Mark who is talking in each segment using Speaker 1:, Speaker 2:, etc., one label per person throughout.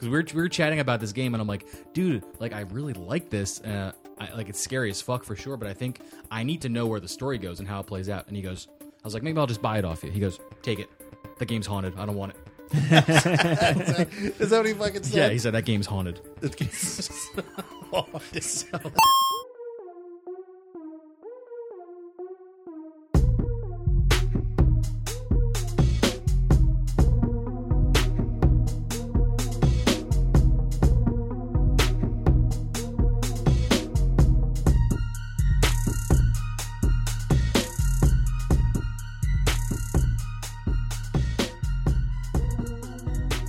Speaker 1: we were, we were chatting about this game, and I'm like, dude, like I really like this. Uh, I, like it's scary as fuck for sure, but I think I need to know where the story goes and how it plays out. And he goes, I was like, maybe I'll just buy it off you. He goes, take it. The game's haunted. I don't want it.
Speaker 2: Is that what he fucking said?
Speaker 1: Yeah, he said that game's haunted.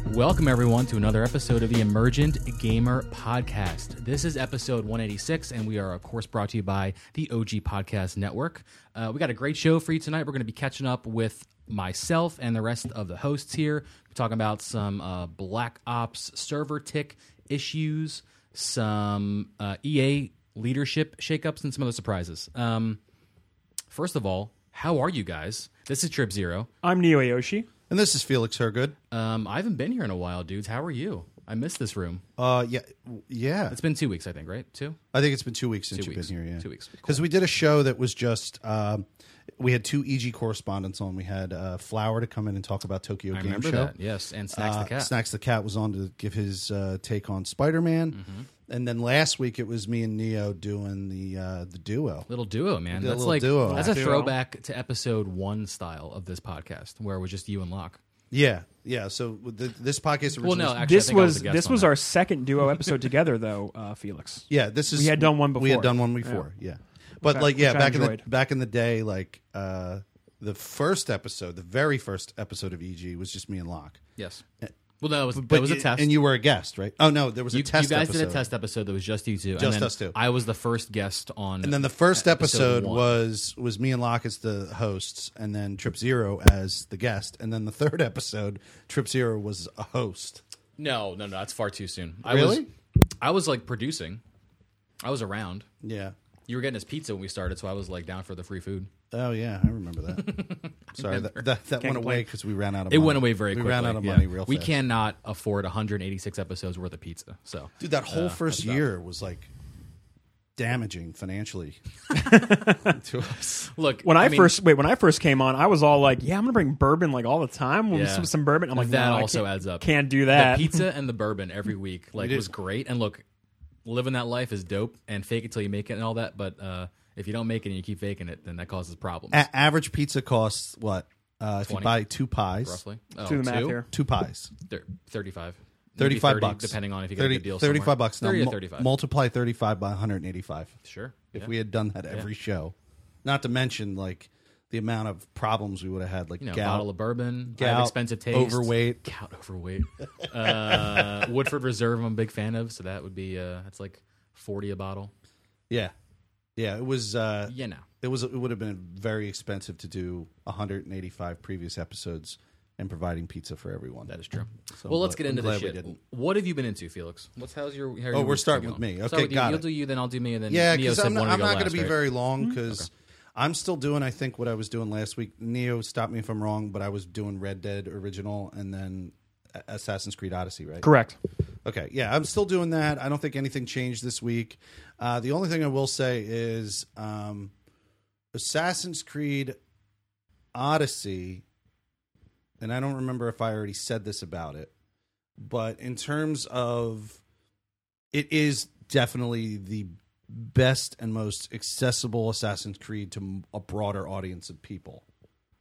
Speaker 1: Welcome, everyone, to another episode of the Emergent Gamer Podcast. This is episode 186, and we are, of course, brought to you by the OG Podcast Network. Uh, we got a great show for you tonight. We're going to be catching up with myself and the rest of the hosts here. We're talking about some uh, Black Ops server tick issues, some uh, EA leadership shakeups, and some other surprises. Um, first of all, how are you guys? This is Trip Zero.
Speaker 3: I'm Neo Yoshi.
Speaker 2: And this is Felix Hergood.
Speaker 1: Um, I haven't been here in a while, dudes. How are you? I miss this room.
Speaker 2: Uh, yeah, yeah.
Speaker 1: It's been two weeks, I think, right? Two?
Speaker 2: I think it's been two weeks since
Speaker 1: Two
Speaker 2: you've
Speaker 1: weeks.
Speaker 2: been here. Yeah,
Speaker 1: Two weeks. Cool.
Speaker 2: Because we did a show that was just um, we had two EG correspondents on. We had uh, Flower to come in and talk about Tokyo
Speaker 1: I
Speaker 2: Game
Speaker 1: remember
Speaker 2: Show.
Speaker 1: that. Yes, and Snacks
Speaker 2: Uh,
Speaker 1: the Cat.
Speaker 2: Snacks the Cat was on to give his uh, take on Spider Man,
Speaker 1: Mm-hmm.
Speaker 2: and then last week it was me and Neo doing the uh, the duo.
Speaker 1: little duo, man.
Speaker 2: did a
Speaker 1: That's
Speaker 2: little
Speaker 1: like
Speaker 2: duo.
Speaker 1: that's a
Speaker 3: Duo.
Speaker 1: throwback to episode one style of this podcast, where it was just you and Locke.
Speaker 2: Yeah, yeah. So with the, this podcast.
Speaker 1: Well,
Speaker 2: originally-
Speaker 1: no, actually, I
Speaker 3: This
Speaker 1: think I was,
Speaker 3: was
Speaker 1: a guest
Speaker 3: this
Speaker 1: on
Speaker 3: was
Speaker 1: that.
Speaker 3: our second duo episode together, though, uh, Felix.
Speaker 2: Yeah, this is
Speaker 3: We had done one
Speaker 2: We had
Speaker 3: before.
Speaker 2: done one before. Yeah, but
Speaker 3: I-
Speaker 2: like yeah,
Speaker 3: which I
Speaker 2: back in the
Speaker 3: enjoyed.
Speaker 2: back in the day, like uh, the first episode, the very first episode of EG was just me and Locke.
Speaker 1: yes. Well, no, it was
Speaker 2: But
Speaker 1: that was a
Speaker 2: you-
Speaker 1: test.
Speaker 2: and you were a guest, right? Oh no, there was a
Speaker 1: You- you
Speaker 2: test.
Speaker 1: guys
Speaker 2: episode.
Speaker 1: did a test episode that was just you two, and
Speaker 2: Just
Speaker 1: then
Speaker 2: us two.
Speaker 1: I was the first guest on,
Speaker 2: And then the first episode,
Speaker 1: one.
Speaker 2: was was me and Locke as the hosts, and then Trip Zero as the guest, and then the third episode, Trip Zero was a host.
Speaker 1: No, no, no, that's far too soon. I
Speaker 2: Really?
Speaker 1: was, I was like producing. I was around.
Speaker 2: Yeah.
Speaker 1: You were getting us pizza when we started, so I was like down for the free food.
Speaker 2: Oh yeah, I remember that. Sorry, that, that, that went away because we ran out of.
Speaker 1: It
Speaker 2: money.
Speaker 1: went away very
Speaker 2: We
Speaker 1: quickly.
Speaker 2: ran out of
Speaker 1: yeah.
Speaker 2: money real.
Speaker 1: We
Speaker 2: fast.
Speaker 1: cannot afford 186 episodes worth of pizza. So
Speaker 2: Dude, that whole first year was like damaging financially to us.
Speaker 1: look,
Speaker 3: When I,
Speaker 1: mean,
Speaker 3: first wait, when I first came on, I was all like, "Yeah, I'm gonna bring bourbon like all the time. We'll
Speaker 1: Yeah.
Speaker 3: some, some bourbon." I'm like,
Speaker 1: that
Speaker 3: "No, I
Speaker 1: also
Speaker 3: can't-
Speaker 1: adds up.
Speaker 3: Can't do that."
Speaker 1: The pizza and the bourbon every week like was great. And look, living that life is dope and fake it till you make it and all that. But uh, if you don't make it and you keep faking it, then that causes problems.
Speaker 2: A- average pizza costs what? Uh, if you
Speaker 1: 20.
Speaker 2: buy two pies,
Speaker 1: roughly, oh,
Speaker 3: Do the math
Speaker 1: two?
Speaker 3: here.
Speaker 2: two pies,
Speaker 1: Thir- thirty-five. Maybe
Speaker 2: 35
Speaker 1: 30,
Speaker 2: bucks.
Speaker 1: depending on if you get a good deal.
Speaker 2: 35
Speaker 1: somewhere.
Speaker 2: bucks. Now,
Speaker 1: Thirty
Speaker 2: mul-
Speaker 1: to thirty-five.
Speaker 2: Multiply 35 by 185.
Speaker 1: sure.
Speaker 2: If
Speaker 1: yeah.
Speaker 2: we had done that every show, not to mention like the amount of problems we would have had, like
Speaker 1: you know,
Speaker 2: gout,
Speaker 1: bottle of bourbon, I have
Speaker 2: gout,
Speaker 1: expensive taste,
Speaker 2: overweight.
Speaker 1: gout, overweight. uh, Woodford Reserve, I'm a big fan of, so that would be uh, that's like forty a bottle.
Speaker 2: Yeah, yeah. It was. Uh,
Speaker 1: You know,
Speaker 2: it was it would have been very expensive to do 185 previous episodes and providing pizza for everyone.
Speaker 1: that is true.
Speaker 2: So
Speaker 1: well,
Speaker 2: I'm
Speaker 1: let's
Speaker 2: glad-
Speaker 1: get into
Speaker 2: I'm
Speaker 1: this
Speaker 2: glad we
Speaker 1: shit.
Speaker 2: didn't.
Speaker 1: What have you been into, Felix? What's how's your? How
Speaker 2: Oh, we're starting with me. Okay,
Speaker 1: you.
Speaker 2: got
Speaker 1: You'll
Speaker 2: it.
Speaker 1: do you, then I'll do me, and then
Speaker 2: Yeah,
Speaker 1: Neo
Speaker 2: because
Speaker 1: said
Speaker 2: I'm not,
Speaker 1: one to
Speaker 2: I'm
Speaker 1: go
Speaker 2: not going
Speaker 1: last,
Speaker 2: to be
Speaker 1: right?
Speaker 2: very long because I'm still doing, I think, what I was doing last week. Neo, stop me if I'm wrong, but I was doing Red Dead Original and then A- Assassin's Creed Odyssey, right?
Speaker 3: Correct.
Speaker 2: Okay, yeah, I'm still doing that. I don't think anything changed this week. Uh, the only thing I will say is um, Assassin's Creed Odyssey, and I don't remember if I already said this about it, but in terms of it is definitely the best and most accessible Assassin's Creed to a broader audience of people.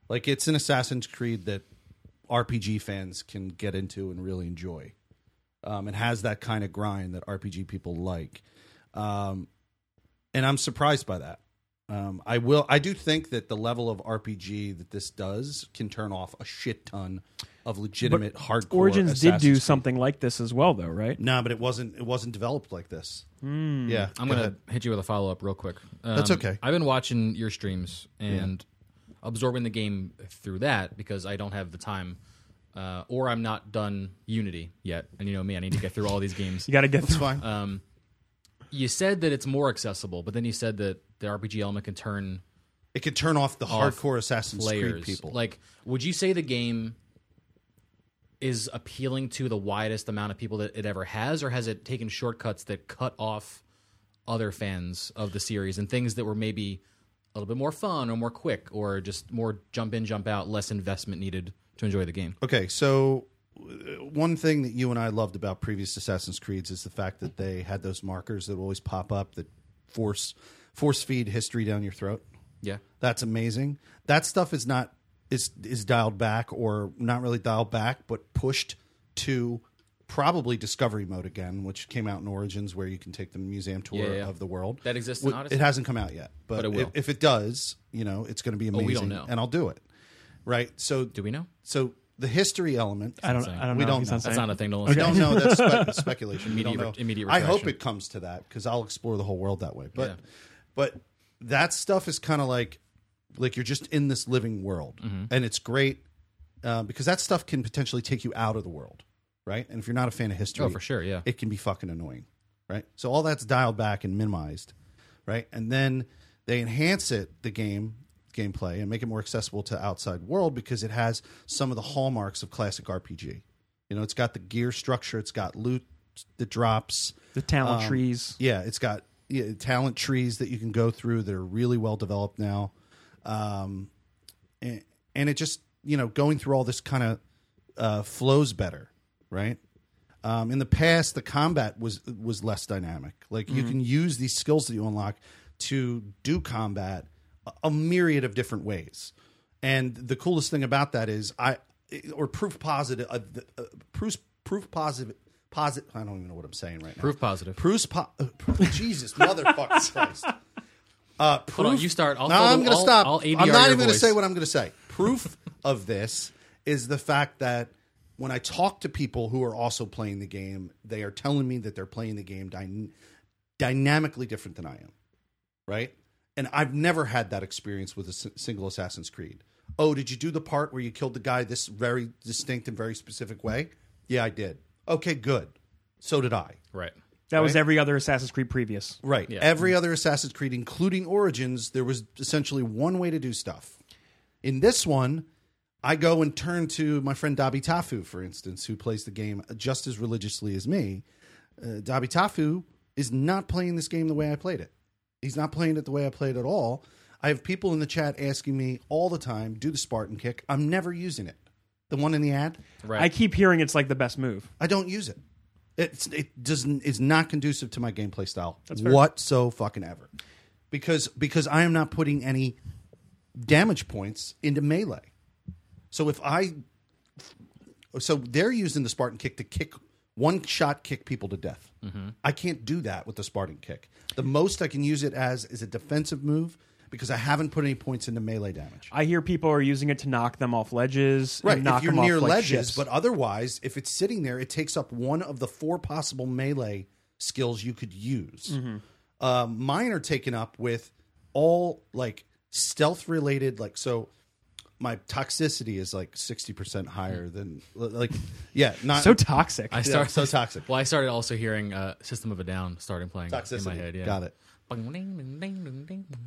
Speaker 2: Like it's an Assassin's Creed that RPG fans can get into and really enjoy. Um, it has that kind of grind that RPG people like, um, and I'm surprised by that. Um, I will. I do think that the level of RPG that this does can turn off a shit ton of legitimate hardcore.
Speaker 3: Origins
Speaker 2: Assassin's
Speaker 3: did do something like this as well, though, right?
Speaker 2: no, but it wasn't. It wasn't developed like this. Yeah,
Speaker 1: I'm
Speaker 2: go
Speaker 1: gonna
Speaker 2: ahead.
Speaker 1: hit you with a follow up real quick. Um,
Speaker 2: That's okay.
Speaker 1: I've been watching your streams and absorbing the game through that because I don't have the time, uh, or I'm not done Unity yet. And you know me, I need to get through all these games.
Speaker 3: You got to get
Speaker 2: It's fine.
Speaker 1: uh, You said that it's more accessible, but then you said that the RPG element can turn
Speaker 2: it could turn off the hardcore Assassin's Creed
Speaker 1: players.
Speaker 2: people.
Speaker 1: Like, would you say the game is appealing to the widest amount of people that it ever has, or has it taken shortcuts that cut off other fans of the series and things that were maybe a little bit more fun or more quick or just more jump in, jump out, less investment needed to enjoy the game?
Speaker 2: Okay, so uh, one thing that you and I loved about previous Assassin's Creeds is the fact that they had those markers that always pop up that force force feed history down your throat.
Speaker 1: Yeah.
Speaker 2: That's amazing. That stuff is not is is dialed back or not really dialed back, but pushed to probably discovery mode again, which came out in Origins, where you can take the museum tour
Speaker 1: Yeah, yeah.
Speaker 2: of the world.
Speaker 1: That exists in
Speaker 2: Well,
Speaker 1: Odyssey?
Speaker 2: It hasn't come out yet, but,
Speaker 1: But it
Speaker 2: i-
Speaker 1: will. Oh,
Speaker 2: if it does, you know, it's going to be amazing.
Speaker 1: we don't know.
Speaker 2: and I'll do it. Right. So
Speaker 1: Do we know?
Speaker 2: so the history element.
Speaker 3: I don't. I don't
Speaker 2: We
Speaker 3: know.
Speaker 2: don't
Speaker 3: He's
Speaker 2: know.
Speaker 3: not
Speaker 1: That's
Speaker 3: saying.
Speaker 1: not a thing to
Speaker 2: I
Speaker 1: listen
Speaker 2: don't know. That's spe- speculation. We don't
Speaker 1: Immediate re-
Speaker 2: know.
Speaker 1: immediate
Speaker 2: I hope
Speaker 1: retraction.
Speaker 2: it comes to that because I'll explore the whole world that way. But
Speaker 1: Yeah.
Speaker 2: but that stuff is kind of like like you're just in this living world,
Speaker 1: Mm-hmm.
Speaker 2: and it's great uh, because that stuff can potentially take you out of the world, right? And if you're not a fan of history,
Speaker 1: Oh, for sure. Yeah.
Speaker 2: it can be fucking annoying, right? So all that's dialed back and minimized, right? And then they enhance it, the game gameplay, and make it more accessible to outside world because it has some of the hallmarks of classic RPG. You know, it's got the gear structure, it's got loot that drops,
Speaker 3: The
Speaker 1: Um,
Speaker 3: talent trees.
Speaker 2: yeah, it's got yeah, talent trees that you can go through that are really well developed now. Um, and, and it just, you know, going through all this kind of uh, flows better, right? Um, in the past, the combat was was less dynamic. Like you can use these skills that you unlock to do combat a, a myriad of different ways. And the coolest thing about that is I or proof positive uh, the, uh, proof proof positive positive. I don't even know what I'm saying right now.
Speaker 1: Proof positive.
Speaker 2: Bruce Po- uh, Jesus, motherfucking Christ. Uh, proof-
Speaker 1: on, you start. I'll
Speaker 2: no,
Speaker 1: follow-
Speaker 2: I'm going to
Speaker 1: I'll-
Speaker 2: stop.
Speaker 1: I'll ADR your
Speaker 2: I'm not even going to
Speaker 1: voice.
Speaker 2: say what I'm going to say. Proof of this is the fact that when I talk to people who are also playing the game, they are telling me that they're playing the game dyna- dynamically different than I am. Right? And I've never had that experience with a s- single Assassin's Creed. Oh, did you do the part where you killed the guy this very distinct and very specific way? Yeah, I did. Okay, good. So did I.
Speaker 1: Right.
Speaker 3: That was every other Assassin's Creed previous.
Speaker 2: Right. Every other Assassin's Creed, including Origins, there was essentially one way to do stuff. In this one, I go and turn to my friend Dabi Tafu, for instance, who plays the game just as religiously as me. Uh, Dabi Tafu is not playing this game the way I played it. He's not playing it the way I played it at all. I have people in the chat asking me all the time, do the Spartan kick. I'm never using it. The one in the ad?
Speaker 1: Right.
Speaker 3: I keep hearing it's like the best move.
Speaker 2: I don't use it. It's it doesn't is not conducive to my gameplay style
Speaker 3: fair.
Speaker 2: what so fucking ever. Because because I am not putting any damage points into melee. So if I so they're using the Spartan kick to kick one shot kick people to death. I can't do that with the Spartan kick. The most I can use it as is a defensive move because I haven't put any points into melee damage.
Speaker 3: I hear people are using it to knock them off ledges,
Speaker 2: Right,
Speaker 3: And knock
Speaker 2: if you're
Speaker 3: them
Speaker 2: near
Speaker 3: off, like,
Speaker 2: ledges,
Speaker 3: ships.
Speaker 2: but otherwise, if it's sitting there, it takes up one of the four possible melee skills you could use.
Speaker 3: Mm-hmm.
Speaker 2: Um, mine are taken up with all like stealth related, like so. My toxicity is like sixty percent higher than like yeah, not
Speaker 3: so toxic.
Speaker 1: I
Speaker 2: yeah,
Speaker 1: start
Speaker 2: so toxic.
Speaker 1: Well, I started also hearing uh, System of a Down starting playing
Speaker 2: Toxicity.
Speaker 1: in my head. Yeah.
Speaker 2: Got it.
Speaker 1: Uh,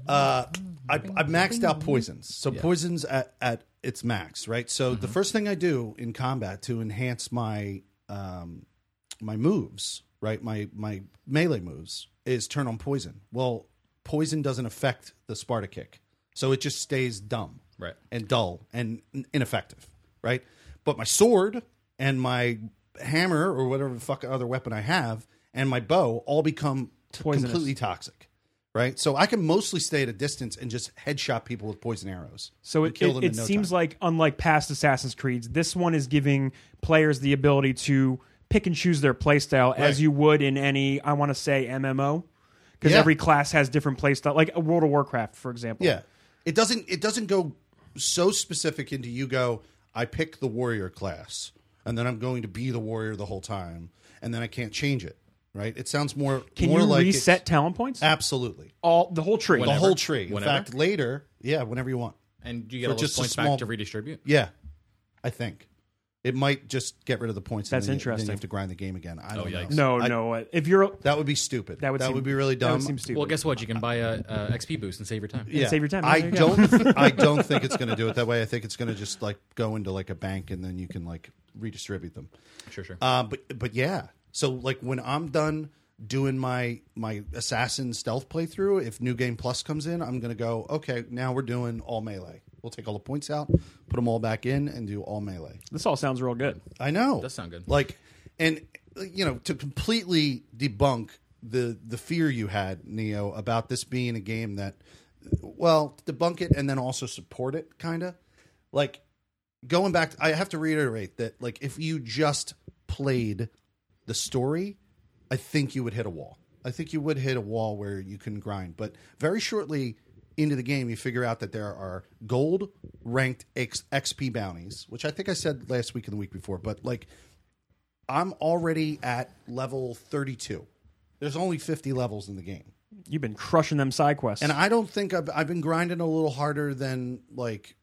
Speaker 2: Uh, I, I maxed out poisons. So poisons at, at its max, right? So the first thing I do in combat to enhance my um, my moves, right, my my melee moves, is turn on poison. Well, poison doesn't affect the Sparta kick, so it just stays dumb,
Speaker 1: Right.
Speaker 2: and dull and n- ineffective, right? But my sword and my hammer or whatever the fuck other weapon I have and my bow all become t-
Speaker 3: Poisonous.
Speaker 2: completely toxic, right? So I can mostly stay at a distance and just headshot people with poison arrows.
Speaker 3: So
Speaker 2: and
Speaker 3: it, it, it seems like, unlike past Assassin's Creeds, this one is giving players the ability to pick and choose their playstyle
Speaker 2: Right.
Speaker 3: as you would in any, I want to say, MMO. Because
Speaker 2: Yeah.
Speaker 3: every class has different playstyle, like a World of Warcraft, for example.
Speaker 2: Yeah. It doesn't it doesn't go so specific into you go, I pick the warrior class and then I'm going to be the warrior the whole time and then I can't change it. Right? It sounds more
Speaker 3: Can
Speaker 2: more
Speaker 3: you
Speaker 2: like it's-
Speaker 3: reset talent points?
Speaker 2: Absolutely.
Speaker 3: All the whole tree.
Speaker 2: The
Speaker 1: Whenever.
Speaker 2: whole tree. In
Speaker 1: Whenever?
Speaker 2: fact, later, yeah, whenever you want.
Speaker 1: and you get all those
Speaker 2: just a
Speaker 1: points
Speaker 2: small-
Speaker 1: back to redistribute.
Speaker 2: Yeah, I think. It might just get rid of the points. and
Speaker 3: That's
Speaker 2: then you- then
Speaker 3: interesting.
Speaker 2: you have to grind the game again. I
Speaker 1: Oh,
Speaker 2: don't know.
Speaker 1: yikes.
Speaker 3: No,
Speaker 2: I-
Speaker 3: no. uh, If you're
Speaker 2: That would be stupid.
Speaker 3: that would seem,
Speaker 2: be really
Speaker 3: That
Speaker 2: dumb.
Speaker 3: would seem stupid.
Speaker 1: Well, guess what? You can buy a, a XP boost and save your time.
Speaker 2: yeah.
Speaker 3: save your time.
Speaker 2: I
Speaker 3: Yeah, yeah.
Speaker 2: don't. I don't think it's going to do it that way. I think it's going to just like go into like a bank and then you can like redistribute them.
Speaker 1: Sure, sure.
Speaker 2: Uh, but but yeah. So like when I'm done doing my my assassin stealth playthrough, if new game plus comes in, I'm gonna go. Okay, now we're doing all melee. We'll take all the points out, put them all back in, and do all melee.
Speaker 3: this all sounds real good.
Speaker 2: I know.
Speaker 1: Does sound good.
Speaker 2: Like, and you know, to completely debunk the the fear you had, Neo, about this being a game that, well, debunk it and then also support it, kind of. Like, going back, I have to reiterate that, like, if you just played the story, I think you would hit a wall. I think you would hit a wall where you can grind, but very shortly into the game, you figure out that there are gold ranked X- XP bounties, which I think I said last week and the week before, but like I'm already at level 32. There's only 50 levels in the game.
Speaker 3: You've been crushing them side quests.
Speaker 2: And I don't think I've, I've been grinding a little harder than like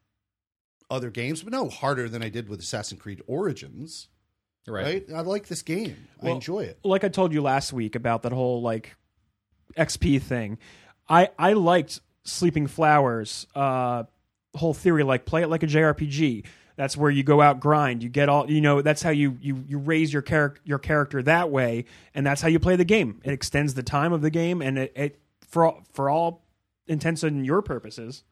Speaker 2: other games, but no harder than I did with Assassin's Creed Origins,
Speaker 1: right.
Speaker 2: right? I like this game. I enjoy it.
Speaker 3: like I told you last week about that whole like XP thing. I I liked Sleeping Flowers uh whole theory like play it like a JRPG. That's where you go out grind, you get all you know, that's how you you you raise your character your character that way and that's how you play the game. It extends the time of the game and it, it for all, for all intents and your purposes.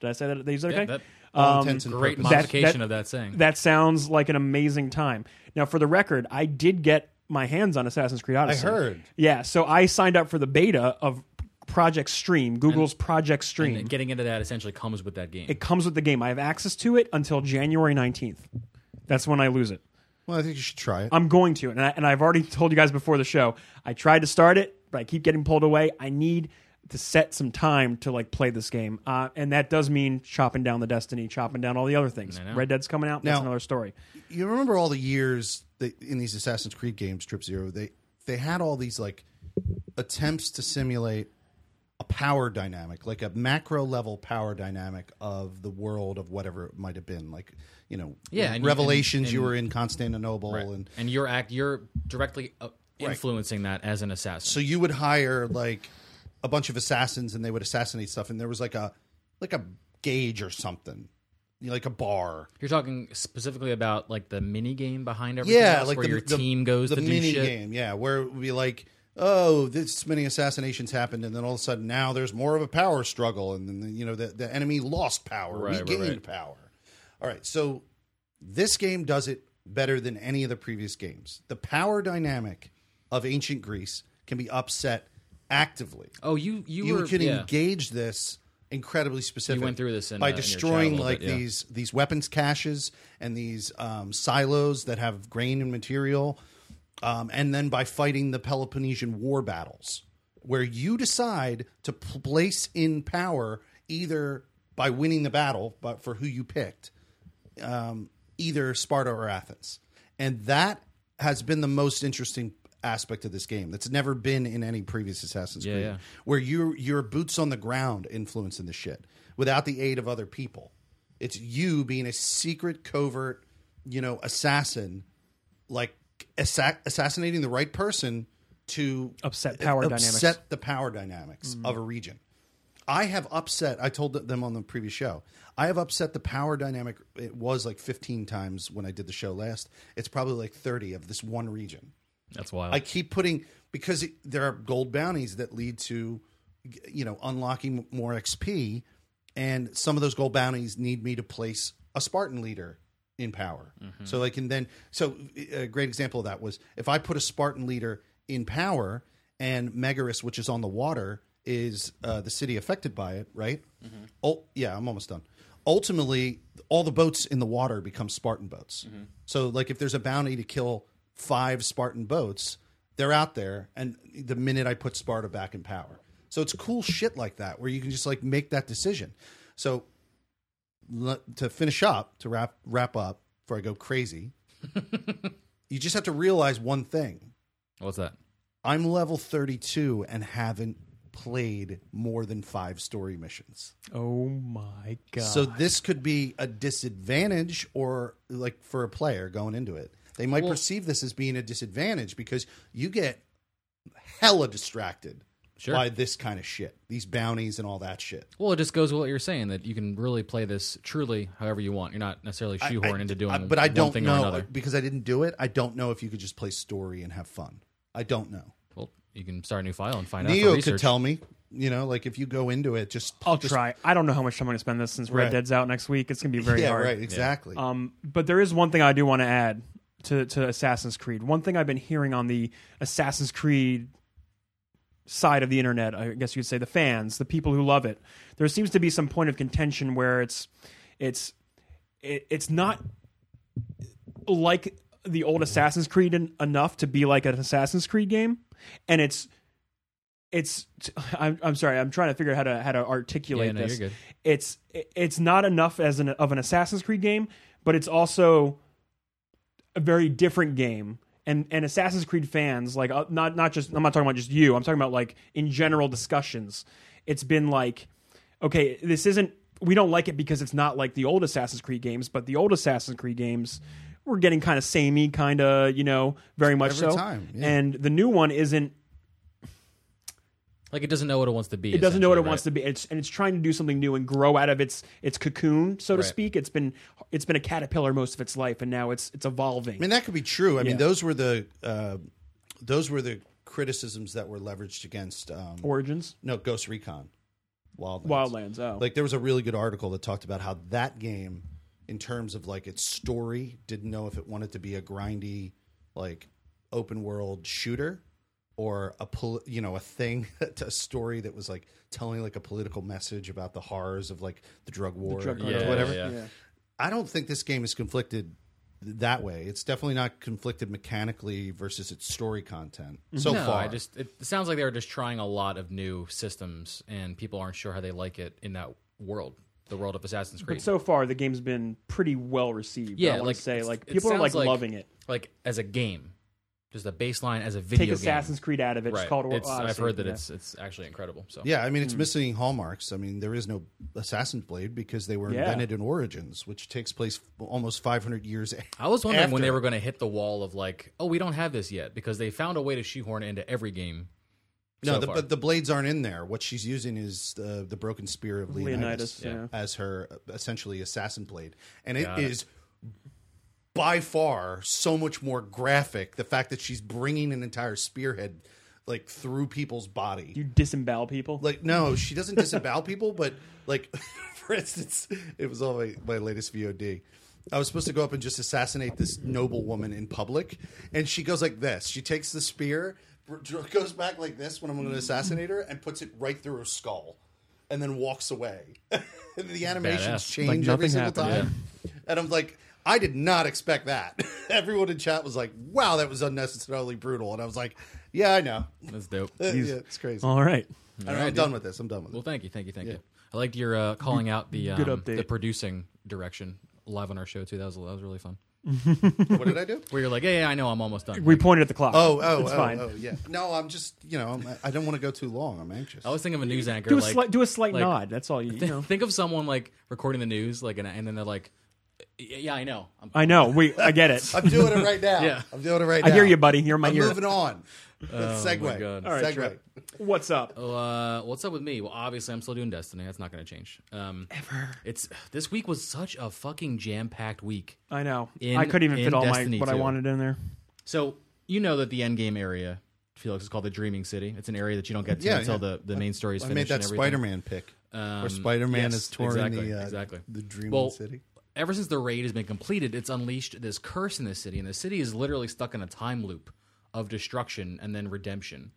Speaker 3: Did I say that? Did I use that okay? Uh, Um,
Speaker 1: that-
Speaker 2: All intents and
Speaker 1: um, Great
Speaker 2: purposes.
Speaker 1: modification
Speaker 3: that-
Speaker 1: of that saying.
Speaker 3: That sounds like an amazing time. Now, for the record, I did get my hands on Assassin's Creed Odyssey.
Speaker 2: heard.
Speaker 3: Yeah, so I signed up for the beta of Project Stream, Google's Project Stream.
Speaker 1: And getting into that essentially comes with that game.
Speaker 3: it comes with the game. I have access to it until January 19th. That's when I lose it.
Speaker 2: Well, I think you should try
Speaker 1: Um,
Speaker 2: it.
Speaker 3: I'm going to, and, I, and I've already told you guys before the show. I tried to start it, but I keep getting pulled away. I need to set some time to like play this game, uh, and that does mean chopping down the Destiny, chopping down all the other things. Red Dead's coming out. That's
Speaker 2: Now-
Speaker 3: another story.
Speaker 2: you remember all the years that in these Assassin's Creed games, Trip Zero, they they had all these like attempts to simulate a power dynamic, like a macro level power dynamic of the world of whatever it might have been, like you know,
Speaker 1: Yeah, and-
Speaker 2: revelations.
Speaker 1: and-
Speaker 2: you were in Constantinople, and
Speaker 1: and you're act you're directly uh, influencing that as an assassin.
Speaker 2: so you would hire like a bunch of assassins and they would assassinate stuff and there was like a like a gauge or something You know, like a bar
Speaker 1: You're talking specifically about like the mini game behind everything.
Speaker 2: yeah
Speaker 1: else,
Speaker 2: like
Speaker 1: where
Speaker 2: the,
Speaker 1: your
Speaker 2: the-
Speaker 1: team goes
Speaker 2: the
Speaker 1: to do
Speaker 2: mini
Speaker 1: shit.
Speaker 2: game yeah where it would be like oh this many assassinations happened and then all of a sudden now there's more of a power struggle and then you know the, the enemy lost power
Speaker 1: Right, right,
Speaker 2: we gained
Speaker 1: right.
Speaker 2: power all right so this game does it better than any of the previous games the power dynamic of ancient greece can be upset actively
Speaker 1: Oh, you you,
Speaker 2: you
Speaker 1: were
Speaker 2: can
Speaker 1: yeah.
Speaker 2: engage this incredibly specific.
Speaker 1: You went through this in, uh,
Speaker 2: by
Speaker 1: in your chat a
Speaker 2: destroying
Speaker 1: little
Speaker 2: like
Speaker 1: bit, yeah.
Speaker 2: these these weapons caches and these um, silos that have grain and material, um, and then by fighting the Peloponnesian war battles, where you decide to pl- place in power either by winning the battle, but for who you picked, um, either Sparta or Athens. And that has been the most interesting aspect of this game that's never been in any previous Assassin's Creed,
Speaker 1: yeah.
Speaker 2: where you your boots on the ground influencing the shit without the aid of other people. It's you being a secret, covert, you know, assassin, like assa- assassinating the right person to
Speaker 3: Upset power dynamics. Mm-hmm.
Speaker 2: upset the power dynamics of a region. I have upset. I told them on the previous show. I have upset the power dynamic. It was like 15 times when I did the show last. It's probably like 30 of this one region.
Speaker 1: That's wild.
Speaker 2: I keep putting because it, there are gold bounties that lead to, you know, unlocking more XP, and some of those gold bounties need me to place a Spartan leader in power. So like, and then so a great example of that was if I put a Spartan leader in power, and Megaris, which is on the water, is uh, the city affected by it, right? Oh, yeah, I'm almost done. Ultimately, all the boats in the water become Spartan boats. So, like, if there's a bounty to kill five Spartan boats, they're out there. And the minute I put Sparta back in power, so it's cool shit like that where you can just like make that decision. So, le- to finish up, to wrap wrap up before I go crazy, you just have to realize one thing:
Speaker 1: What's that?
Speaker 2: I'm level 32 and haven't played more than five story missions.
Speaker 3: Oh my god!
Speaker 2: So this could be a disadvantage or like for a player going into it. They might perceive this as being a disadvantage because you get hella distracted
Speaker 1: Sure.
Speaker 2: by this kind of shit. These bounties and all that shit.
Speaker 1: Well, it just goes with what you're saying that you can really play this truly however you want. You're not necessarily shoehorned into doing
Speaker 2: I- but I
Speaker 1: one
Speaker 2: don't
Speaker 1: thing or
Speaker 2: know
Speaker 1: another.
Speaker 2: because I didn't do it. I don't know if you could just play story and have fun. I don't know.
Speaker 1: Well, you can start a new file and find out. for
Speaker 2: Neo could
Speaker 1: research.
Speaker 2: tell me. You know, like if you go into it, just
Speaker 3: I'll
Speaker 2: just,
Speaker 3: try. I don't know how much time I'm going to spend this since Red
Speaker 2: Right.
Speaker 3: Dead's out next week. It's going to be very
Speaker 2: Yeah,
Speaker 3: hard.
Speaker 2: right. Exactly.
Speaker 3: Um, but there is one thing I do want to add to, to Assassin's Creed. One thing I've been hearing on the Assassin's Creed side of the internet, I guess you'd say the fans, the people who love it. There seems to be some point of contention where it's it's it, it's not like the old Assassin's Creed en- enough to be like an Assassin's Creed game, and it's it's I'm, I'm sorry I'm trying to figure out how to how to articulate
Speaker 1: Yeah, no,
Speaker 3: this.
Speaker 1: you're good.
Speaker 3: It's it's not enough as an of an Assassin's Creed game, but it's also a very different game. And and Assassin's Creed fans like uh, not not just I'm not talking about just you. I'm talking about like in general discussions. It's been like, okay, this isn't. We don't like it because it's not like the old Assassin's Creed games, but the old Assassin's Creed games were getting kind of samey, kind of you know, very much
Speaker 2: Every
Speaker 3: so.
Speaker 2: time, yeah.
Speaker 3: And the new one isn't
Speaker 1: Like it doesn't know what it wants to be.
Speaker 3: it doesn't know what it wants to be it's, and it's trying to do something new and grow out of its its cocoon so to
Speaker 1: Right.
Speaker 3: speak it's been it's been a caterpillar most of its life and now it's it's evolving
Speaker 2: I mean, that could be true. I
Speaker 3: Yeah.
Speaker 2: mean, those were the uh, those were the criticisms that were leveraged against um,
Speaker 3: origins
Speaker 2: no Ghost Recon, Wildlands.
Speaker 3: wildlands oh
Speaker 2: Like there was a really good article that talked about how that game, in terms of like its story, didn't know if it wanted to be a grindy, like open world shooter, or a pol- you know a thing, a story that was like telling like a political message about the horrors of like the drug war,
Speaker 3: drug
Speaker 2: or
Speaker 3: war,
Speaker 1: Yeah,
Speaker 2: whatever.
Speaker 1: yeah, yeah.
Speaker 3: yeah
Speaker 2: I don't think this game is conflicted th- that way. It's definitely not conflicted mechanically versus its story content so
Speaker 1: Mm-hmm. No,
Speaker 2: far.
Speaker 1: I just it sounds like they're just trying a lot of new systems, and people aren't sure how they like it in that world, the world of Assassin's Creed.
Speaker 3: but so far the game's been pretty well received
Speaker 1: Yeah,
Speaker 3: i want
Speaker 1: like,
Speaker 3: to say
Speaker 1: it's-
Speaker 3: like
Speaker 1: it
Speaker 3: people are
Speaker 1: sounds
Speaker 3: like,
Speaker 1: like
Speaker 3: loving it
Speaker 1: like as a game, just a baseline as a video
Speaker 3: take
Speaker 1: game.
Speaker 3: assassin's creed out of it
Speaker 1: Right.
Speaker 3: just call it Or-
Speaker 1: It's- I've
Speaker 3: Odyssey,
Speaker 1: heard that
Speaker 3: yeah.
Speaker 1: it's it's actually incredible. So
Speaker 2: yeah, I mean, it's missing hallmarks. I mean, there is no Assassin's Blade because they were
Speaker 3: Yeah.
Speaker 2: invented in Origins, which takes place f- almost 500 years.
Speaker 1: I was wondering when
Speaker 2: After.
Speaker 1: they were going to hit the wall of like, oh, we don't have this yet because they found a way to shoehorn it into every game.
Speaker 2: No,
Speaker 1: so
Speaker 2: the,
Speaker 1: far.
Speaker 2: but the blades aren't in there. What she's using is the, the broken spear of Leonidas,
Speaker 3: leonidas yeah.
Speaker 2: as her uh, essentially assassin blade, and it
Speaker 1: Got it.
Speaker 2: is by far so much more graphic. The fact that she's bringing an entire spearhead like through people's body.
Speaker 3: you disembowel people
Speaker 2: like no she doesn't disavow people but like for instance it was all my, my latest vod i was supposed to go up and just assassinate this noble woman in public and she goes like this she takes the spear br- dr- goes back like this when i'm going to assassinate her and puts it right through her skull and then walks away and the animations
Speaker 1: Badass.
Speaker 2: change
Speaker 3: Like,
Speaker 2: every
Speaker 3: nothing
Speaker 2: single
Speaker 3: happened,
Speaker 2: time and i'm like I did not expect that. Everyone in chat was like, "Wow, that was unnecessarily brutal," and I was like, "Yeah, I know.
Speaker 1: That's dope.
Speaker 2: Yeah,
Speaker 1: well,
Speaker 2: it's crazy.
Speaker 3: all right
Speaker 2: I am done with this. I'm done with it."
Speaker 1: thank you, thank you, thank you. I liked your uh, calling out the um,
Speaker 3: Good update.
Speaker 1: the producing direction live on our show too. That was that was really fun.
Speaker 2: what did I do?
Speaker 1: Where you're like, yeah, yeah, I know, I'm almost done.
Speaker 3: we pointed at the clock
Speaker 2: Oh, oh,
Speaker 3: it's
Speaker 2: oh,
Speaker 3: fine
Speaker 2: oh, yeah. No, I'm just, you know, I'm, I don't want to go too long. I'm anxious.
Speaker 1: I was thinking of a news anchor.
Speaker 3: do a
Speaker 1: like,
Speaker 3: slight do a slight
Speaker 1: like-
Speaker 3: nod that's all you, you know
Speaker 1: think of someone like recording the news, like, and, and then they're like, "Y- yeah, I know. I'm,
Speaker 3: i know we i get it
Speaker 2: I'm doing it right now. Oh,
Speaker 1: Yeah.
Speaker 2: I'm doing it right
Speaker 3: i
Speaker 2: now.
Speaker 3: hear you buddy you're in my
Speaker 2: I'm
Speaker 3: ear
Speaker 2: moving on. Let's segue.
Speaker 1: God.
Speaker 3: All right,
Speaker 2: segue.
Speaker 3: sure. what's up
Speaker 1: uh, what's up with me? Well, obviously, I'm still doing Destiny. That's not going to change. Um, Ever. It's this week was such a fucking jam packed week.
Speaker 3: I know.
Speaker 1: in-
Speaker 3: I couldn't even
Speaker 1: in
Speaker 3: fit all
Speaker 1: Destiny
Speaker 3: my what I
Speaker 1: too.
Speaker 3: wanted in there.
Speaker 1: So you know that the end game area, Felix, is called the Dreaming City. It's an area that you don't get to
Speaker 2: Yeah,
Speaker 1: until
Speaker 2: yeah.
Speaker 1: the, the main story is
Speaker 2: I
Speaker 1: finished.
Speaker 2: made that
Speaker 1: and everything.
Speaker 2: Spider Man pick.
Speaker 1: Um,
Speaker 2: where Spider Man
Speaker 1: yes,
Speaker 2: is touring
Speaker 1: exactly,
Speaker 2: the, uh,
Speaker 1: exactly.
Speaker 2: the Dream
Speaker 1: Well,
Speaker 2: City.
Speaker 1: Ever since the raid has been completed, it's unleashed this curse in the city, and the city is literally stuck in a time loop of destruction and then redemption.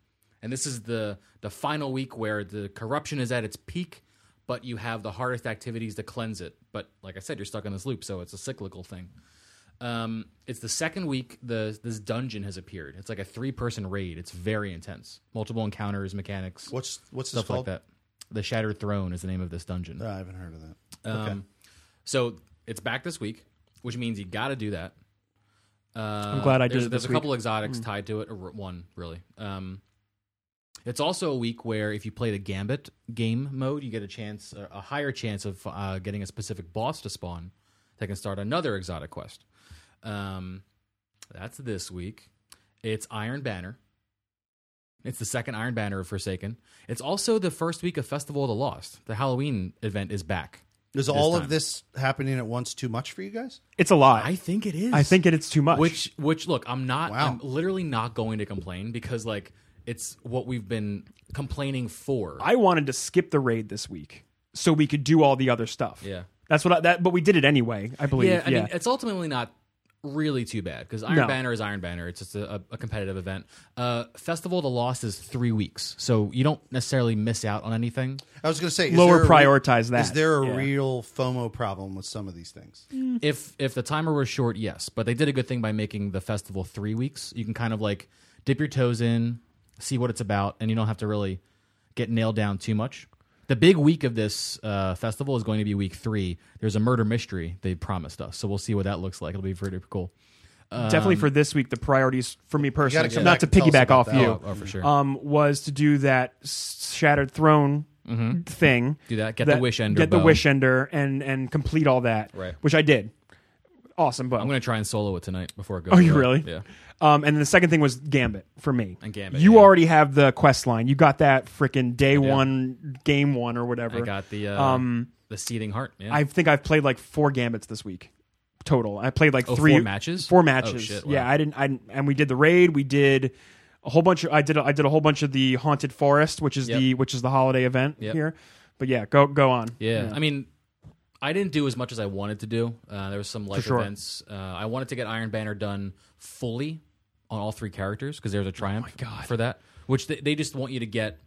Speaker 1: And this is the the final week where the corruption is at its peak, but you have the hardest activities to cleanse it. But like I said, you're stuck in this loop, so it's a cyclical thing. Um, it's the second week the this dungeon has appeared. It's like a three person raid. It's very intense, multiple encounters, mechanics,
Speaker 2: What's, what's this
Speaker 1: stuff like
Speaker 2: called?
Speaker 1: that. The Shattered Throne is the name of this dungeon.
Speaker 2: No, I haven't heard of that. okay.
Speaker 1: Um, So it's back this week, which means you got to do that. Uh,
Speaker 3: glad I did
Speaker 1: there's,
Speaker 3: it
Speaker 1: There's
Speaker 3: this Mm.
Speaker 1: a couple exotics tied to it. Or one really. Um, It's also a week where if you play the Gambit game mode, you get a chance, a a higher chance of uh, getting a specific boss to spawn that can start another exotic quest. Um, that's this week. It's Iron Banner. It's the second Iron Banner of Forsaken. It's also the first week of Festival of the Lost. The Halloween event is back.
Speaker 2: Is all
Speaker 1: time.
Speaker 2: of this happening at once too much for you guys?
Speaker 3: It's a lot.
Speaker 1: I
Speaker 3: I,
Speaker 1: think it is.
Speaker 3: think it, it's too much.
Speaker 1: Which, which, look, I'm not.
Speaker 2: Wow.
Speaker 1: I'm literally not going to complain because, like, it's what we've been complaining for.
Speaker 3: I wanted to skip the raid this week so we could do all the other stuff.
Speaker 1: Yeah.
Speaker 3: That's what I, that, but we did it anyway. I believe.
Speaker 1: yeah,
Speaker 3: Yeah.
Speaker 1: I mean, it's ultimately not really too bad because Iron
Speaker 3: No.
Speaker 1: Banner is Iron Banner. It's just a, a competitive event. Uh, Festival of the Lost is three weeks, so you don't necessarily miss out on anything.
Speaker 2: I was going to say is
Speaker 3: Lower
Speaker 2: there a
Speaker 3: prioritize that.
Speaker 2: Is there a
Speaker 3: Yeah.
Speaker 2: real FOMO problem with some of these things?
Speaker 1: If if the timer was short, yes, but they did a good thing by making the festival three weeks. You can kind of like dip your toes in, see what it's about, and you don't have to really get nailed down too much. The big week of this uh, festival is going to be week three. There's a murder mystery they promised us, so we'll see what that looks like. It'll be pretty cool. Um,
Speaker 3: Definitely for this week, the priorities for me personally,
Speaker 2: come
Speaker 3: not
Speaker 2: back
Speaker 3: to
Speaker 2: and tell us
Speaker 3: piggyback
Speaker 2: about
Speaker 3: off
Speaker 2: that.
Speaker 3: you,
Speaker 1: Oh, oh, for sure.
Speaker 3: um, was to do that s- Shattered Throne thing.
Speaker 1: Mm-hmm. Do that. Get the wish ender.
Speaker 3: Get the
Speaker 1: bow.
Speaker 3: wish ender and and complete all that.
Speaker 1: Right.
Speaker 3: Which I did. Awesome bow.
Speaker 1: I'm gonna try and solo it tonight before it goes.
Speaker 3: Oh, you
Speaker 1: away.
Speaker 3: really?
Speaker 1: Yeah.
Speaker 3: Um, and the second thing was Gambit for me.
Speaker 1: And Gambit,
Speaker 3: You
Speaker 1: yeah.
Speaker 3: already have the quest line. You got that freaking day one, game one, or whatever.
Speaker 1: I got the uh,
Speaker 3: Um,
Speaker 1: the seething heart. Yeah.
Speaker 3: I think I've played like four gambits this week total. I played like
Speaker 1: Oh,
Speaker 3: three
Speaker 1: four matches?
Speaker 3: Four
Speaker 1: Oh,
Speaker 3: matches.
Speaker 1: shit,
Speaker 3: Yeah,
Speaker 1: wow.
Speaker 3: I didn't. I didn't- and we did the raid. We did a whole bunch of. I did. a- I did a whole bunch of the haunted forest, which is
Speaker 1: Yep.
Speaker 3: the which is the holiday event
Speaker 1: Yep.
Speaker 3: here. But yeah, go go on.
Speaker 1: Yeah. I mean, I didn't do as much as I wanted to do. Uh, there was some life
Speaker 3: sure.
Speaker 1: events. Uh, I wanted to get Iron Banner done fully on all three characters because
Speaker 3: Oh
Speaker 1: there's a triumph for that, which they, they just want you to get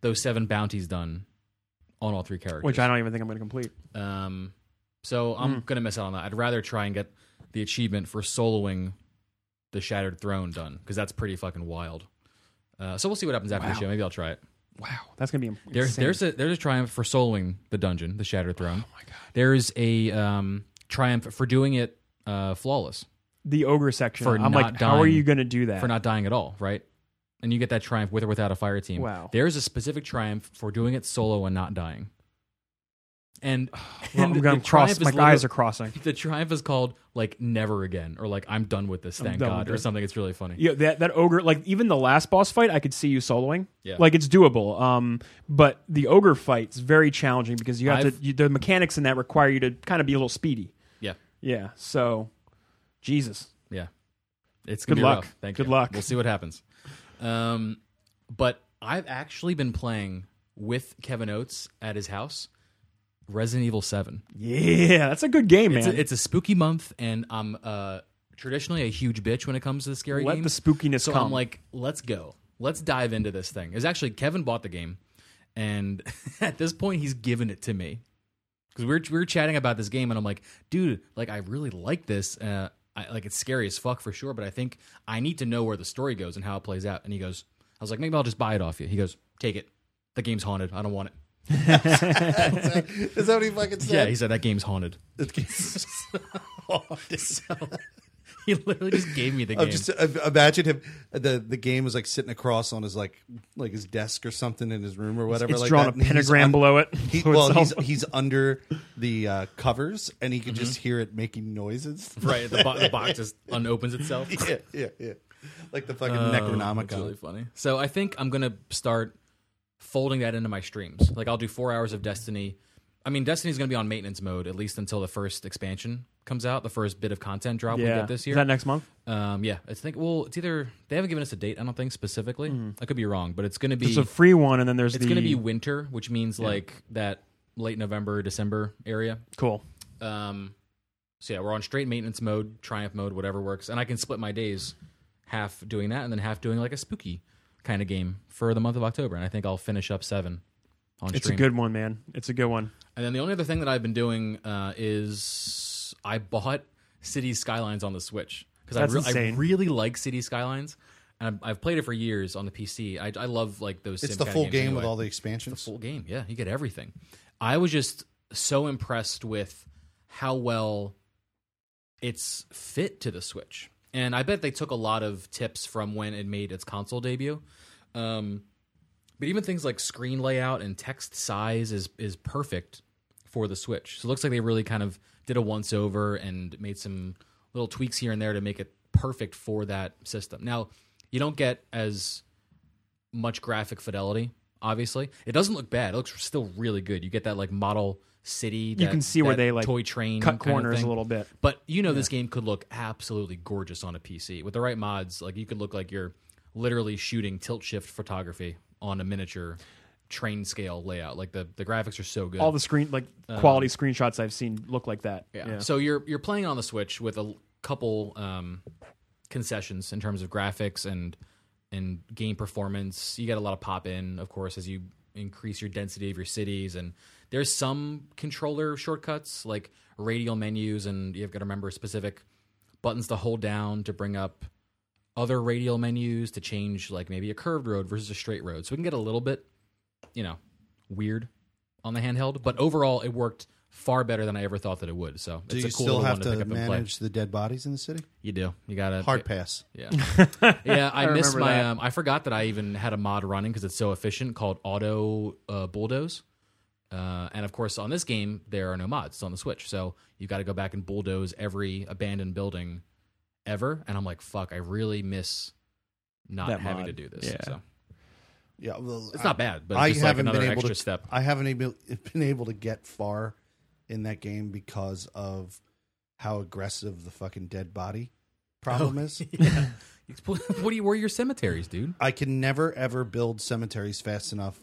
Speaker 1: those seven bounties done on all three characters.
Speaker 3: Which I Mm. don't even think I'm going to complete.
Speaker 1: Um, so I'm gonna miss out on that. I'd rather try and get the achievement for soloing the Shattered Throne done because that's pretty fucking wild. Uh, so we'll see what happens after the show. Maybe I'll try it.
Speaker 3: Wow, that's going to be
Speaker 1: There,
Speaker 3: insane.
Speaker 1: there's a there's a triumph for soloing the dungeon, the Shattered Throne. Oh my god! There's a um, triumph for doing it uh, flawless,
Speaker 3: the ogre section.
Speaker 1: for not
Speaker 3: I'm like, how are
Speaker 1: dying.
Speaker 3: you going to do that?
Speaker 1: for not dying at all, right? And you get that triumph with or without a fire team.
Speaker 3: Wow.
Speaker 1: There's a specific triumph for doing it solo and not dying. And,
Speaker 3: Well,
Speaker 1: and
Speaker 3: I'm
Speaker 1: the
Speaker 3: going to cross.
Speaker 1: triumph is
Speaker 3: My eyes
Speaker 1: literally-
Speaker 3: are crossing.
Speaker 1: the triumph is called like never again or like i'm done with this thank
Speaker 3: done
Speaker 1: god
Speaker 3: with
Speaker 1: or
Speaker 3: it.
Speaker 1: something it's really funny
Speaker 3: Yeah, that that ogre like even the last boss fight I could see you soloing.
Speaker 1: Yeah.
Speaker 3: Like it's doable. Um but the ogre fight's very challenging because you have
Speaker 1: I've-
Speaker 3: to you, the mechanics in that require you to kind of be a little speedy.
Speaker 1: yeah
Speaker 3: Yeah. So Jesus.
Speaker 1: yeah it's gonna
Speaker 3: Good
Speaker 1: be
Speaker 3: luck.
Speaker 1: rough. thank
Speaker 3: Good
Speaker 1: you.
Speaker 3: luck.
Speaker 1: we'll see what happens um but i've actually been playing with kevin oates at his house resident evil 7
Speaker 3: Yeah, that's a good game,
Speaker 1: it's
Speaker 3: man.
Speaker 1: a, it's a spooky month and i'm uh traditionally a huge bitch when it comes to the scary
Speaker 3: Let
Speaker 1: games.
Speaker 3: the spookiness
Speaker 1: so
Speaker 3: come.
Speaker 1: i'm like let's go let's dive into this thing is actually kevin bought the game and at this point he's given it to me because we were, we were chatting about this game and i'm like dude like i really like this uh, I, like it's scary as fuck for sure but i think i need to know where the story goes and how it plays out and he goes i was like maybe i'll just buy it off you he goes take it the game's haunted i don't want it
Speaker 2: Is that what he fucking
Speaker 1: yeah
Speaker 2: said?
Speaker 1: he said that game's haunted so he literally just gave me the game
Speaker 2: I'm just I- imagine him. The the game was like sitting across on his like like his desk or something in his room or whatever.
Speaker 3: it's
Speaker 2: like
Speaker 3: drawn
Speaker 2: that,
Speaker 3: a
Speaker 2: and he's
Speaker 3: pentagram
Speaker 2: un-
Speaker 3: below it.
Speaker 2: He,
Speaker 3: So
Speaker 2: well,
Speaker 3: it's
Speaker 2: he's
Speaker 3: all-
Speaker 2: he's under the uh, covers and he can just hear it making noises.
Speaker 1: Mm-hmm. right the, bo- the box just unopens itself
Speaker 2: yeah, yeah, yeah. Like the fucking
Speaker 1: Oh, It's really
Speaker 2: Necronomicon.
Speaker 1: funny. So I think I'm gonna start folding that into my streams. Like I'll do four hours of Destiny. I mean, Destiny's gonna be on maintenance mode at least until the first expansion comes out, the first bit of content drop we
Speaker 3: yeah.
Speaker 1: get this
Speaker 3: Is that
Speaker 1: year.
Speaker 3: next month?
Speaker 1: um, yeah, I think. Well, it's either they haven't given us a date. I don't think specifically. I could be wrong, but it's gonna be
Speaker 3: There's Mm-hmm. a free one and then there's
Speaker 1: it's
Speaker 3: the
Speaker 1: gonna be winter, which means like that late November, December area.
Speaker 3: cool.
Speaker 1: Um, so yeah, we're on straight maintenance mode, triumph mode, whatever works, and I can split my days, half doing that and then half doing like a spooky kind of game for the month of October, and I think I'll finish up seven on
Speaker 3: It's a
Speaker 1: stream.
Speaker 3: good one, man. It's a good one.
Speaker 1: and then the only other thing that I've been doing uh, is I bought City Skylines on the Switch because I,
Speaker 3: That's
Speaker 1: re- I
Speaker 3: insane.
Speaker 1: really like City Skylines, and I've, I've played it for years on the PC. I, I love like those.
Speaker 2: It's
Speaker 1: sim
Speaker 2: the
Speaker 1: kinda
Speaker 2: full
Speaker 1: games
Speaker 2: game
Speaker 1: anyway
Speaker 2: with all the expansions.
Speaker 1: full game. Yeah, you get everything. I was just so impressed with how well it's fit to the Switch, and I bet they took a lot of tips from when it made its console debut. Um, But even things like screen layout and text size is is perfect for the Switch. So it looks like they really kind of did a once over and made some little tweaks here and there to make it perfect for that system. Now, you don't get as much graphic fidelity, obviously. It doesn't look bad. It looks still really good. You get that like model city. That,
Speaker 3: can see where
Speaker 1: that
Speaker 3: they, like,
Speaker 1: toy train
Speaker 3: cut
Speaker 1: kind of
Speaker 3: corners a
Speaker 1: thing.
Speaker 3: little bit.
Speaker 1: But you know, this game could look absolutely gorgeous on a PC with the right mods. Like you could look like you're literally shooting tilt shift photography on a miniature train scale layout. Like the, the graphics are so good.
Speaker 3: All the screen like quality screenshots I've seen look like that.
Speaker 1: Uh, Yeah. So you're you're playing on the Switch with a l- couple um, concessions in terms of graphics and and game performance. You get a lot of pop in, of course, as you increase your density of your cities. And there's some controller shortcuts like radial menus, and you've got to remember specific buttons to hold down to bring up other radial menus to change like maybe a curved road versus a straight road. So we can get a little bit, you know, weird on the handheld, but overall it worked far better than I ever thought that it would. So
Speaker 2: Do
Speaker 1: it's
Speaker 2: you
Speaker 1: a cool
Speaker 2: still
Speaker 1: little
Speaker 2: have
Speaker 1: one to,
Speaker 2: to,
Speaker 1: pick up and play.
Speaker 2: manage the dead bodies in the city?
Speaker 1: You do. You got to
Speaker 2: Hard pass.
Speaker 1: Yeah, yeah. I, missed
Speaker 3: remember
Speaker 1: my.
Speaker 3: that.
Speaker 1: Um, I forgot that I even had a mod running because it's so efficient called Auto uh, Bulldoze. Uh, and of course, on this game there are no mods. It's on the Switch, so you got to go back and bulldoze every abandoned building ever. And I'm like, fuck, I really miss not
Speaker 3: That
Speaker 1: having
Speaker 3: mod.
Speaker 1: to do this.
Speaker 3: Yeah.
Speaker 1: So
Speaker 2: Yeah, well,
Speaker 1: it's not bad, but it's
Speaker 2: I
Speaker 1: just
Speaker 2: haven't
Speaker 1: like another
Speaker 2: been able
Speaker 1: extra
Speaker 2: to.
Speaker 1: step.
Speaker 2: I haven't able, been able to get far in that game because of how aggressive the fucking dead body problem
Speaker 3: Oh.
Speaker 2: is.
Speaker 1: what do you? Where are your cemeteries, dude?
Speaker 2: I can never ever build cemeteries fast enough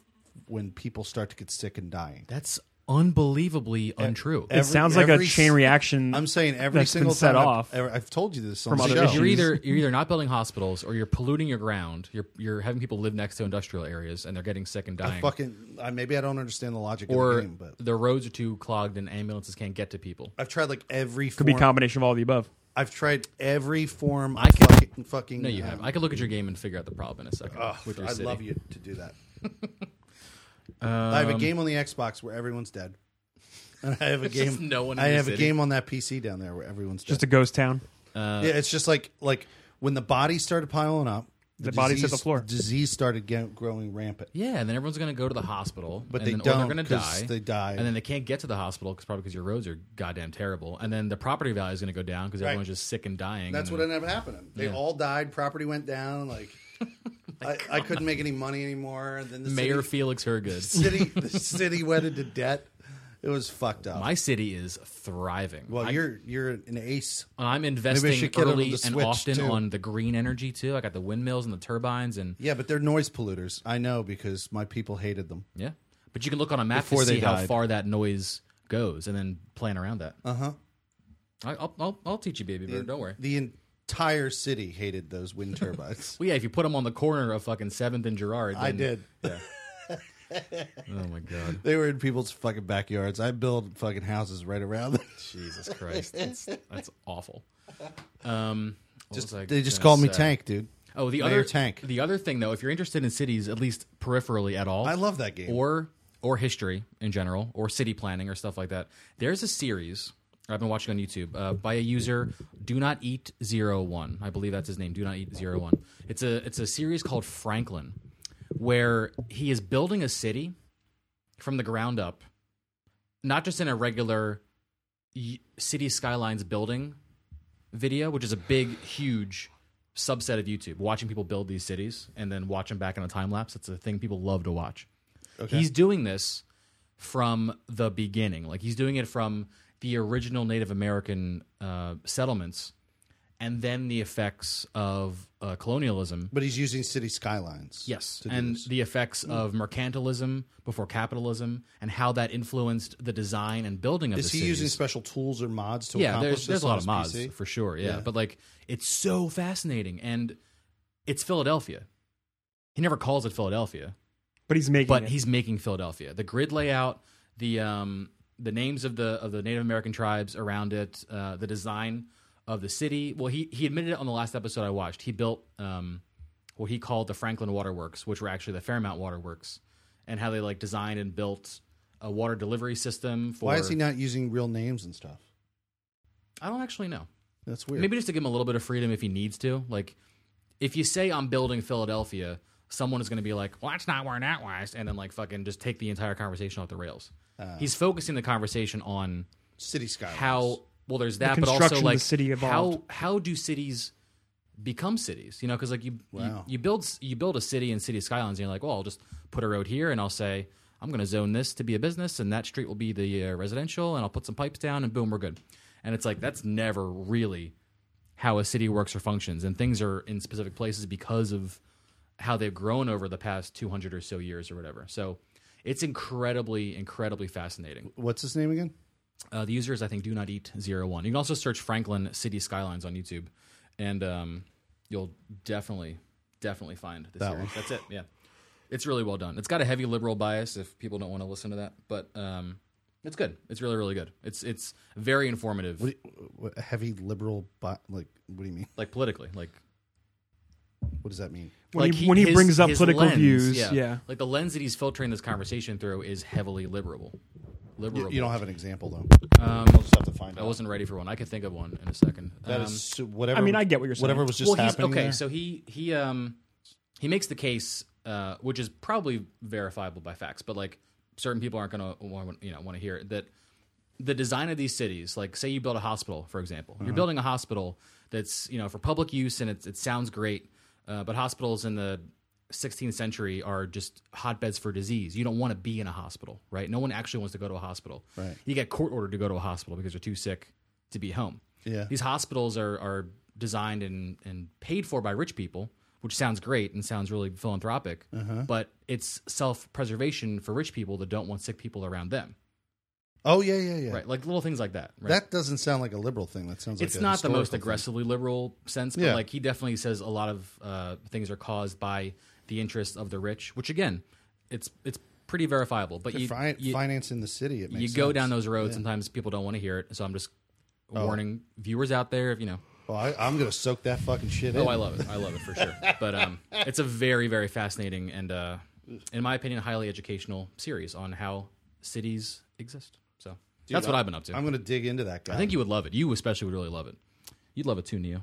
Speaker 2: when people start to get sick and dying.
Speaker 1: That's unbelievably
Speaker 3: Eh,
Speaker 1: untrue.
Speaker 3: It
Speaker 2: Every-
Speaker 3: sounds like a
Speaker 2: every
Speaker 3: chain
Speaker 2: s-
Speaker 3: reaction.
Speaker 2: I'm saying every
Speaker 3: That's been
Speaker 2: single
Speaker 3: set
Speaker 2: time I've-
Speaker 3: off
Speaker 2: I've, told you this on
Speaker 3: from
Speaker 2: the
Speaker 3: other
Speaker 2: show.
Speaker 3: issues.
Speaker 1: You're either you're either not building hospitals or you're polluting your ground. You're you're having people live next to industrial areas and they're getting sick and dying.
Speaker 2: Fucking, I, maybe I don't understand the logic of the
Speaker 1: or
Speaker 2: game, but
Speaker 1: the roads are too clogged and ambulances can't get to people.
Speaker 2: I've tried like every
Speaker 3: could
Speaker 2: form.
Speaker 3: be a combination of all of the above.
Speaker 2: I've tried every form.
Speaker 1: I
Speaker 2: I
Speaker 1: can-
Speaker 2: fucking, fucking
Speaker 1: No, you
Speaker 2: um,
Speaker 1: have. I could look at your game and figure out the problem in a second.
Speaker 2: Oh,
Speaker 1: with your
Speaker 2: I'd
Speaker 1: city.
Speaker 2: love you to do that. I
Speaker 1: Um,
Speaker 2: have a game on the Xbox where everyone's dead. And I have a game.
Speaker 1: just no one in
Speaker 2: I
Speaker 1: your
Speaker 2: have
Speaker 1: city.
Speaker 2: a game on that PC down there where everyone's dead.
Speaker 3: Just a ghost town.
Speaker 2: yeah, it's just like like when the bodies started piling up,
Speaker 3: The bodies hit the
Speaker 2: disease-
Speaker 3: floor.
Speaker 2: Disease started get, growing rampant.
Speaker 1: Yeah, and then everyone's going to go to the hospital,
Speaker 2: But
Speaker 1: and
Speaker 2: they
Speaker 1: then, Or
Speaker 2: don't
Speaker 1: they're going to
Speaker 2: 'cause
Speaker 1: die.
Speaker 2: they die.
Speaker 1: and then they can't get to the hospital because probably because your roads are goddamn terrible. And then the property value is going to go down because everyone's just sick and dying.
Speaker 2: That's
Speaker 1: and
Speaker 2: what
Speaker 1: then-
Speaker 2: ended up happening. They all died. Property went down. Like I, I couldn't make any money anymore. And then the
Speaker 1: Mayor
Speaker 2: city,
Speaker 1: Felix Hergood.
Speaker 2: city the city went into debt. It was fucked up.
Speaker 1: My city is thriving.
Speaker 2: well,
Speaker 1: I
Speaker 2: you're you're an ace.
Speaker 1: I'm
Speaker 2: Maybe I
Speaker 1: investing
Speaker 2: should get on
Speaker 1: early
Speaker 2: the
Speaker 1: and
Speaker 2: Switch,
Speaker 1: often
Speaker 2: too.
Speaker 1: on the green energy too. I got the windmills and the turbines, and
Speaker 2: Yeah, but they're noise polluters. I know because my people hated them.
Speaker 1: yeah. But you can look on a map
Speaker 2: Before
Speaker 1: to
Speaker 2: they
Speaker 1: see how
Speaker 2: died.
Speaker 1: far that noise goes, and then plan around that.
Speaker 2: Uh huh.
Speaker 1: I, I'll, I'll I'll teach you, baby bird. Don't worry.
Speaker 2: The entire city hated those wind turbines.
Speaker 1: Well, yeah, if you put them on the corner of fucking Seventh and Gerard,
Speaker 2: I
Speaker 1: then-
Speaker 2: did.
Speaker 1: Oh my god,
Speaker 2: They were in people's fucking backyards. I build fucking houses right around them.
Speaker 1: Jesus Christ, that's, that's awful. Um, what was I
Speaker 2: they just
Speaker 1: gonna
Speaker 2: called me
Speaker 1: say?
Speaker 2: Tank, dude.
Speaker 1: Oh, the
Speaker 2: Mayor
Speaker 1: other
Speaker 2: Tank.
Speaker 1: The other thing, though, if you're interested in cities, at least peripherally at all,
Speaker 2: I love that game.
Speaker 1: or or history in general, or city planning or stuff like that. There's a series I've been watching on YouTube uh, by a user Do Not Eat Zero One. I believe that's his name. Do Not Eat Zero One. It's a it's a series called Franklin, where he is building a city from the ground up, not just in a regular y- city skylines building video, which is a big, huge subset of YouTube. Watching people build these cities and then watch them back in a time lapse. It's a thing people love to watch. He's doing this from the beginning. Like he's doing it from the original Native American uh, settlements and then the effects of uh, colonialism.
Speaker 2: But he's using city skylines.
Speaker 1: Yes,
Speaker 2: to do
Speaker 1: and
Speaker 2: this. Mm.
Speaker 1: the effects of mercantilism before capitalism, and how that influenced the design and building of
Speaker 2: is
Speaker 1: the
Speaker 2: he
Speaker 1: cities.
Speaker 2: using special tools or mods to
Speaker 1: yeah, there's
Speaker 2: accomplish this
Speaker 1: there's a
Speaker 2: on
Speaker 1: lot of
Speaker 2: his
Speaker 1: mods
Speaker 2: PC?
Speaker 1: for sure. Yeah.
Speaker 2: Yeah.
Speaker 1: but like it's so fascinating, and it's Philadelphia. He never calls it Philadelphia,
Speaker 3: But he's making
Speaker 1: but
Speaker 3: it.
Speaker 1: he's making Philadelphia. The grid layout, the um, the names of the of the Native American tribes around it, uh, the design of the city. Well, he he admitted it on the last episode I watched. He built um, what he called the Franklin Waterworks, which were actually the Fairmount Waterworks, and how they like designed and built a water delivery system for.
Speaker 2: Why is he not using real names and stuff?
Speaker 1: I don't actually know.
Speaker 2: That's weird.
Speaker 1: Maybe just to give him a little bit of freedom if he needs to. Like, if you say I'm building Philadelphia, someone is going to be like, "Well, that's not where that was," and then like fucking just take the entire conversation off the rails.
Speaker 2: Uh.
Speaker 1: He's focusing the conversation on
Speaker 2: City Skylines.
Speaker 1: how well there's that, but
Speaker 3: construction
Speaker 1: also
Speaker 3: of
Speaker 1: like
Speaker 3: the city
Speaker 1: how
Speaker 3: evolved.
Speaker 1: how do cities become cities? You know, because like you,
Speaker 2: Wow.
Speaker 1: you you build you build a city and city skylines, and you're like, well, I'll just put a road here, and I'll say I'm going to zone this to be a business, and that street will be the uh, residential, and I'll put some pipes down, and boom, we're good. And it's like that's never really how a city works or functions, and things are in specific places because of how they've grown over the past 200 or so years or whatever. So it's incredibly, incredibly fascinating.
Speaker 2: What's his name again?
Speaker 1: Uh, the user is, I think, do not eat zero one. You can also search Franklin City Skylines on YouTube, and um, you'll definitely, definitely find this
Speaker 2: That
Speaker 1: series.
Speaker 2: one.
Speaker 1: That's it. Yeah, it's really well done. It's got a heavy liberal bias. If people don't want to listen to that, but um, it's good. It's really, really good. It's it's very informative,
Speaker 2: What, do you- what, heavy liberal, bi- like, what do you mean?
Speaker 1: like politically, like
Speaker 2: What does that mean?
Speaker 3: When
Speaker 1: like
Speaker 3: he, when he
Speaker 1: his-
Speaker 3: brings up
Speaker 1: his
Speaker 3: political
Speaker 1: lens,
Speaker 3: views, yeah.
Speaker 1: like the lens that he's filtering this conversation through is heavily liberal. Liberal.
Speaker 2: You, you don't have an example though. Um, we'll just have to find
Speaker 1: I
Speaker 2: out.
Speaker 1: wasn't ready for one. I could think of one in a second.
Speaker 2: That
Speaker 1: Um,
Speaker 2: is su- whatever.
Speaker 3: I mean, I get what you're saying.
Speaker 2: Whatever was just
Speaker 1: he's,
Speaker 2: happening.
Speaker 1: okay,
Speaker 2: there.
Speaker 1: so he he um he makes the case, uh, which is probably verifiable by facts, but like certain people aren't going to want you know want to hear it, that the design of these cities, like say you build a hospital, for example, you're
Speaker 2: Uh-huh.
Speaker 1: building a hospital that's you know for public use and it, it sounds great, uh, but hospitals in the 16th century are just hotbeds for disease. You don't want to be in a hospital, right? No one actually wants to go to a hospital.
Speaker 2: Right.
Speaker 1: You get court ordered to go to a hospital because you're too sick to be home.
Speaker 2: Yeah.
Speaker 1: These hospitals are are designed and and paid for by rich people, which sounds great and sounds really philanthropic,
Speaker 2: Uh-huh.
Speaker 1: but it's self preservation for rich people that don't want sick people around them,
Speaker 2: oh yeah, yeah, yeah.
Speaker 1: right? Like little things like that. Right?
Speaker 2: That doesn't sound like a liberal thing. That sounds.
Speaker 1: it's
Speaker 2: like a
Speaker 1: not the most
Speaker 2: historical thing.
Speaker 1: aggressively liberal sense, but
Speaker 2: Yeah.
Speaker 1: like he definitely says a lot of uh, things are caused by the interests of the rich, which again, it's it's pretty verifiable. But you,
Speaker 2: Fi-
Speaker 1: you,
Speaker 2: financing the city. It makes
Speaker 1: you go
Speaker 2: sense. Oh.
Speaker 1: down those roads. Sometimes people don't want to hear it, so I'm just warning viewers out there. If you know,
Speaker 2: Well, Oh, I, I'm gonna soak that fucking shit in.
Speaker 1: Oh, I love it. I love it for sure. But um, it's a very, very fascinating and, uh, in my opinion, highly educational series on how cities exist. So that's what I've been up to.
Speaker 2: I'm gonna dig into that guy.
Speaker 1: I think you would love it. You especially would really love it. You'd love it too, Neo.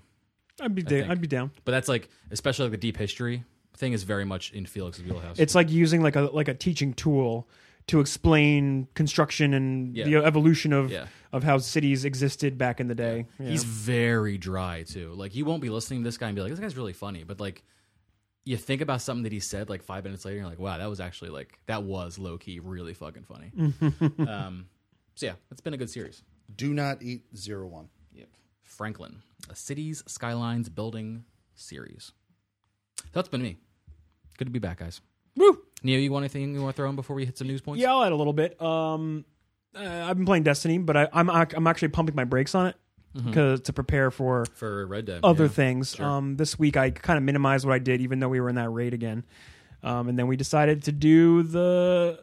Speaker 3: I'd be da- I'd be down.
Speaker 1: But that's like, especially like the deep history thing is very much in Felix's wheelhouse.
Speaker 3: It's like using like a like a teaching tool to explain construction and
Speaker 1: Yeah.
Speaker 3: the evolution of
Speaker 1: Yeah.
Speaker 3: of how cities existed back in the day. Yeah.
Speaker 1: He's very dry too. Like you won't be listening to this guy and be like, "This guy's really funny," but like you think about something that he said like five minutes later, and you're like, "Wow, that was actually like that was low key really fucking funny." um, so yeah, it's been a good series.
Speaker 2: do not eat zero one.
Speaker 1: Yep. Franklin, a cities, skylines, building series. So that's been me. Good to be back, guys.
Speaker 3: Woo!
Speaker 1: Neo, you want anything you want to throw in before we hit some news points?
Speaker 3: Yeah, I'll add a little bit. Um, uh, I've been playing Destiny, but I, I'm ac- I'm actually pumping my brakes on it
Speaker 1: Mm-hmm.
Speaker 3: because to prepare for
Speaker 1: For Red Dead.
Speaker 3: other
Speaker 1: yeah.
Speaker 3: things. Um, this week I kind of minimized what I did, even though we were in that raid again. Um, and then we decided to do the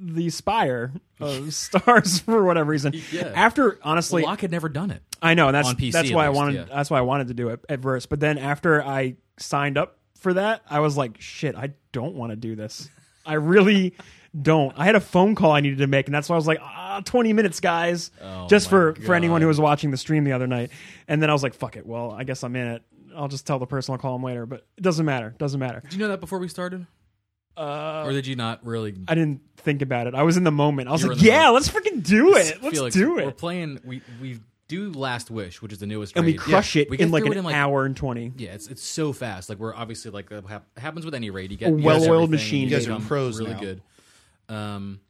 Speaker 3: the spire of stars for whatever reason.
Speaker 1: Yeah.
Speaker 3: After honestly,
Speaker 1: Locke had never done it.
Speaker 3: I know, and that's
Speaker 1: On PC
Speaker 3: that's
Speaker 1: at
Speaker 3: why
Speaker 1: least,
Speaker 3: I wanted
Speaker 1: yeah.
Speaker 3: that's why I wanted to do it at first. But then after I signed up for that, I was like, shit, I don't want to do this. I really don't. I had a phone call I needed to make, and that's why I was like, ah, 20 minutes, guys,
Speaker 1: Oh
Speaker 3: just
Speaker 1: my
Speaker 3: for for anyone
Speaker 1: God.
Speaker 3: who was watching the stream the other night. And then I was like, fuck it. Well, I guess I'm in it. I'll just tell the person I'll call him later, but it doesn't matter. Doesn't matter.
Speaker 1: Did you know that before we started? Uh, or did you not really
Speaker 3: I didn't think about it. I was in the moment. I was
Speaker 1: You were
Speaker 3: like,
Speaker 1: in the
Speaker 3: yeah,
Speaker 1: moment.
Speaker 3: let's freaking do it. Let's
Speaker 1: Felix,
Speaker 3: do
Speaker 1: We're
Speaker 3: it.
Speaker 1: playing. We we do Last Wish, which is the newest,
Speaker 3: And we
Speaker 1: raid.
Speaker 3: crush
Speaker 1: Yeah.
Speaker 3: it
Speaker 1: We get
Speaker 3: in like
Speaker 1: through
Speaker 3: an
Speaker 1: it in,
Speaker 3: hour and 20.
Speaker 1: Yeah, it's it's so fast. Like we're obviously like that hap- happens with any raid. You get
Speaker 3: A
Speaker 1: you guys
Speaker 3: well-oiled
Speaker 1: everything,
Speaker 3: machine.
Speaker 1: You
Speaker 3: You
Speaker 2: guys are
Speaker 1: become
Speaker 2: pros
Speaker 1: really
Speaker 2: now.
Speaker 1: good. Um,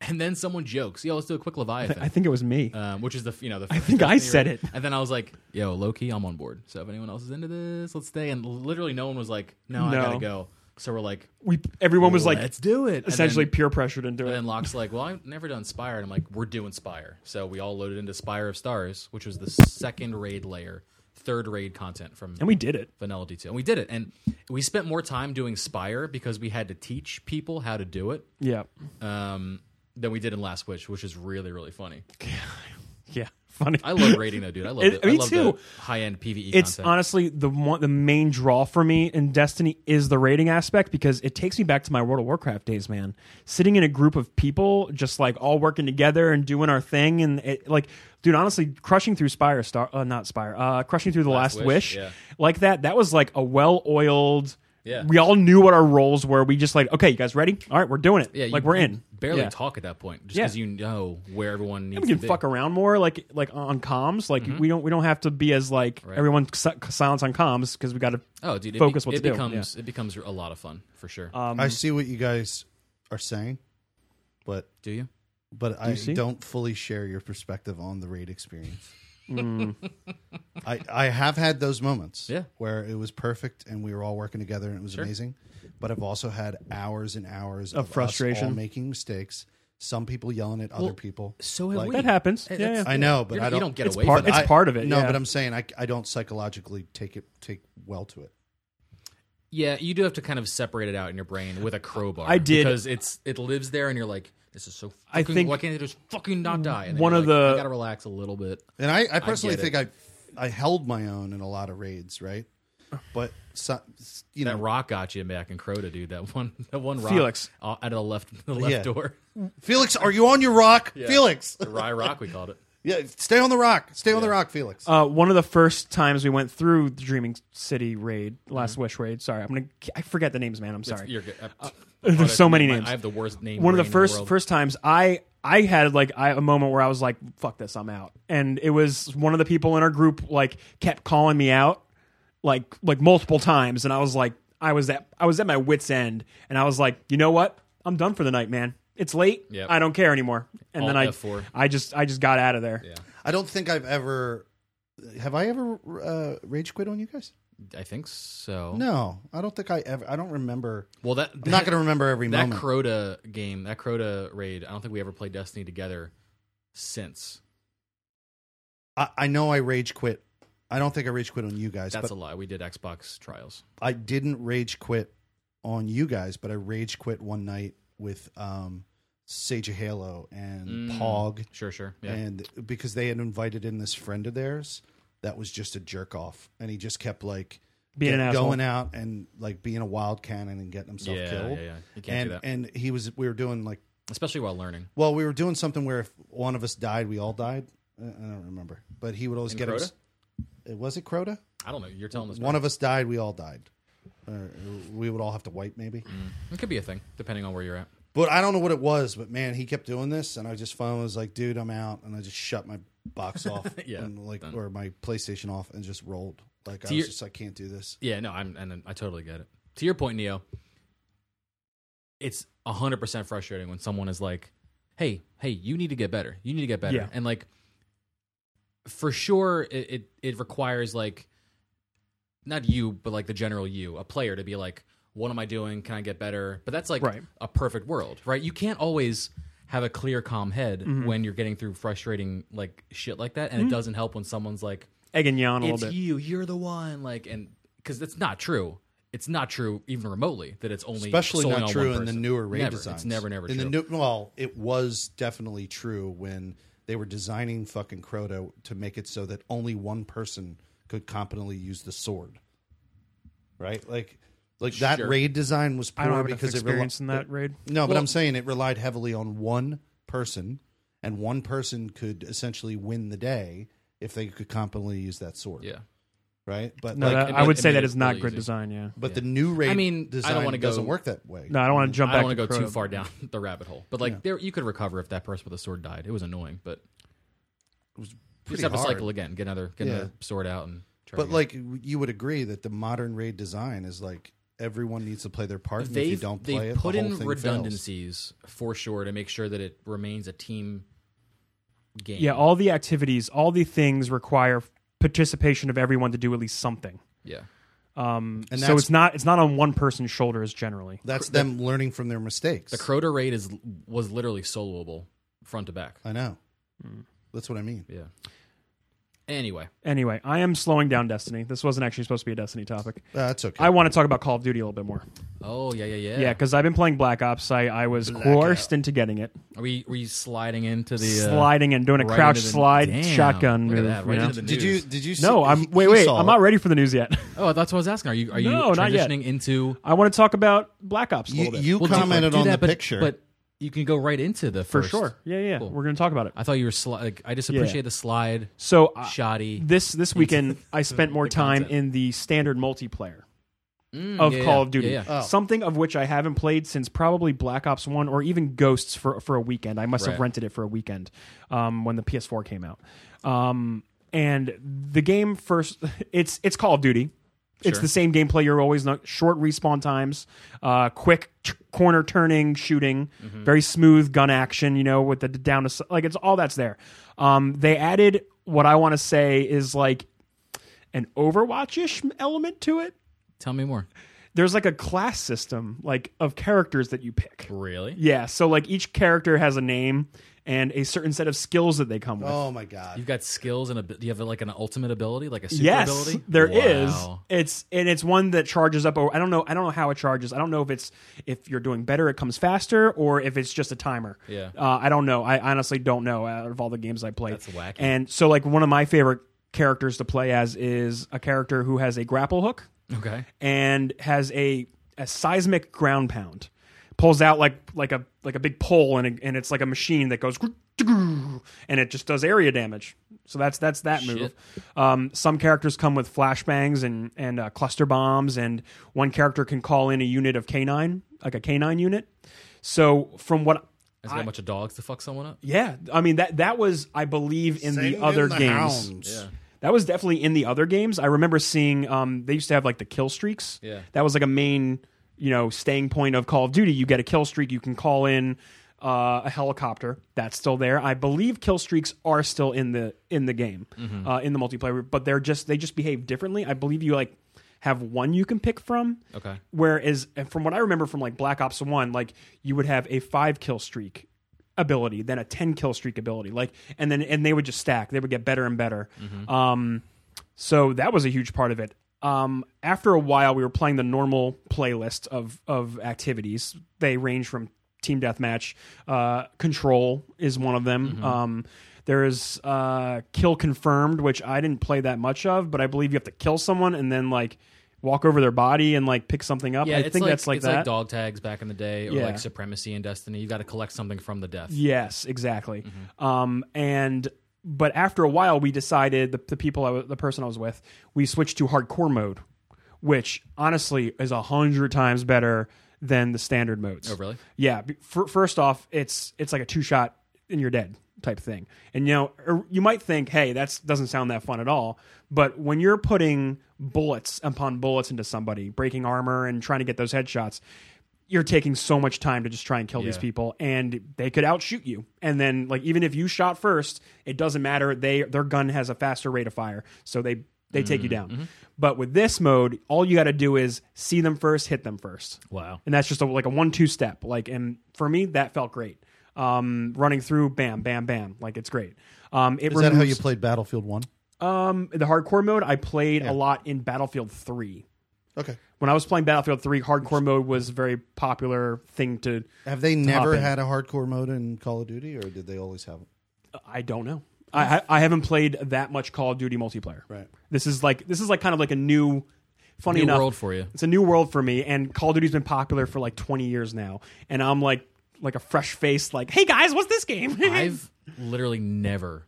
Speaker 1: and then someone jokes, "Yo, let's do a quick Leviathan,"
Speaker 3: I think it was me.
Speaker 1: um, which is the you know the.
Speaker 3: think I said it.
Speaker 1: And then I was like, "Yo, low key, I'm on board." So if anyone else is into this, let's stay. And literally, no one was like, "No, I
Speaker 3: No.
Speaker 1: gotta go." So we're like,
Speaker 3: we everyone was like
Speaker 1: "Let's do it." And
Speaker 3: essentially
Speaker 1: then-
Speaker 3: peer pressured into
Speaker 1: And
Speaker 3: it.
Speaker 1: then Locke's like, "Well, I've never done Spire," and I'm like, "We're doing Spire." So we all loaded into Spire of Stars, which was the second raid layer, third raid content from
Speaker 3: And we did it.
Speaker 1: Vanilla D2, and we did it. And we spent more time doing Spire because we had to teach people how to do it
Speaker 3: Yeah.
Speaker 1: um, than we did in Last Witch, which is really really funny.
Speaker 3: Yeah. Funny.
Speaker 1: I love raiding though, dude. I love
Speaker 3: It-
Speaker 1: it. I
Speaker 3: me
Speaker 1: love
Speaker 3: too.
Speaker 1: the high end PVE.
Speaker 3: it's
Speaker 1: E content.
Speaker 3: honestly the one, the main draw for me in Destiny is the raiding aspect because it takes me back to my World of Warcraft days, man. Sitting in a group of people, just like all working together and doing our thing, and it, like, dude, honestly, crushing through Spire, Star, uh, not Spire, uh, crushing through the Last,
Speaker 1: Wish,
Speaker 3: Wish,
Speaker 1: yeah.
Speaker 3: like that. That was like a well oiled
Speaker 1: Yeah.
Speaker 3: we all knew what our roles were. We just like, okay, you guys ready? All right, we're doing it.
Speaker 1: Yeah, you
Speaker 3: like we're in.
Speaker 1: Barely
Speaker 3: Yeah.
Speaker 1: talk at that point, just
Speaker 3: Yeah.
Speaker 1: because you know where everyone needs
Speaker 3: We
Speaker 1: to
Speaker 3: can
Speaker 1: be.
Speaker 3: fuck around more, like like on comms. Like
Speaker 2: Mm-hmm.
Speaker 3: we don't we don't have to be as like everyone si- silence on comms because we got to.
Speaker 1: oh, dude, it,
Speaker 3: focus
Speaker 1: be-
Speaker 3: what
Speaker 1: it
Speaker 3: to do,
Speaker 1: becomes it becomes a lot of fun for sure.
Speaker 3: Um,
Speaker 2: I see what you guys are saying, but
Speaker 1: do you?
Speaker 2: but I
Speaker 3: see?
Speaker 2: don't fully share your perspective on the raid experience. I I have had those moments
Speaker 1: Yeah.
Speaker 2: where it was perfect and we were all working together and it was amazing, but I've also had hours and hours of, us
Speaker 3: frustration.
Speaker 2: all making mistakes. Some people yelling at other people.
Speaker 1: So have
Speaker 2: Like-
Speaker 1: we.
Speaker 3: that happens.
Speaker 1: Hey,
Speaker 3: yeah,
Speaker 1: that's-
Speaker 3: yeah.
Speaker 2: I know, but
Speaker 1: You're
Speaker 2: I
Speaker 1: not-
Speaker 2: don't.
Speaker 1: you don't get
Speaker 3: It's
Speaker 1: away.
Speaker 3: part-
Speaker 1: from
Speaker 3: it's
Speaker 1: that.
Speaker 2: I-
Speaker 3: of it,
Speaker 2: No,
Speaker 3: yeah.
Speaker 2: but I'm saying I, I don't psychologically take it take well to it.
Speaker 1: Yeah, you do have to kind of separate it out in your brain with a crowbar.
Speaker 3: I did.
Speaker 1: because it's it lives there, and you're like, this is so. Fucking,
Speaker 3: I think
Speaker 1: why can't it just fucking not die? And then
Speaker 3: one
Speaker 1: you're
Speaker 3: of
Speaker 1: like,
Speaker 3: the-
Speaker 1: I gotta relax a little bit.
Speaker 2: And I, I personally
Speaker 1: get
Speaker 2: think I I held my own in a lot of raids, right? But so, you
Speaker 1: That
Speaker 2: know,
Speaker 1: rock got you back in Crota, dude. That one, that one rock
Speaker 3: Felix.
Speaker 1: uh, out of the left, the left
Speaker 2: Yeah.
Speaker 1: door.
Speaker 2: Felix, are you on your rock, Felix?
Speaker 1: The Rye Rock, we called it.
Speaker 2: Yeah, stay on the rock. Stay on the rock, Felix.
Speaker 3: Uh, one of the first times we went through the Dreaming City raid, Last
Speaker 2: Mm-hmm.
Speaker 3: Wish raid. Sorry, I'm gonna. I forget the names, man. I'm sorry.
Speaker 1: You're good. I-
Speaker 3: there's so many
Speaker 1: my-
Speaker 3: names.
Speaker 1: I have the worst name.
Speaker 3: one of the
Speaker 1: brain in
Speaker 3: first
Speaker 1: world.
Speaker 3: first times I I had like I, a moment where I was like, "Fuck this, I'm out." And it was one of the people in our group like kept calling me out like like multiple times, and I was like, I was at I was at my wits end, and I was like, you know what, I'm done for the night, man. It's late.
Speaker 1: Yep.
Speaker 3: I don't care anymore. And
Speaker 1: Alt
Speaker 3: then I
Speaker 1: F4.
Speaker 3: I just I just got out of there.
Speaker 1: Yeah.
Speaker 2: I don't think I've ever have I ever uh, rage quit on you guys?
Speaker 1: I think so.
Speaker 2: No, I don't think I ever. I don't remember.
Speaker 1: Well, that,
Speaker 2: I'm not going to remember every
Speaker 1: that
Speaker 2: moment.
Speaker 1: Crota game, that Crota raid. I don't think we ever played Destiny together since.
Speaker 2: I, I know I rage quit. I don't think I rage quit on you guys,
Speaker 1: That's
Speaker 2: but
Speaker 1: a lie. We did Xbox trials.
Speaker 2: I didn't rage quit on you guys. But I rage quit one night with um, Sage of Halo and Pog,
Speaker 1: Sure, sure. Yeah.
Speaker 2: and because they had invited in this friend of theirs that was just a jerk off, and he just kept like
Speaker 3: Being an
Speaker 2: get-
Speaker 3: asshole.
Speaker 2: going out and like being a wild cannon and getting himself
Speaker 1: yeah,
Speaker 2: killed.
Speaker 1: yeah, yeah. You can't
Speaker 2: and
Speaker 1: do that,
Speaker 2: and he was we were doing like
Speaker 1: especially while learning.
Speaker 2: well we were doing something where if one of us died we all died. I I don't remember, but he would always
Speaker 1: In
Speaker 2: get us.
Speaker 1: Crota?
Speaker 2: It was it Crota.
Speaker 1: I don't know. You're telling us
Speaker 2: One of us died. We all died. Or we would all have to wipe maybe.
Speaker 1: it could be a thing depending on where you're at.
Speaker 2: But I don't know what it was. But man, he kept doing this, and I just finally was like, dude, I'm out, and I just shut my box off,
Speaker 1: Yeah,
Speaker 2: and like or my PlayStation off, and just rolled. Like I
Speaker 1: your-
Speaker 2: was just like, can't do this.
Speaker 1: Yeah, no, I'm and I totally get it. To your point, Neo, it's hundred percent frustrating when someone is like, "Hey, hey, you need to get better. You need to get better."
Speaker 3: Yeah.
Speaker 1: And like, for sure, it, it it requires like, not you, but like the general you, a player, to be like, "What am I doing? Can I get better?" But that's like
Speaker 3: Right.
Speaker 1: a perfect world, right? You can't always have a clear, calm head
Speaker 3: Mm-hmm.
Speaker 1: when you're getting through frustrating like shit like that, and it doesn't help when someone's like
Speaker 3: Egging you on a
Speaker 1: it's
Speaker 2: E
Speaker 3: little bit.
Speaker 1: you you're the one like and because it's not true it's not true even remotely that it's only
Speaker 2: especially
Speaker 1: solely on
Speaker 2: not
Speaker 1: one
Speaker 2: true in the
Speaker 1: person.
Speaker 2: newer raid
Speaker 1: never,
Speaker 2: designs.
Speaker 1: it's never never
Speaker 2: in
Speaker 1: true
Speaker 2: the new. Well, it was definitely true when they were designing fucking Crota to make it so that only one person could competently use the sword. Right, like, like that
Speaker 1: Sure.
Speaker 2: raid design was
Speaker 3: I don't
Speaker 2: poor
Speaker 3: have enough
Speaker 2: because it
Speaker 3: experience
Speaker 2: reli-
Speaker 3: in that raid.
Speaker 2: no, but I'm saying it relied heavily on one person, and one person could essentially win the day if they could competently use that sword.
Speaker 1: yeah
Speaker 2: right. But
Speaker 3: No,
Speaker 2: like,
Speaker 3: that,
Speaker 1: it
Speaker 3: I
Speaker 1: made-
Speaker 3: would
Speaker 1: it
Speaker 3: say
Speaker 1: made
Speaker 3: that
Speaker 1: it
Speaker 3: is not
Speaker 1: really
Speaker 3: good
Speaker 1: easy.
Speaker 3: design. Yeah.
Speaker 2: but the new raid.
Speaker 1: I mean, I don't
Speaker 2: design
Speaker 1: wanna go-
Speaker 2: doesn't work that way.
Speaker 3: No, I don't want to jump
Speaker 1: i
Speaker 3: back.
Speaker 1: don't want to go too
Speaker 3: Crota.
Speaker 1: far down the rabbit hole but like there you could recover if that person with a sword died it was annoying but you
Speaker 2: Pretty
Speaker 1: just have to
Speaker 2: hard.
Speaker 1: cycle again get another get
Speaker 2: Yeah.
Speaker 1: another sword out and try
Speaker 2: But
Speaker 1: again.
Speaker 2: like you would agree that the modern raid design is like everyone needs to play their part. And if you
Speaker 1: they've
Speaker 2: don't
Speaker 1: they've
Speaker 2: play it,
Speaker 1: put
Speaker 2: the whole
Speaker 1: in
Speaker 2: thing
Speaker 1: redundancies for sure to make sure that it remains a team game
Speaker 3: Yeah, all the activities, all the things require participation of everyone to do at least something.
Speaker 1: yeah
Speaker 3: Um,
Speaker 2: And
Speaker 3: so
Speaker 2: that's-
Speaker 3: it's not it's not on one person's shoulders generally.
Speaker 2: Fails. That's them learning from their mistakes.
Speaker 1: the crota raid is was literally soloable front to back
Speaker 2: I know. That's what I mean.
Speaker 1: Hmm. yeah anyway
Speaker 3: Anyway, I am slowing down Destiny. This wasn't actually supposed to be a Destiny topic.
Speaker 2: Uh, that's okay.
Speaker 3: I want to talk about Call of Duty a little bit more.
Speaker 1: Oh yeah, yeah, yeah.
Speaker 3: Yeah, because I've been playing Black Ops. I, I was coerced into getting it,
Speaker 1: Are we were you sliding into the uh,
Speaker 3: sliding and doing a
Speaker 1: right
Speaker 3: crouch
Speaker 1: into the-
Speaker 3: slide
Speaker 1: Damn,
Speaker 3: shotgun
Speaker 1: look at
Speaker 3: move.
Speaker 1: that,
Speaker 3: you
Speaker 1: right
Speaker 3: know?
Speaker 1: into the
Speaker 2: did you?
Speaker 1: news.
Speaker 2: Did you?
Speaker 3: no,
Speaker 2: see-
Speaker 3: I'm
Speaker 2: he-
Speaker 3: wait
Speaker 2: he
Speaker 3: wait.
Speaker 2: saw
Speaker 3: I'm
Speaker 2: it.
Speaker 3: not ready for the news yet.
Speaker 1: Oh, that's what I was asking. Are you are you
Speaker 3: No, not yet.
Speaker 1: transitioning into
Speaker 3: I want to talk about Black Ops a
Speaker 2: You,
Speaker 3: little bit
Speaker 2: you
Speaker 1: Well, do-
Speaker 2: commented
Speaker 1: do
Speaker 2: on
Speaker 1: that,
Speaker 2: the
Speaker 1: but,
Speaker 2: picture,
Speaker 1: but you can go right into the
Speaker 3: for
Speaker 1: first.
Speaker 3: sure. Yeah, yeah.
Speaker 1: Cool.
Speaker 3: We're going to talk about it.
Speaker 1: I thought you were sli- like I just appreciate the slide
Speaker 3: So I-
Speaker 1: shoddy.
Speaker 3: this this weekend I spent more time
Speaker 1: content.
Speaker 3: in the standard multiplayer. of
Speaker 1: Mm, yeah,
Speaker 3: Call
Speaker 1: yeah.
Speaker 3: of Duty.
Speaker 1: Yeah, yeah.
Speaker 2: Oh.
Speaker 3: Something of which I haven't played since probably Black Ops One or even Ghosts for for a weekend. I must have
Speaker 1: Right.
Speaker 3: rented it for a weekend um, when the PS4 came out. Um, and the game first, it's it's Call of Duty. It's
Speaker 1: Sure.
Speaker 3: the same gameplay you're always not short respawn times, uh, quick t- corner turning, shooting,
Speaker 1: Mm-hmm.
Speaker 3: very smooth gun action. You know, with the down to s- like it's all that's there. Um, they added what I want to say is like an Overwatch ish element to it
Speaker 1: Tell me more.
Speaker 3: there's like a class system like of characters that you pick.
Speaker 1: Really?
Speaker 3: Yeah, so like each character has a name and a certain set of skills that they come with.
Speaker 2: Oh my god.
Speaker 1: You've got skills and a, do you have like an ultimate ability, like a super
Speaker 3: yes,
Speaker 1: ability?
Speaker 3: there is.
Speaker 1: Wow.
Speaker 3: It's and it's one that charges up. Or I don't know. I don't know how it charges. I don't know if it's if you're doing better, it comes faster, or if it's just a timer.
Speaker 1: Yeah.
Speaker 3: uh, I don't know. I honestly don't know. Out of all the games I played,
Speaker 1: That's wacky.
Speaker 3: And so, like one of my favorite characters to play as is a character who has a grapple hook.
Speaker 1: Okay.
Speaker 3: and has a, a seismic ground pound. Pulls out like like a like a big pole and it- and it's like a machine that goes and it just does area damage. So that's that's that move. Um, some characters come with flashbangs and and uh, cluster bombs, and one character can call in a unit of canine, like a canine unit. So from what
Speaker 1: Has he got a bunch of dogs to fuck someone up?
Speaker 3: yeah, I mean that that was I believe in
Speaker 2: Send
Speaker 3: the other
Speaker 2: in the
Speaker 3: games.
Speaker 2: hounds.
Speaker 3: That was definitely in the other games. I remember seeing um, they used to have like the kill streaks.
Speaker 1: Yeah.
Speaker 3: that was like a main you know staying point of Call of Duty. You get a kill streak, you can call in uh, a helicopter. That's still there. I believe kill streaks are still in the in the game
Speaker 1: Mm-hmm.
Speaker 3: uh, in the multiplayer, but they're just they just behave differently. I believe you like have one you can pick from.
Speaker 1: Okay.
Speaker 3: Whereas, and from what I remember from like Black Ops One, like you would have a five kill streak ability, then a ten kill streak ability, like, and then and they would just stack. They would get better and better. Um, so that was a huge part of it. Um, after a while, we were playing the normal playlist of of activities. They range from team deathmatch, uh, control is one of them. Um, there is uh, kill confirmed, which I didn't play that much of, but I believe you have to kill someone and then like walk over their body and like pick something up.
Speaker 1: Yeah,
Speaker 3: I
Speaker 1: it's
Speaker 3: think that's like
Speaker 1: it's
Speaker 3: that.
Speaker 1: like dog tags back in the day, or
Speaker 3: Yeah.
Speaker 1: like supremacy and destiny. You got to collect something from the death.
Speaker 3: Yes, exactly.
Speaker 1: Mm-hmm.
Speaker 3: Um, and but after a while, we decided the, the people, I wa- the person I was with, we switched to hardcore mode, which honestly is a hundred times better than the standard modes.
Speaker 1: Oh, really?
Speaker 3: Yeah. b- fir- first off, it's it's like a two shot and you're dead type thing. And you know, er, you might think, hey, that doesn't sound that fun at all. But when you're putting bullets upon bullets into somebody, breaking armor and trying to get those headshots, you're taking so much time to just try and kill these
Speaker 1: Yeah.
Speaker 3: people, and they could outshoot you. And then, like, even if you shot first, it doesn't matter. They their gun has a faster rate of fire, so they they take
Speaker 1: Mm,
Speaker 3: you
Speaker 1: mm-hmm.
Speaker 3: down. But with this mode, all you got to do is see them first, hit them first
Speaker 1: Wow.
Speaker 3: and that's just a, like a one-two step. Like, and for me, that felt great. Um, running through, bam, bam, bam, like it's great. Um, it
Speaker 2: Is that how you
Speaker 3: removes-
Speaker 2: played Battlefield One?
Speaker 3: um the hardcore mode? I played a lot in Battlefield Three.
Speaker 2: Okay.
Speaker 3: When I was playing Battlefield Three, hardcore mode was a very popular thing to.
Speaker 2: Have they never
Speaker 3: Top-end.
Speaker 2: had a hardcore mode in Call of Duty, or did they always have it?
Speaker 3: I don't know. I I I haven't played that much Call of Duty multiplayer.
Speaker 2: Right.
Speaker 3: This is like this is like kind of like a new. Funny
Speaker 1: New
Speaker 3: enough,
Speaker 1: world for you.
Speaker 3: it's a new world for me and call of duty's been popular for like 20 years now and i'm like like a fresh face like hey guys what's this game
Speaker 1: I've literally never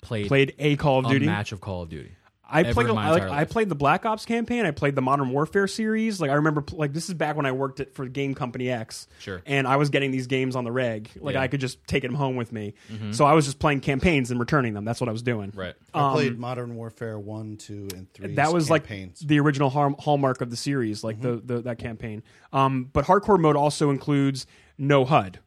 Speaker 1: played,
Speaker 3: played a call of
Speaker 1: a
Speaker 3: duty
Speaker 1: match of Call of Duty.
Speaker 3: i
Speaker 1: ever
Speaker 3: played
Speaker 1: in
Speaker 3: a-
Speaker 1: my
Speaker 3: I, like,
Speaker 1: entire
Speaker 3: I
Speaker 1: life.
Speaker 3: played the black ops campaign i played the modern warfare series like i remember pl- like this is back when i worked at, for game company x
Speaker 1: Sure.
Speaker 3: and i was getting these games on the reg like
Speaker 1: Yeah. Mm-hmm.
Speaker 3: i could just take them home with me so i was just playing campaigns and returning them that's what i was doing
Speaker 1: Right.
Speaker 2: I played Modern Warfare One, Two, and Three.
Speaker 3: that was
Speaker 2: campaigns.
Speaker 3: like the original harm, hallmark of the series, like the, the that campaign. Um, but hardcore mode also includes no HUD.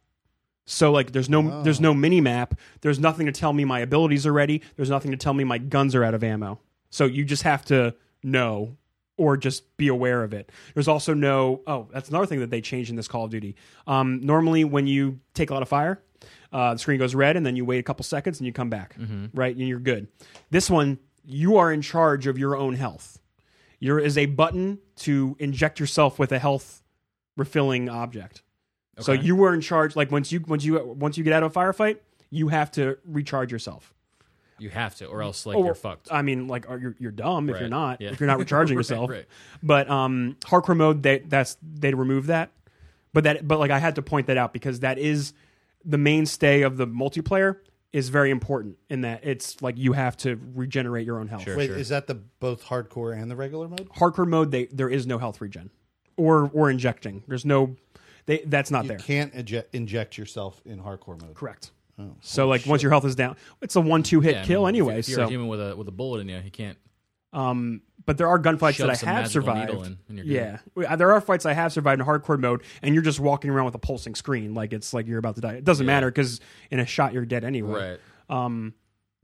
Speaker 3: So like there's no there's no mini map. There's nothing to tell me my abilities are ready. There's nothing to tell me my guns are out of ammo. So you just have to know or just be aware of it. There's also no oh that's another thing that they changed in this Call of Duty. Um, normally when you take a lot of fire, uh, the screen goes red and then you wait a couple seconds and you come back right and you're good. This one you are in charge of your own health. There is a button to inject yourself with a health refilling object. So
Speaker 1: Okay.
Speaker 3: you were in charge. Like once you once you once you get out of a firefight, you have to recharge yourself.
Speaker 1: You have to, or else like
Speaker 3: Or-
Speaker 1: you're fucked.
Speaker 3: I mean, like are you're, you're dumb if
Speaker 1: Right.
Speaker 3: you're not
Speaker 1: Yeah.
Speaker 3: if you're not recharging
Speaker 1: Right,
Speaker 3: yourself.
Speaker 1: right.
Speaker 3: But um, hardcore mode they that's they remove that. But that but like I had to point that out because that is the mainstay of the multiplayer. is very important in that it's like you have to regenerate your own health.
Speaker 1: Sure.
Speaker 2: Wait, is that the both hardcore and the regular mode?
Speaker 3: Hardcore mode, they there is no health regen, or or injecting. There's no, they that's not
Speaker 2: You
Speaker 3: there.
Speaker 2: can't inje- inject yourself in hardcore mode.
Speaker 3: Correct. so like once your health is down, it's a one-two hit
Speaker 1: Yeah, I
Speaker 3: kill
Speaker 1: mean, if
Speaker 3: anyway.
Speaker 1: If you're a
Speaker 3: So,
Speaker 1: human with a with a bullet in you, he can't.
Speaker 3: um, but there are gunfights
Speaker 1: Shove
Speaker 3: that I
Speaker 1: some
Speaker 3: have
Speaker 1: magical needle
Speaker 3: survived.
Speaker 1: in and you're good.
Speaker 3: yeah, We- uh, there are fights I have survived in hardcore mode, and you're just walking around with a pulsing screen, like it's like you're about to die. It doesn't matter because in a shot you're dead anyway. Um,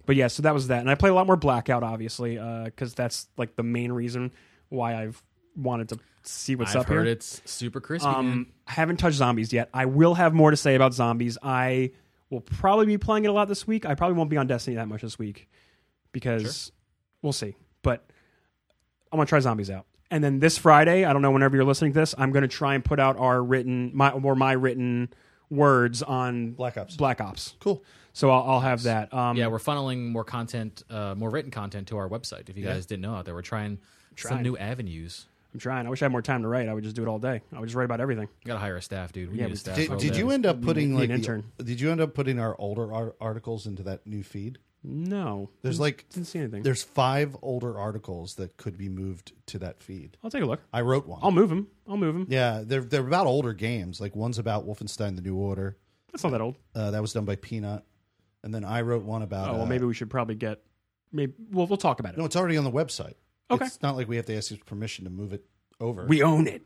Speaker 3: but yeah, so that was that, and I play a lot more Blackout, obviously, because that's like the main reason why I've wanted to see what's
Speaker 1: I've
Speaker 3: up
Speaker 1: heard
Speaker 3: here.
Speaker 1: it's super crispy. man.
Speaker 3: Um, I haven't touched zombies yet. I will have more to say about zombies. I will probably be playing it a lot this week. I probably won't be on Destiny that much this week because we'll see. But I'm gonna try zombies out. And then this Friday, I don't know whenever you're listening to this, I'm gonna try and put out our written my or my written words on
Speaker 2: Black Ops.
Speaker 3: Black Ops.
Speaker 2: Cool.
Speaker 3: So I'll, I'll have that. Um,
Speaker 1: Yeah, we're funneling more content, uh, more written content to our website. If you guys didn't know out there, we're trying, some
Speaker 3: Trying.
Speaker 1: new avenues.
Speaker 3: I'm trying. I wish I had more time to write. I would just do it all day. I would just write about everything.
Speaker 1: We gotta hire a staff, dude. We
Speaker 3: Yeah,
Speaker 1: need a
Speaker 3: we
Speaker 1: staff.
Speaker 2: Did,
Speaker 1: over
Speaker 2: did
Speaker 1: there.
Speaker 2: you end up putting
Speaker 3: Need
Speaker 2: like
Speaker 3: an
Speaker 2: the-
Speaker 3: intern.
Speaker 2: did you end up putting our older ar- articles into that new feed?
Speaker 3: No, Hmm.
Speaker 2: There's like
Speaker 3: didn't see anything.
Speaker 2: there's five older articles that could be moved to that feed.
Speaker 3: I'll take a look.
Speaker 2: I wrote one.
Speaker 3: I'll move them. I'll move them.
Speaker 2: yeah, they're they're about older games. Like one's about Wolfenstein: The New Order.
Speaker 3: That's not that old.
Speaker 2: Uh, that was done by Peanut, and then I wrote one about.
Speaker 3: Oh well,
Speaker 2: uh,
Speaker 3: maybe we should probably get. Maybe we'll we'll talk about it.
Speaker 2: No, it's already on the website.
Speaker 3: Okay.
Speaker 2: It's not like we have to ask his permission to move it over.
Speaker 3: we own it.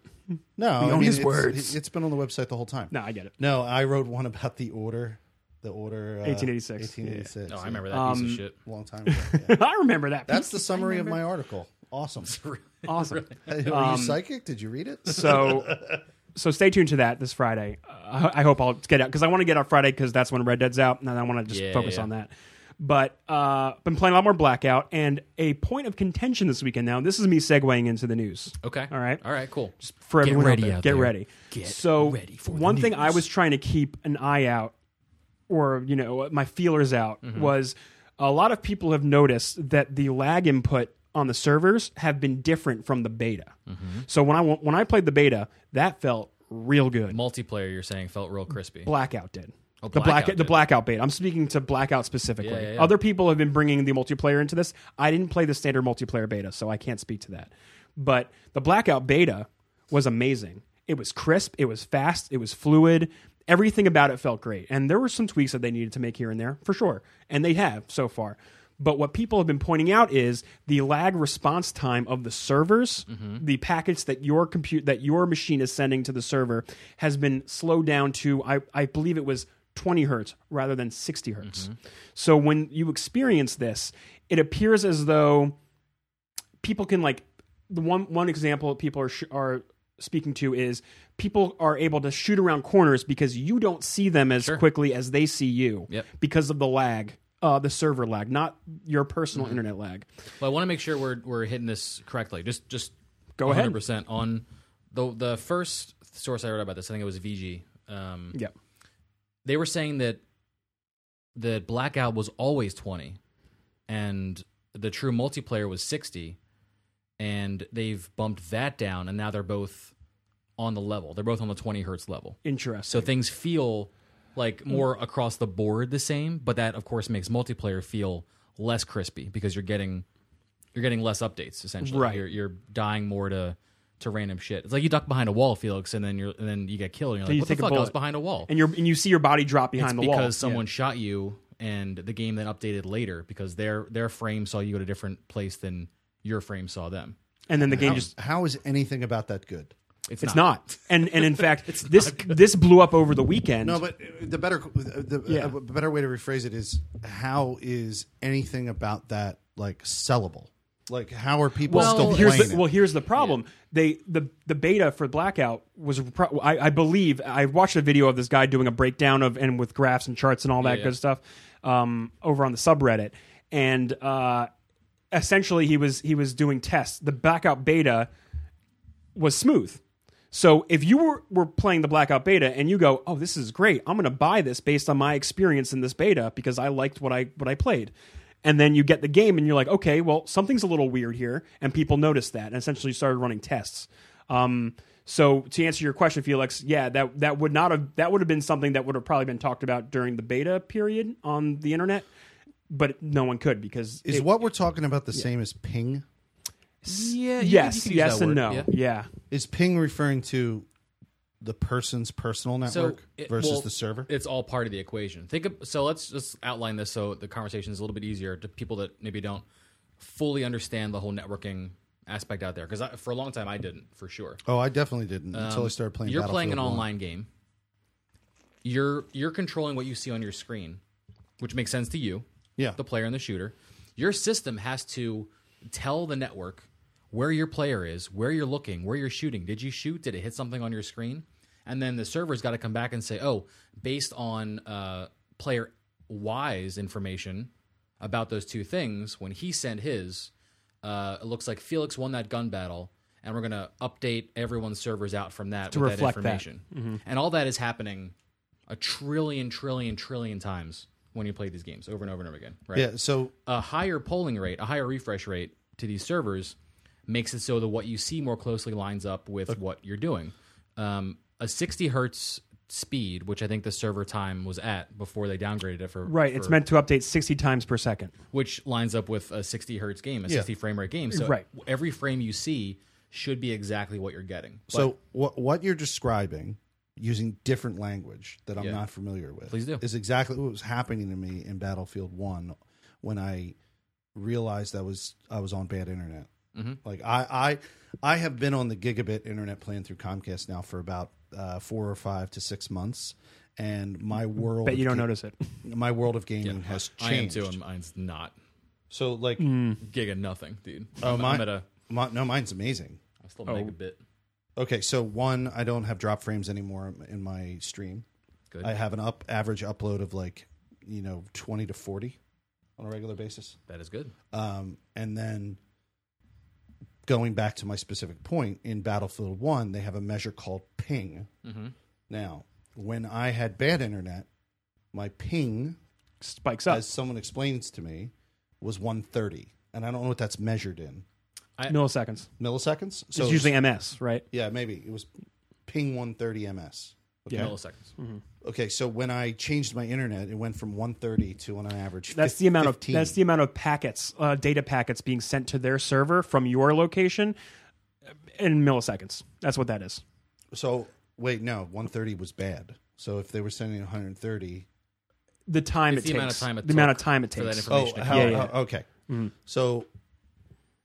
Speaker 2: no, I
Speaker 3: own
Speaker 2: mean,
Speaker 3: his
Speaker 2: it's-
Speaker 3: words.
Speaker 2: It's been on the website the whole time.
Speaker 3: No, I get it.
Speaker 2: No, I wrote one about the order. The order uh,
Speaker 3: 1886.
Speaker 2: 1886.
Speaker 1: Oh, I
Speaker 2: yeah.
Speaker 1: remember that piece
Speaker 3: Um,
Speaker 1: of shit.
Speaker 2: Long time ago. yeah.
Speaker 3: I remember that.
Speaker 2: That's the summary of my article. Awesome.
Speaker 3: awesome.
Speaker 2: Were
Speaker 3: Um,
Speaker 2: you psychic? Did you read it?
Speaker 3: So, so stay tuned to that this Friday. Uh, I I hope I'll get out because I want to get out Friday because that's when Red Dead's out, and I want to just
Speaker 1: Yeah,
Speaker 3: focus
Speaker 1: yeah.
Speaker 3: on that. But uh, been playing a lot more Blackout, and a point of contention this weekend. Now, this is me segueing into the news.
Speaker 1: Okay.
Speaker 3: All right.
Speaker 1: All right. Cool.
Speaker 3: for
Speaker 1: Get
Speaker 3: everyone
Speaker 1: ready
Speaker 3: out there.
Speaker 1: out
Speaker 3: get
Speaker 1: there.
Speaker 3: ready.
Speaker 1: Get
Speaker 3: so
Speaker 1: ready for the
Speaker 3: one thing I
Speaker 1: news.
Speaker 3: was trying to keep an eye out, or you know, my feelers out,
Speaker 1: Mm-hmm.
Speaker 3: was a lot of people have noticed that the lag input on the servers have been different from the beta.
Speaker 1: Mm-hmm.
Speaker 3: So when I wa- when I played the beta, that felt real good.
Speaker 1: Multiplayer, you're saying felt real crispy.
Speaker 3: Blackout did.
Speaker 1: Oh,
Speaker 3: the
Speaker 1: Blackout
Speaker 3: blackout, the
Speaker 1: did.
Speaker 3: blackout bait. I'm speaking to blackout specifically.
Speaker 1: Yeah, yeah, yeah.
Speaker 3: Other people have been bringing the multiplayer into this. I didn't play the standard multiplayer beta, so I can't speak to that. But the blackout beta was amazing. It was crisp. It was fast. It was fluid. Everything about it felt great. And there were some tweaks that they needed to make here and there for sure, and they have so far. But what people have been pointing out is the lag response time of the servers,
Speaker 1: Mm-hmm.
Speaker 3: the packets that your compute that your machine is sending to the server has been slowed down to I, I believe it was 20 hertz rather than 60 hertz.
Speaker 1: Mm-hmm.
Speaker 3: So when you experience this, it appears as though people can like the one one example people are sh- are speaking to is people are able to shoot around corners because you don't see them as quickly as they see you
Speaker 1: Yep.
Speaker 3: because of the lag, uh, the server lag, not your personal
Speaker 1: Mm-hmm.
Speaker 3: internet lag.
Speaker 1: But I want to make sure we're we're hitting this correctly. Just just
Speaker 3: Go ahead.
Speaker 1: percent on the the first source I read about this. I think it was VG. Um,
Speaker 3: Yep.
Speaker 1: they were saying that the blackout was always 20 and the true multiplayer was 60 and they've bumped that down and now they're both on the level they're both on the 20 hertz level
Speaker 3: Interesting.
Speaker 1: so things feel
Speaker 3: Mm.
Speaker 1: like more across the board the same but that of course makes multiplayer feel less crispy because you're getting you're getting less updates essentially
Speaker 3: Right.
Speaker 1: you're, you're dying more to to random shit it's like you duck behind a wall felix and then you're and then you get killed and you're like
Speaker 3: you
Speaker 1: what the
Speaker 3: take a
Speaker 1: fuck i was
Speaker 3: bullet.
Speaker 1: behind a wall
Speaker 3: and you and you see your body drop behind the
Speaker 1: because
Speaker 3: wall
Speaker 1: someone shot you and the game then updated later because their their frame saw you at a different place than your frame saw them.
Speaker 3: and then the game
Speaker 2: how,
Speaker 3: just
Speaker 2: how is anything about that good?
Speaker 1: It's,
Speaker 3: it's not. And and in fact, this this blew up over the weekend.
Speaker 2: No, but uh, the better the
Speaker 3: Yeah.
Speaker 2: the better way to rephrase it is how is anything about that like sellable? Like how are people
Speaker 1: Well,
Speaker 2: still
Speaker 3: here's
Speaker 2: playing
Speaker 3: the,
Speaker 2: it?
Speaker 3: well here's the problem they the the beta for blackout was pro- I, I believe i watched a video of this guy doing a breakdown of and with graphs and charts and all that
Speaker 1: yeah.
Speaker 3: good stuff um, over on the subreddit and uh, essentially he was he was doing tests the blackout beta was smooth so if you were, were playing the blackout beta and you go oh this is great i'm going to buy this based on my experience in this beta because i liked what i what i played and then you get the game and you're like okay well something's a little weird here and people noticed that and essentially started running tests um, So to answer your question, Felix, yeah, that that would not have that would have been something that would have probably been talked about during the beta period on the internet, but no one could because
Speaker 2: Is
Speaker 3: it-
Speaker 2: what we're talking about the same as ping?
Speaker 1: Yeah.
Speaker 3: yes, yes, and no,
Speaker 1: Yeah.
Speaker 3: yeah.
Speaker 2: Is ping referring to the person's personal
Speaker 1: So
Speaker 2: network
Speaker 1: it-
Speaker 2: versus
Speaker 1: well,
Speaker 2: the server?
Speaker 1: It's all part of the equation. Think of, so. Let's just outline this so the conversation is a little bit easier to people that maybe don't fully understand the whole networking aspect out there. Because for a long time I didn't, for sure.
Speaker 2: oh, I definitely didn't until I started playing.
Speaker 1: um, You're playing an
Speaker 2: Battlefield 1.
Speaker 1: online game. You're you're controlling what you see on your screen, which makes sense to you,
Speaker 2: Yeah,
Speaker 1: the player and the shooter. Your system has to tell the network where your player is, where you're looking, where you're shooting. Did you shoot? Did it hit something on your screen? And then the server's got to come back and say, oh, based on uh, player Y's information about those two things, when he sent his, uh, it looks like Felix won that gun battle, and we're going to update everyone's servers out from that with
Speaker 3: reflect
Speaker 1: that
Speaker 3: that.
Speaker 1: information. And all that is happening a trillion, trillion, trillion times when you play these games over and over and over again. Right?
Speaker 2: yeah. So
Speaker 1: a higher polling rate, a higher refresh rate to these servers makes it so that what you see more closely lines up with what you're doing. Um, a 60 hertz speed, which I think the server time was at before they downgraded it for
Speaker 3: Right, it's
Speaker 1: for-
Speaker 3: meant to update sixty times per second.
Speaker 1: which lines up with a 60 hertz game, a 60 frame rate game. So
Speaker 3: Right.
Speaker 1: every frame you see should be exactly what you're getting. But
Speaker 2: So what what you're describing using different language that I'm
Speaker 1: Yeah.
Speaker 2: not familiar with
Speaker 1: Please do.
Speaker 2: is exactly what was happening to me in Battlefield 1 when I realized I was I was on bad internet.
Speaker 1: Mm-hmm.
Speaker 2: Like I I I have been on the gigabit internet plan through Comcast now for about uh, 4 or 5 to 6 months and my world
Speaker 3: Bet
Speaker 2: of
Speaker 3: you don't
Speaker 2: ga-
Speaker 3: notice it.
Speaker 2: my world of gaming has
Speaker 1: Mm-hmm. I am
Speaker 2: changed.
Speaker 1: too, and mine's not
Speaker 2: So like
Speaker 3: Mm.
Speaker 1: giga nothing, dude.
Speaker 2: oh
Speaker 1: I'm,
Speaker 2: my,
Speaker 1: I'm at a, oh.
Speaker 2: my no mine's amazing.
Speaker 1: I'm still megabit.
Speaker 2: Okay, so one, I don't have drop frames anymore in my stream.
Speaker 1: Good.
Speaker 2: I have an up average upload of like, you know, twenty to forty on a regular basis.
Speaker 1: That is good.
Speaker 2: Um, and then going back to my specific point in Battlefield One, they have a measure called ping. Now, when I had bad internet, my ping,
Speaker 3: Spikes up.
Speaker 2: as someone explains to me, was one thirty, and I don't know what that's measured in
Speaker 3: milliseconds.
Speaker 2: milliseconds. So
Speaker 3: it's usually MS, right?
Speaker 2: yeah, maybe it was ping one thirty ms. Okay.
Speaker 1: Milliseconds.
Speaker 3: Mm-hmm.
Speaker 2: Okay, so when I changed my internet, it went from 130 to on average.
Speaker 3: That's
Speaker 2: fif-
Speaker 3: the amount
Speaker 2: 15.
Speaker 3: of that's the amount of packets, uh, data packets being sent to their server from your location in milliseconds. That's what that is.
Speaker 2: So wait, no, 130 was bad. So if they were sending 130,
Speaker 3: The time
Speaker 1: It's the
Speaker 3: it takes.
Speaker 1: amount of time it
Speaker 3: the amount of
Speaker 1: took
Speaker 3: time it
Speaker 1: for that
Speaker 3: takes.
Speaker 1: information.
Speaker 2: oh,
Speaker 1: Information Mm-hmm.
Speaker 2: how,
Speaker 3: again. Yeah,
Speaker 2: how- okay. So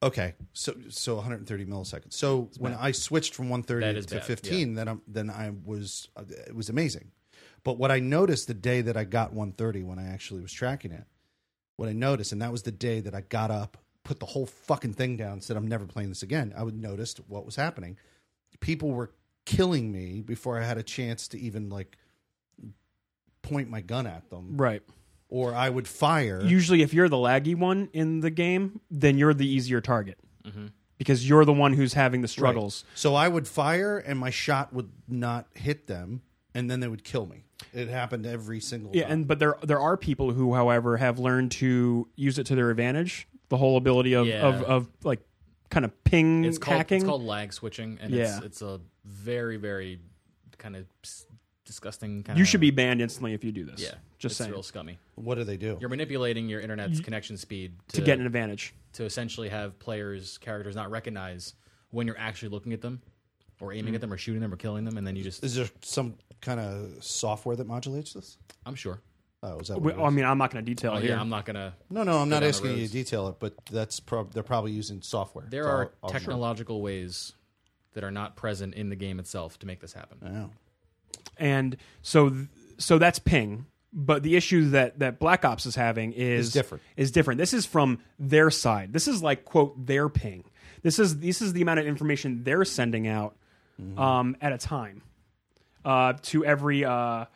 Speaker 2: okay, so so 130 milliseconds. So when I switched from 130
Speaker 1: That is
Speaker 2: to
Speaker 1: bad,
Speaker 2: 15, then I'm then I was it was amazing. But what I noticed the day that I got 130, when I actually was tracking it, what I noticed, and that was the day that I got up, put the whole fucking thing down, said I'm never playing this again. I would noticed what was happening. People were killing me before I had a chance to even like point my gun at them,
Speaker 3: Right.
Speaker 2: or I would fire.
Speaker 3: Usually, if you're the laggy one in the game, then you're the easier target
Speaker 1: Mm-hmm.
Speaker 3: because you're the one who's having the struggles.
Speaker 2: So I would fire, and my shot would not hit them, and then they would kill me. It happened every single
Speaker 3: Yeah,
Speaker 2: time.
Speaker 3: and but there there are people who, however, have learned to use it to their advantage. The whole ability of
Speaker 1: Yeah.
Speaker 3: of, of like kind of ping
Speaker 1: It's called
Speaker 3: hacking.
Speaker 1: it's called lag switching, and it's
Speaker 3: Yeah.
Speaker 1: it's a very very kind of disgusting kind.
Speaker 3: you
Speaker 1: of,
Speaker 3: should be banned instantly if you do this.
Speaker 1: yeah.
Speaker 3: just
Speaker 1: it's
Speaker 3: saying
Speaker 1: real scummy.
Speaker 2: what do they do?
Speaker 1: You're manipulating your internet's connection speed to,
Speaker 3: to get an advantage.
Speaker 1: to essentially have players characters not recognize when you're actually looking at them, or aiming
Speaker 3: Mm.
Speaker 1: at them, or shooting them, or killing them, and then you just
Speaker 2: Is there some kind of software that modulates this?
Speaker 1: I'm sure.
Speaker 2: Oh, is that
Speaker 3: We- um,
Speaker 2: what it
Speaker 3: I
Speaker 2: is?
Speaker 3: mean, I'm not going to detail
Speaker 1: Oh,
Speaker 3: here.
Speaker 1: yeah, I'm not gonna.
Speaker 2: No,
Speaker 1: Go
Speaker 2: no, I'm
Speaker 1: down
Speaker 2: not
Speaker 1: the
Speaker 2: asking you
Speaker 1: roads.
Speaker 2: to detail it, but that's prob- they're probably using software.
Speaker 1: There
Speaker 2: It's all-
Speaker 1: are
Speaker 2: all sure.
Speaker 1: technological ways that are not present in the game itself to make this happen.
Speaker 2: Yeah.
Speaker 3: and so th- so that's ping. But the issue that that Black Ops is having is
Speaker 2: Is different.
Speaker 3: Is different. This is from their side. This is like quote their ping. This is this is the amount of information they're sending out um, at a time uh, to every uh,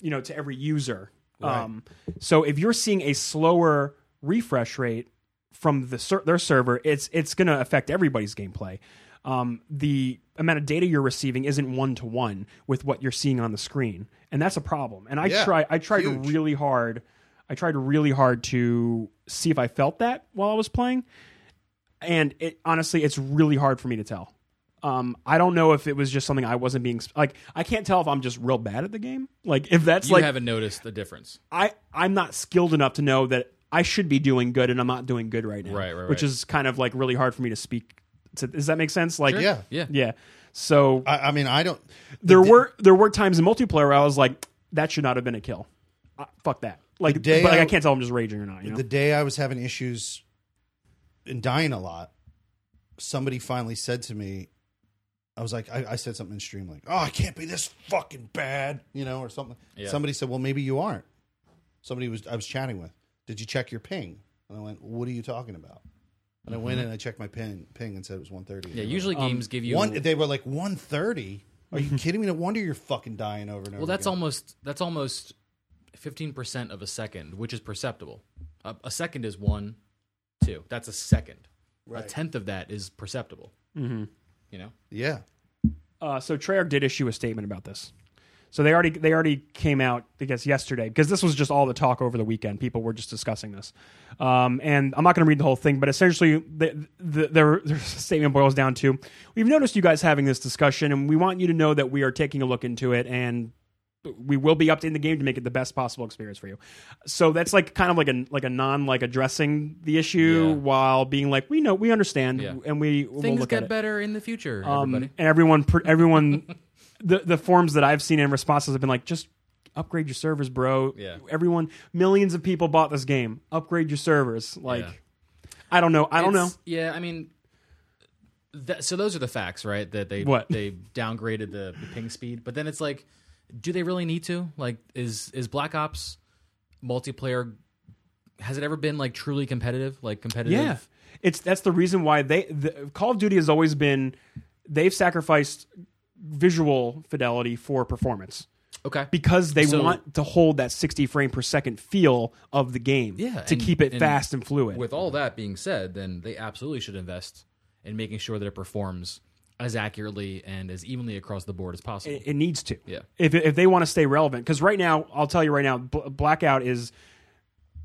Speaker 3: you know to every user. Um, so if you're seeing a slower refresh rate from the ser- their server, it's it's going to affect everybody's gameplay. Um, the amount of data you're receiving isn't one to one with what you're seeing on the screen, and that's a problem. And I
Speaker 2: Yeah,
Speaker 3: try I tried
Speaker 2: huge.
Speaker 3: really hard. I tried really hard to see if I felt that while I was playing, and it honestly, it's really hard for me to tell. Um, I don't know if it was just something I wasn't being sp- like. I can't tell if I'm just real bad at the game. Like if that's
Speaker 1: You
Speaker 3: like
Speaker 1: haven't noticed the difference.
Speaker 3: I I'm not skilled enough to know that I should be doing good and I'm not doing good right now.
Speaker 1: Right, right,
Speaker 3: Which
Speaker 1: right.
Speaker 3: is kind of like really hard for me to speak. To, does that make sense? Like
Speaker 2: Yeah.
Speaker 1: Yeah.
Speaker 3: yeah. So
Speaker 2: I, I mean, I don't.
Speaker 3: there were there were times in multiplayer where I was like, that should not have been a kill. Uh, fuck that. Like,
Speaker 2: day
Speaker 3: but like,
Speaker 2: I-
Speaker 3: I can't tell I'm just raging or not. You know?
Speaker 2: The day I was having issues and dying a lot, somebody finally said to me, I was like, I, I said something in stream, like, oh, I can't be this fucking bad, you know, or something.
Speaker 1: Yeah.
Speaker 2: Somebody said, well, maybe you aren't. Somebody was I was chatting with. Did you check your ping? And I went, what are you talking about? And I went in and I checked my ping, ping and said it was 130.
Speaker 1: Mm-hmm. Yeah, usually
Speaker 3: Um,
Speaker 1: games give you
Speaker 2: One, they were like 130. Are you kidding me? No wonder you're fucking dying over and over.
Speaker 1: Well, that's
Speaker 2: again.
Speaker 1: almost that's almost fifteen percent of a second, which is perceptible. A, a second is one, two. That's a second. A
Speaker 2: Right.
Speaker 1: tenth of that is perceptible. Mm-hmm. You know,
Speaker 2: Yeah.
Speaker 3: Uh, so Treyarch did issue a statement about this. So they already they already came out, I guess, yesterday because this was just all the talk over the weekend. People were just discussing this, um, and I'm not going to read the whole thing, but essentially, the, the, their, their statement boils down to: We've noticed you guys having this discussion, and we want you to know that we are taking a look into it, and we will be updating the game to make it the best possible experience for you. So that's like kind of like a like a non like addressing the issue
Speaker 1: Yeah.
Speaker 3: while being like, we know, we understand,
Speaker 1: Yeah.
Speaker 3: and we we'll
Speaker 1: things
Speaker 3: look at
Speaker 1: get
Speaker 3: it."
Speaker 1: better in the future.
Speaker 3: Um,
Speaker 1: everybody.
Speaker 3: and everyone, pr- everyone, the the forms that I've seen in responses have been like, just upgrade your servers, bro.
Speaker 1: Yeah.
Speaker 3: Everyone, millions of people bought this game. Upgrade your servers. Like,
Speaker 1: Yeah.
Speaker 3: I don't know. I don't know.
Speaker 1: It's- Yeah, I mean, that, so those are the facts, right? That they
Speaker 3: What?
Speaker 1: they downgraded the, the ping speed, but then it's like, do they really need to? Like, is is Black Ops multiplayer? Has it ever been like truly competitive? Like competitive?
Speaker 3: Yeah, it's that's the reason why they the, Call of Duty has always been they've sacrificed visual fidelity for performance
Speaker 1: Okay.
Speaker 3: because they
Speaker 1: So-
Speaker 3: want to hold that 60 frame per second feel of the game
Speaker 1: Yeah,
Speaker 3: to
Speaker 1: and-
Speaker 3: keep it
Speaker 1: and
Speaker 3: fast and fluid
Speaker 1: With all that being said, then they absolutely should invest in making sure that it performs as accurately and as evenly across the board as possible.
Speaker 3: it, it needs to.
Speaker 1: Yeah.
Speaker 3: If if they want to stay relevant, because right now, I'll tell you right now, Bl- Blackout is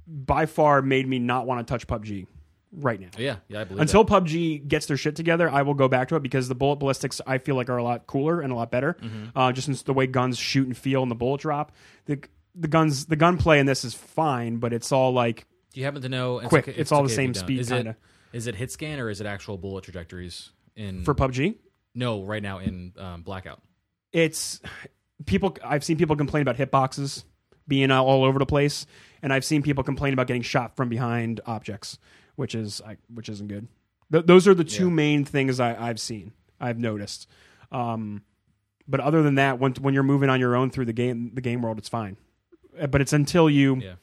Speaker 3: by far made me not want to touch PUBG right now.
Speaker 1: yeah, yeah, I believe
Speaker 3: Until PUBG gets their shit together, I will go back to it because the bullet ballistics I feel like are a lot cooler and a lot better.
Speaker 1: Mm-hmm.
Speaker 3: Uh, just since the way guns shoot and feel and the bullet drop, the the guns the gunplay in this is fine, but it's all like
Speaker 1: that. Do you happen to know? It's
Speaker 3: Quick, it's all the
Speaker 1: if you
Speaker 3: same
Speaker 1: don't.
Speaker 3: speed,
Speaker 1: Is it,
Speaker 3: kinda.
Speaker 1: is it hit scan or is it actual bullet trajectories? In
Speaker 3: for PUBG.
Speaker 1: no, right now in um, blackout.
Speaker 3: it's people i've seen people complain about hitboxes being all over the place and i've seen people complain about getting shot from behind objects which is I, which isn't good Th- those are the two main things I, i've seen i've noticed um, but other than that when, when you're moving on your own through the game the game world it's fine Uh, but it's until you
Speaker 1: Yeah.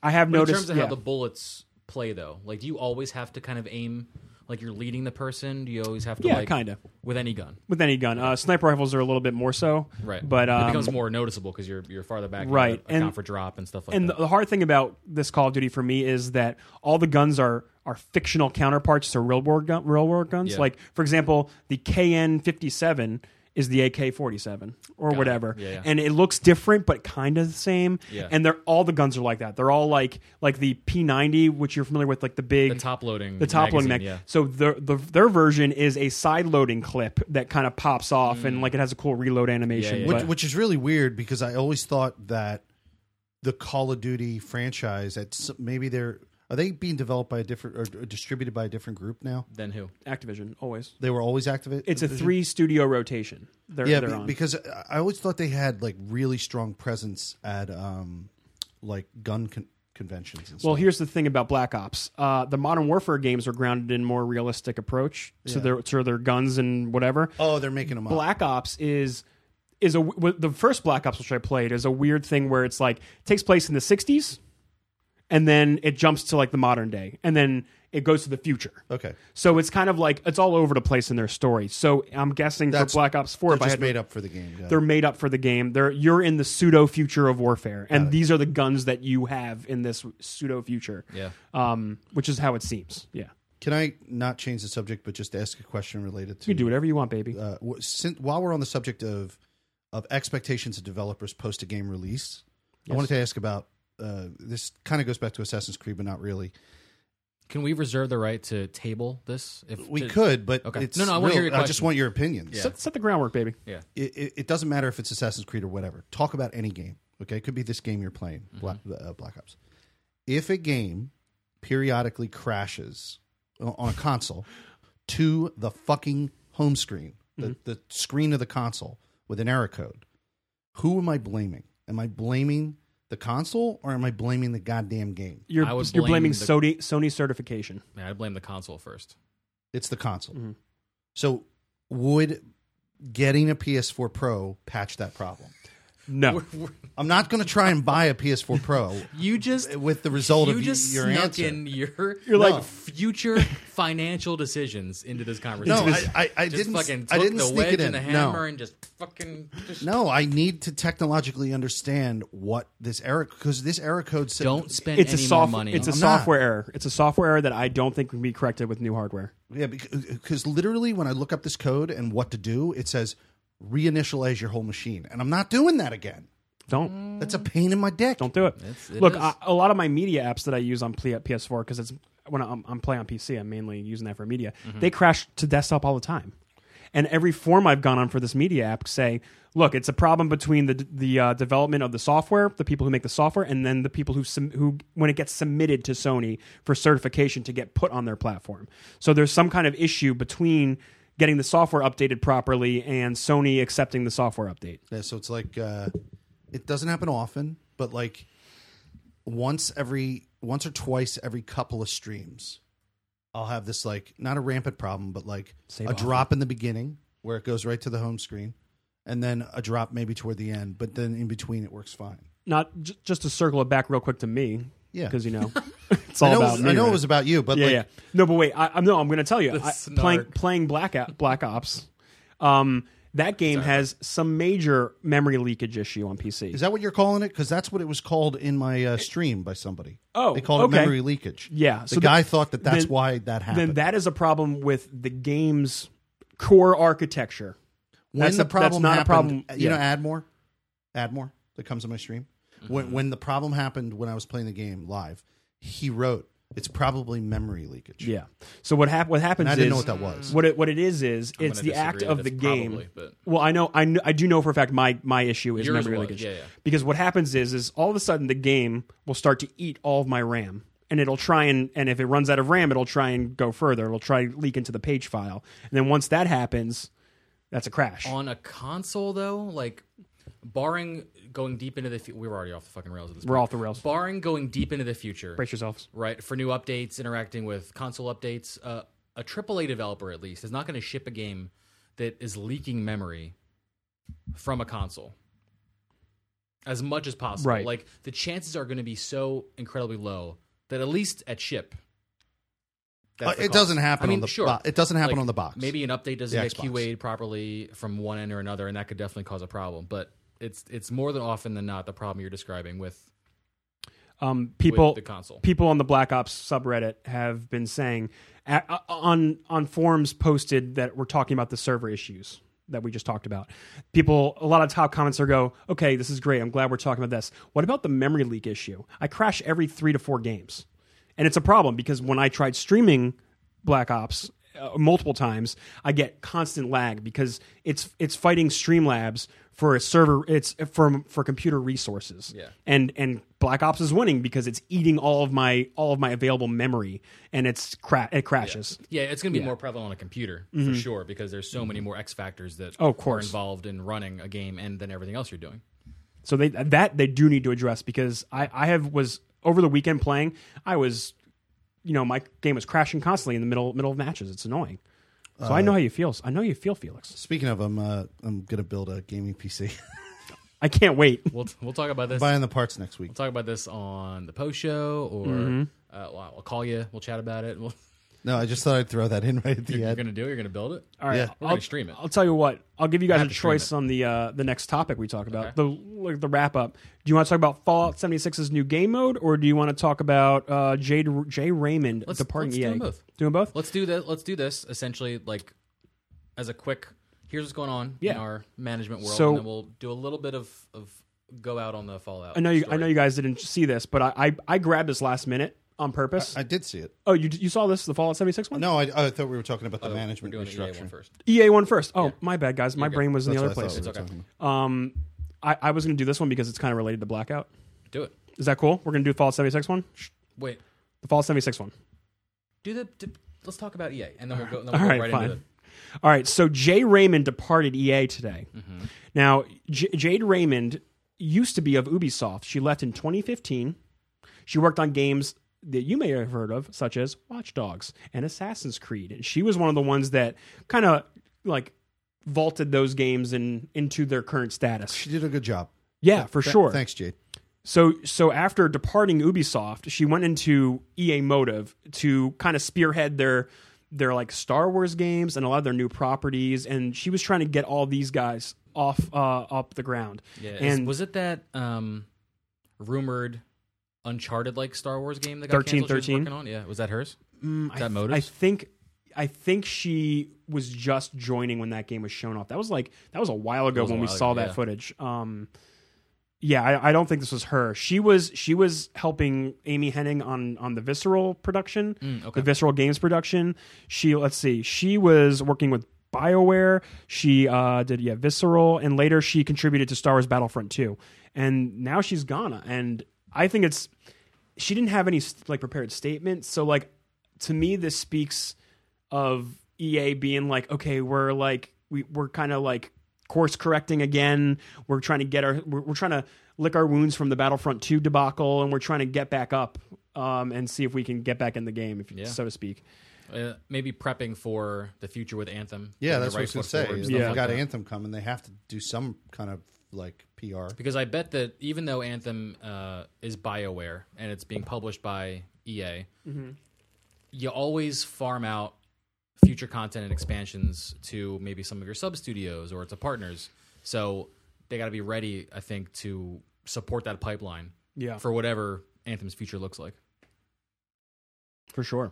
Speaker 3: i have
Speaker 1: But in
Speaker 3: noticed
Speaker 1: terms of
Speaker 3: yeah.
Speaker 1: how the bullets play, though, like do you always have to kind of aim like you're leading the person? Do you always have to
Speaker 3: Yeah,
Speaker 1: like
Speaker 3: kinda.
Speaker 1: with any gun?
Speaker 3: with any gun uh, sniper rifles are a little bit more so
Speaker 1: Right,
Speaker 3: but um,
Speaker 1: it becomes more noticeable because you're you're farther back. you
Speaker 3: Right,
Speaker 1: gotta account
Speaker 3: and-
Speaker 1: for drop and stuff like
Speaker 3: and
Speaker 1: that.
Speaker 3: the hard thing about this Call of Duty for me is that all the guns are are fictional counterparts to real world gun, real world guns.
Speaker 1: Yeah.
Speaker 3: Like for example, the KN fifty seven is the AK forty seven or whatever,
Speaker 1: Yeah, yeah.
Speaker 3: and it looks different but kind of the same.
Speaker 1: Yeah.
Speaker 3: And they're all the guns are like that. They're all like like the P ninety, which you're familiar with, like the big
Speaker 1: the top loading,
Speaker 3: the top one neck.
Speaker 1: magazine, yeah.
Speaker 3: So the, the their version is a side loading clip that kind of pops off and like it has a cool reload animation.
Speaker 1: Mm. Yeah,
Speaker 2: which,
Speaker 3: but-
Speaker 2: which is really weird because I always thought that the Call of Duty franchise at s- maybe they're are they being developed by a different or distributed by a different group now?
Speaker 1: Then who?
Speaker 3: Activision always.
Speaker 2: They were always activated.
Speaker 3: It's a three studio rotation. They're,
Speaker 2: yeah,
Speaker 3: they're
Speaker 2: be-
Speaker 3: on.
Speaker 2: because I I always thought they had like really strong presence at um like gun con- conventions. And
Speaker 3: Well,
Speaker 2: stuff.
Speaker 3: here's the thing about Black Ops. Uh, the Modern Warfare games are grounded in more realistic approach to their to their guns and whatever.
Speaker 2: oh, they're making them up.
Speaker 3: Black Ops is is a w- the first Black Ops which I played is a weird thing where it's like takes place in the 60s and then it jumps to like the modern day and then it goes to the future.
Speaker 2: Okay,
Speaker 3: So it's kind of like it's all over the place in their story. So I'm guessing
Speaker 2: That's-
Speaker 3: for Black Ops 4
Speaker 2: they're
Speaker 3: if I
Speaker 2: just
Speaker 3: had
Speaker 2: made up for the game. got it.
Speaker 3: they're made up for the game. They're you're in the pseudo future of warfare, and these are the guns that you have in this pseudo future.
Speaker 1: Yeah.
Speaker 3: um, which is how it seems. Yeah,
Speaker 2: Can I not change the subject, but just ask a question related to
Speaker 3: you do whatever you want, baby.
Speaker 2: uh, wh- since, while we're on the subject of of expectations of developers post a game release, I wanted to ask about uh, this. Kind of goes back to Assassin's Creed, but not really.
Speaker 1: Can we reserve the right to table this? If
Speaker 2: We
Speaker 1: to-
Speaker 2: could, but
Speaker 1: Okay.
Speaker 2: it's
Speaker 1: No, no, I wanna
Speaker 2: real-
Speaker 1: hear your
Speaker 2: I just
Speaker 1: question.
Speaker 2: want your opinions.
Speaker 1: Yeah.
Speaker 3: Set, set the groundwork, baby.
Speaker 1: Yeah.
Speaker 2: it, it, it doesn't matter if it's Assassin's Creed or whatever. Talk about any game. Okay, it could be this game you're playing, Black, uh, Black Ops. If a game periodically crashes o- on a console to the fucking home screen, the, the screen of the console with an error code, who am I blaming? Am I blaming the console or am I blaming the goddamn game?
Speaker 3: You're,
Speaker 1: I would
Speaker 3: you're
Speaker 1: blame
Speaker 3: blaming
Speaker 1: the-
Speaker 3: Sony, Sony certification.
Speaker 1: Yeah, I blame the console first.
Speaker 2: It's the console.
Speaker 3: Mhm.
Speaker 2: So would getting a PS4 Pro patch that problem?
Speaker 3: No.
Speaker 2: I'm not going to try and buy a PS4 Pro
Speaker 1: You just
Speaker 2: with the result
Speaker 1: you
Speaker 2: of
Speaker 1: just
Speaker 2: your
Speaker 1: snuck
Speaker 2: answer.
Speaker 1: in your
Speaker 3: You're like-
Speaker 1: future financial decisions into this
Speaker 2: no,
Speaker 1: conversation.
Speaker 2: I, I, I
Speaker 1: just
Speaker 2: didn't.
Speaker 1: fucking
Speaker 2: I
Speaker 1: took
Speaker 2: didn't
Speaker 1: the
Speaker 2: sneak
Speaker 1: wedge
Speaker 2: it in.
Speaker 1: and the hammer
Speaker 2: no.
Speaker 1: and just fucking just
Speaker 2: no, I need to technologically understand what this error because this error code said.
Speaker 1: don't spend
Speaker 3: It's a
Speaker 1: any
Speaker 3: soft,
Speaker 1: more money.
Speaker 3: It's a
Speaker 1: on
Speaker 2: I'm not.
Speaker 3: software error. It's a software error that I don't think can be corrected with new hardware.
Speaker 2: Yeah, because literally when I look up this code and what to do, it says reinitialize your whole machine, and I'm not doing that again.
Speaker 3: Don't.
Speaker 1: Mm.
Speaker 2: That's a pain in my dick.
Speaker 3: Don't do it.
Speaker 1: It's- it
Speaker 3: Look,
Speaker 1: is.
Speaker 3: I, a lot of my media apps that I use on P- PS4 because it's when I'm, I'm playing on PC, I'm mainly using that for media.
Speaker 1: Mm-hmm.
Speaker 3: They crash to desktop all the time, and every form I've gone on for this media app say, "Look, it's a problem between the the uh, development of the software, the people who make the software, and then the people who sum- who when it gets submitted to Sony for certification to get put on their platform." So there's some kind of issue between getting the software updated properly and Sony accepting the software update.
Speaker 2: Yeah, so it's like uh, it doesn't happen often, but like once every once or twice every couple of streams, I'll have this like not a rampant problem, but like
Speaker 3: Save
Speaker 2: a
Speaker 3: often.
Speaker 2: drop in the beginning where it goes right to the home screen, and then a drop maybe toward the end, but then in between it works fine.
Speaker 3: not j- just to circle it back real quick to me.
Speaker 2: Yeah.
Speaker 3: because you know it's all
Speaker 2: I know, it
Speaker 3: about
Speaker 2: was,
Speaker 3: me.
Speaker 2: I know
Speaker 3: right?
Speaker 2: it was about you, but
Speaker 3: yeah,
Speaker 2: like
Speaker 3: yeah. No, but wait, I, I'm no. I'm going to tell you.
Speaker 1: The
Speaker 3: I,
Speaker 1: snark.
Speaker 3: playing playing Black Op, Black Ops. Um, that game has some major memory leakage issue on PC.
Speaker 2: is that what you're calling it? Because that's what it was called in my uh, stream by somebody.
Speaker 3: Oh,
Speaker 2: they called
Speaker 3: okay.
Speaker 2: it memory leakage.
Speaker 3: Yeah,
Speaker 2: the
Speaker 3: so the-
Speaker 2: guy thought that that's
Speaker 3: then-
Speaker 2: why that
Speaker 3: then
Speaker 2: happened.
Speaker 3: that is a problem with the game's core architecture.
Speaker 2: when
Speaker 3: That's
Speaker 2: the
Speaker 3: a- that's
Speaker 2: problem
Speaker 3: not a
Speaker 2: happened,
Speaker 3: problem-
Speaker 2: you know,
Speaker 3: yeah. Mm-hmm.
Speaker 2: Admore, Admore that comes on my stream. When when the problem happened when I was playing the game live, he wrote, "It's probably memory leakage."
Speaker 3: Yeah. So what hap- what happens
Speaker 2: And I didn't
Speaker 3: is
Speaker 2: know what that was.
Speaker 3: What it what it is is it's
Speaker 1: gonna
Speaker 3: the act
Speaker 1: disagree that
Speaker 3: of the
Speaker 1: it's
Speaker 3: game.
Speaker 1: probably, but-
Speaker 3: Well, I know I kn- I do know for a fact my my issue is
Speaker 1: Yours
Speaker 3: memory
Speaker 1: was,
Speaker 3: leakage.
Speaker 1: yeah, yeah.
Speaker 3: Because what happens is is all of a sudden the game will start to eat all of my RAM. And it'll try and and if it runs out of RAM, it'll try and go further. It'll try and leak into the page file. And then once that happens, that's a crash.
Speaker 1: on a console though, like barring going deep into the fu- we were already off the fucking rails at this.
Speaker 3: We're
Speaker 1: point.
Speaker 3: off the rails.
Speaker 1: Barring going deep into the future,
Speaker 3: Brace yourselves.
Speaker 1: right? For new updates, interacting with console updates, uh, a AAA developer at least is not going to ship a game that is leaking memory from a console as much as possible.
Speaker 3: Right.
Speaker 1: Like the chances are going to be so incredibly low that at least at ship.
Speaker 2: Uh,
Speaker 1: that's the
Speaker 2: it
Speaker 1: cost.
Speaker 2: doesn't happen.
Speaker 1: I mean,
Speaker 2: on the
Speaker 1: sure.
Speaker 2: bo- it doesn't happen
Speaker 1: Like,
Speaker 2: on the box.
Speaker 1: Maybe an update doesn't
Speaker 2: The
Speaker 1: get
Speaker 2: Xbox.
Speaker 1: QA'd properly from one end or another, and that could definitely cause a problem. But it's it's more than often than not the problem you're describing with
Speaker 3: um, people
Speaker 1: with the console.
Speaker 3: people on the Black Ops subreddit have been saying a- a- on on forums posted that we're talking about the server issues that we just talked about. People, a lot of top comments are go, okay, this is great. I'm glad we're talking about this. What about the memory leak issue? I crash every three to four games, and it's a problem because when I tried streaming Black Ops uh, multiple times, I get constant lag because it's it's fighting Streamlabs for a server. It's for for computer resources.
Speaker 1: Yeah.
Speaker 3: and and Black Ops is winning because it's eating all of my all of my available memory, and it's cra- it crashes.
Speaker 1: Yeah, it's going to be more prevalent on a computer for sure because there's so many more X factors that
Speaker 3: Mm-hmm. Oh, of
Speaker 1: are
Speaker 3: course.
Speaker 1: involved in running a game and then everything else you're doing.
Speaker 3: So they that they do need to address because I I have was over the weekend playing I was. You know, my game was crashing constantly in the middle middle of matches. It's annoying. So
Speaker 1: Uh,
Speaker 3: I know how you feel. I know you feel, Felix.
Speaker 2: Speaking of, I'm uh, I'm gonna build a gaming PC.
Speaker 3: I can't wait.
Speaker 1: We'll we'll talk about this.
Speaker 2: Buying the parts next week.
Speaker 1: We'll talk about this on the post show, or
Speaker 3: Mm-hmm.
Speaker 1: uh, well, I'll call you. We'll chat about it. We'll,
Speaker 2: No, I just thought I'd throw that in right at the
Speaker 1: You're
Speaker 2: end.
Speaker 1: going to do it. You're going to build it.
Speaker 3: All right,
Speaker 2: Yeah.
Speaker 1: We're
Speaker 3: I'll,
Speaker 1: gonna stream it.
Speaker 3: I'll tell you what. I'll give you guys a
Speaker 1: have to stream
Speaker 3: choice on the uh, the next topic we talk about the like the wrap up. Do you want to talk about Fallout 76's new game mode, or do you want to talk about uh, Jade Jay Raymond
Speaker 1: Let's-
Speaker 3: departing
Speaker 1: let's
Speaker 3: E
Speaker 1: do
Speaker 3: EA?
Speaker 1: them both.
Speaker 3: Doing both.
Speaker 1: Let's do this. Let's do this essentially like as a quick. Here's what's going on in
Speaker 3: Yeah.
Speaker 1: our management world,
Speaker 3: So-
Speaker 1: and then we'll do a little bit of of go out on the fallout.
Speaker 3: I know you. I
Speaker 1: story.
Speaker 3: know you guys didn't see this, but I I, I grabbed this last minute. on purpose.
Speaker 2: I did see it.
Speaker 3: oh, you you saw this the Fallout 76 one?
Speaker 2: No, I, I thought we were talking
Speaker 3: Oh,
Speaker 2: about the management
Speaker 1: We're doing the EA one
Speaker 2: restructuring.
Speaker 1: first.
Speaker 3: EA one first. Oh, my bad, guys. My
Speaker 1: good.
Speaker 3: brain was in the
Speaker 2: That's
Speaker 3: other
Speaker 2: what I thought
Speaker 3: place.
Speaker 2: we were
Speaker 1: okay.
Speaker 2: talking
Speaker 3: Um, I, I was going to do this one because it's kind of related to Blackout.
Speaker 1: Do it.
Speaker 3: Is that cool? We're going to do Fallout 76 one.
Speaker 1: Wait.
Speaker 3: The Fallout 76 one.
Speaker 1: Do the. Do, let's talk about EA, and then we'll go. Then we'll
Speaker 3: All
Speaker 1: go
Speaker 3: right,
Speaker 1: right
Speaker 3: fine.
Speaker 1: into the,
Speaker 3: All right, so Jay Raymond departed EA today.
Speaker 1: Mm-hmm.
Speaker 3: Now, J- Jade Raymond used to be of Ubisoft. She left in 2015. She worked on games that you may have heard of, such as Watch Dogs and Assassin's Creed. And she was one of the ones that kind of like vaulted those games in, into their current status.
Speaker 2: She did a good job.
Speaker 3: Yeah, for
Speaker 2: Th-
Speaker 3: sure.
Speaker 2: Thanks, Jade.
Speaker 3: So, so after departing Ubisoft, she went into EA Motive to kind of spearhead their their like Star Wars games and a lot of their new properties, and she was trying to get all these guys off uh, up the ground.
Speaker 1: yeah. is-
Speaker 3: and
Speaker 1: was it that um, rumored Uncharted like Star Wars game that got
Speaker 3: 13,
Speaker 1: canceled she was
Speaker 3: 13?
Speaker 1: working on? Yeah. Was that hers?
Speaker 3: mm,
Speaker 1: that
Speaker 3: I,
Speaker 1: Motive?
Speaker 3: I think I think she was just joining when that game was shown off. That was like that was a while ago
Speaker 1: was a
Speaker 3: when we
Speaker 1: while
Speaker 3: saw
Speaker 1: ago,
Speaker 3: that
Speaker 1: yeah.
Speaker 3: footage. Um, yeah, I, I don't think this was her. She was she was helping Amy Henning on on the Visceral production.
Speaker 1: Mm,
Speaker 3: the
Speaker 1: okay.
Speaker 3: Visceral Games production. She let's see, she was working with BioWare. She uh, did yeah Visceral, and later she contributed to Star Wars Battlefront 2. And now she's gone. And I think it's she didn't have any like prepared statements. So like to me, this speaks of EA being like, okay, we're like we we're kind of like course correcting again. We're trying to get our we're, we're trying to lick our wounds from the Battlefront 2 debacle, and we're trying to get back up um, and see if we can get back in the game, if
Speaker 1: Yeah.
Speaker 3: so to speak.
Speaker 1: Uh, maybe prepping for the future with Anthem.
Speaker 2: Yeah,
Speaker 1: Getting
Speaker 2: that's
Speaker 1: the
Speaker 2: what
Speaker 1: right
Speaker 2: I was going to
Speaker 1: foot
Speaker 2: say.
Speaker 1: forward,
Speaker 2: is
Speaker 1: stuff
Speaker 2: They
Speaker 3: Yeah.
Speaker 1: like
Speaker 2: got
Speaker 1: that.
Speaker 2: Anthem coming. They have to do some kind of like PR.
Speaker 1: Because I bet that even though Anthem uh, is BioWare and it's being published by EA, you always farm out future content and expansions to maybe some of your sub studios or to partners. So they got to be ready, I think, to support that pipeline
Speaker 3: Yeah, for,
Speaker 1: for whatever Anthem's future looks like.
Speaker 3: for sure.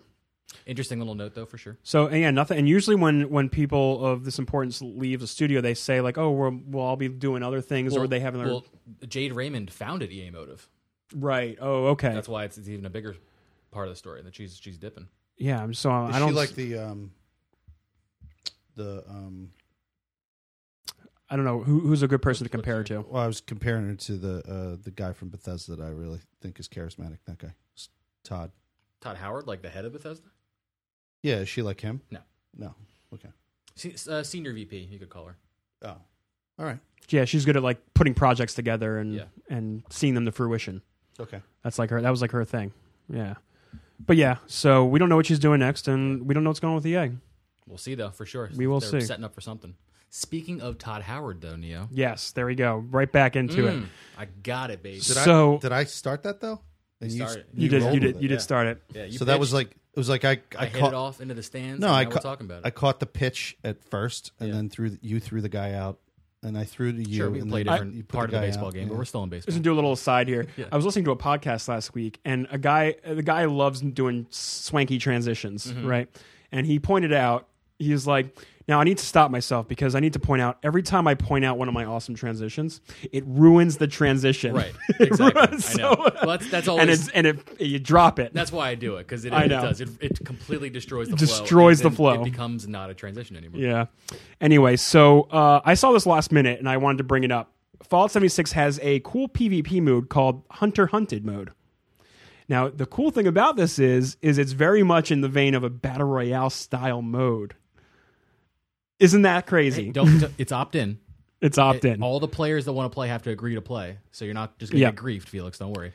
Speaker 1: Interesting little note, though, for sure.
Speaker 3: So and yeah, nothing. And usually when when people of this importance leave the studio, they say like, oh, we're, we'll all be doing other things, or
Speaker 1: Well-
Speaker 3: they have another
Speaker 1: well, Jade Raymond founded EA Motive.
Speaker 3: right. Oh, okay.
Speaker 1: That's why it's, it's even a bigger part of the story that she's she's dipping.
Speaker 3: yeah, I'm so I
Speaker 2: Is
Speaker 3: don't
Speaker 2: she like the um the um
Speaker 3: I don't know who, who's a good person to
Speaker 1: What's-
Speaker 3: compare it to.
Speaker 2: well I was comparing her to the uh the guy from Bethesda that I really think is charismatic, that guy. S- Todd.
Speaker 1: Todd Howard, like the head of Bethesda,
Speaker 2: Yeah, is she like him?
Speaker 1: No.
Speaker 2: No. Okay.
Speaker 1: Se- uh, senior VP, you could call her.
Speaker 2: Oh. All right.
Speaker 3: Yeah, she's good at like putting projects together and
Speaker 1: Yeah.
Speaker 3: and seeing them to fruition.
Speaker 2: Okay.
Speaker 3: That's like her. That was like her thing. Yeah. But yeah, so we don't know what she's doing next, and we don't know what's going on with EA.
Speaker 1: We'll see though, for sure.
Speaker 3: We will
Speaker 1: They're
Speaker 3: see.
Speaker 1: Setting up for something. Speaking of Todd Howard, though, Neo,
Speaker 3: Yes, there we go. Right back into
Speaker 1: Mm,
Speaker 3: it.
Speaker 1: I got it, baby.
Speaker 3: So-
Speaker 2: Did I did I start that though? And
Speaker 1: You
Speaker 2: s-
Speaker 1: started.
Speaker 3: You, did.
Speaker 2: rolled
Speaker 3: You
Speaker 2: with
Speaker 3: did.
Speaker 2: it.
Speaker 3: You did
Speaker 1: yeah.
Speaker 3: start it.
Speaker 1: Yeah, you
Speaker 2: So that
Speaker 1: pitched,
Speaker 2: was like it was like I
Speaker 1: I,
Speaker 2: I,
Speaker 1: hit
Speaker 2: caught
Speaker 1: it off into the stands.
Speaker 2: No,
Speaker 1: and
Speaker 2: I
Speaker 1: now we're
Speaker 2: caught-
Speaker 1: talking about
Speaker 2: I
Speaker 1: it.
Speaker 2: caught the pitch at first, and then threw the, you threw the guy out, and I threw to you.
Speaker 1: sure, we
Speaker 2: and
Speaker 1: can play a
Speaker 2: then
Speaker 1: different
Speaker 2: you put
Speaker 1: part of
Speaker 2: guy
Speaker 1: the baseball
Speaker 2: out.
Speaker 1: game, but
Speaker 2: Yeah.
Speaker 1: we're still in
Speaker 3: Just
Speaker 1: baseball.
Speaker 3: to do a little aside here.
Speaker 1: Yeah.
Speaker 3: I was listening to a podcast last week, and a guy, the guy loves doing swanky transitions,
Speaker 1: Mm-hmm.
Speaker 3: right? And he pointed out, he's like, now I need to stop myself because I need to point out every time I point out one of my awesome transitions, it ruins the transition,
Speaker 1: Right, exactly. I
Speaker 3: So-
Speaker 1: know. Well, that's that's
Speaker 3: and
Speaker 1: always
Speaker 3: it's and it you drop it.
Speaker 1: that's why I do it because it,
Speaker 3: I
Speaker 1: it
Speaker 3: know.
Speaker 1: does it, it completely destroys the flow.
Speaker 3: Destroys
Speaker 1: and
Speaker 3: the
Speaker 1: then
Speaker 3: flow.
Speaker 1: It becomes not a transition anymore.
Speaker 3: Yeah. Anyway, so uh, I saw this last minute and I wanted to bring it up. Fallout 76 has a cool PvP mode called Hunter Hunted mode. Now, the cool thing about this is is it's very much in the vein of a battle royale style mode. Isn't that crazy?
Speaker 1: Don't. t- It's opt in.
Speaker 3: it's opt in.
Speaker 1: All the players that want to play have to agree to play, so you're not just going to
Speaker 3: Yeah.
Speaker 1: get griefed, Felix. Don't worry.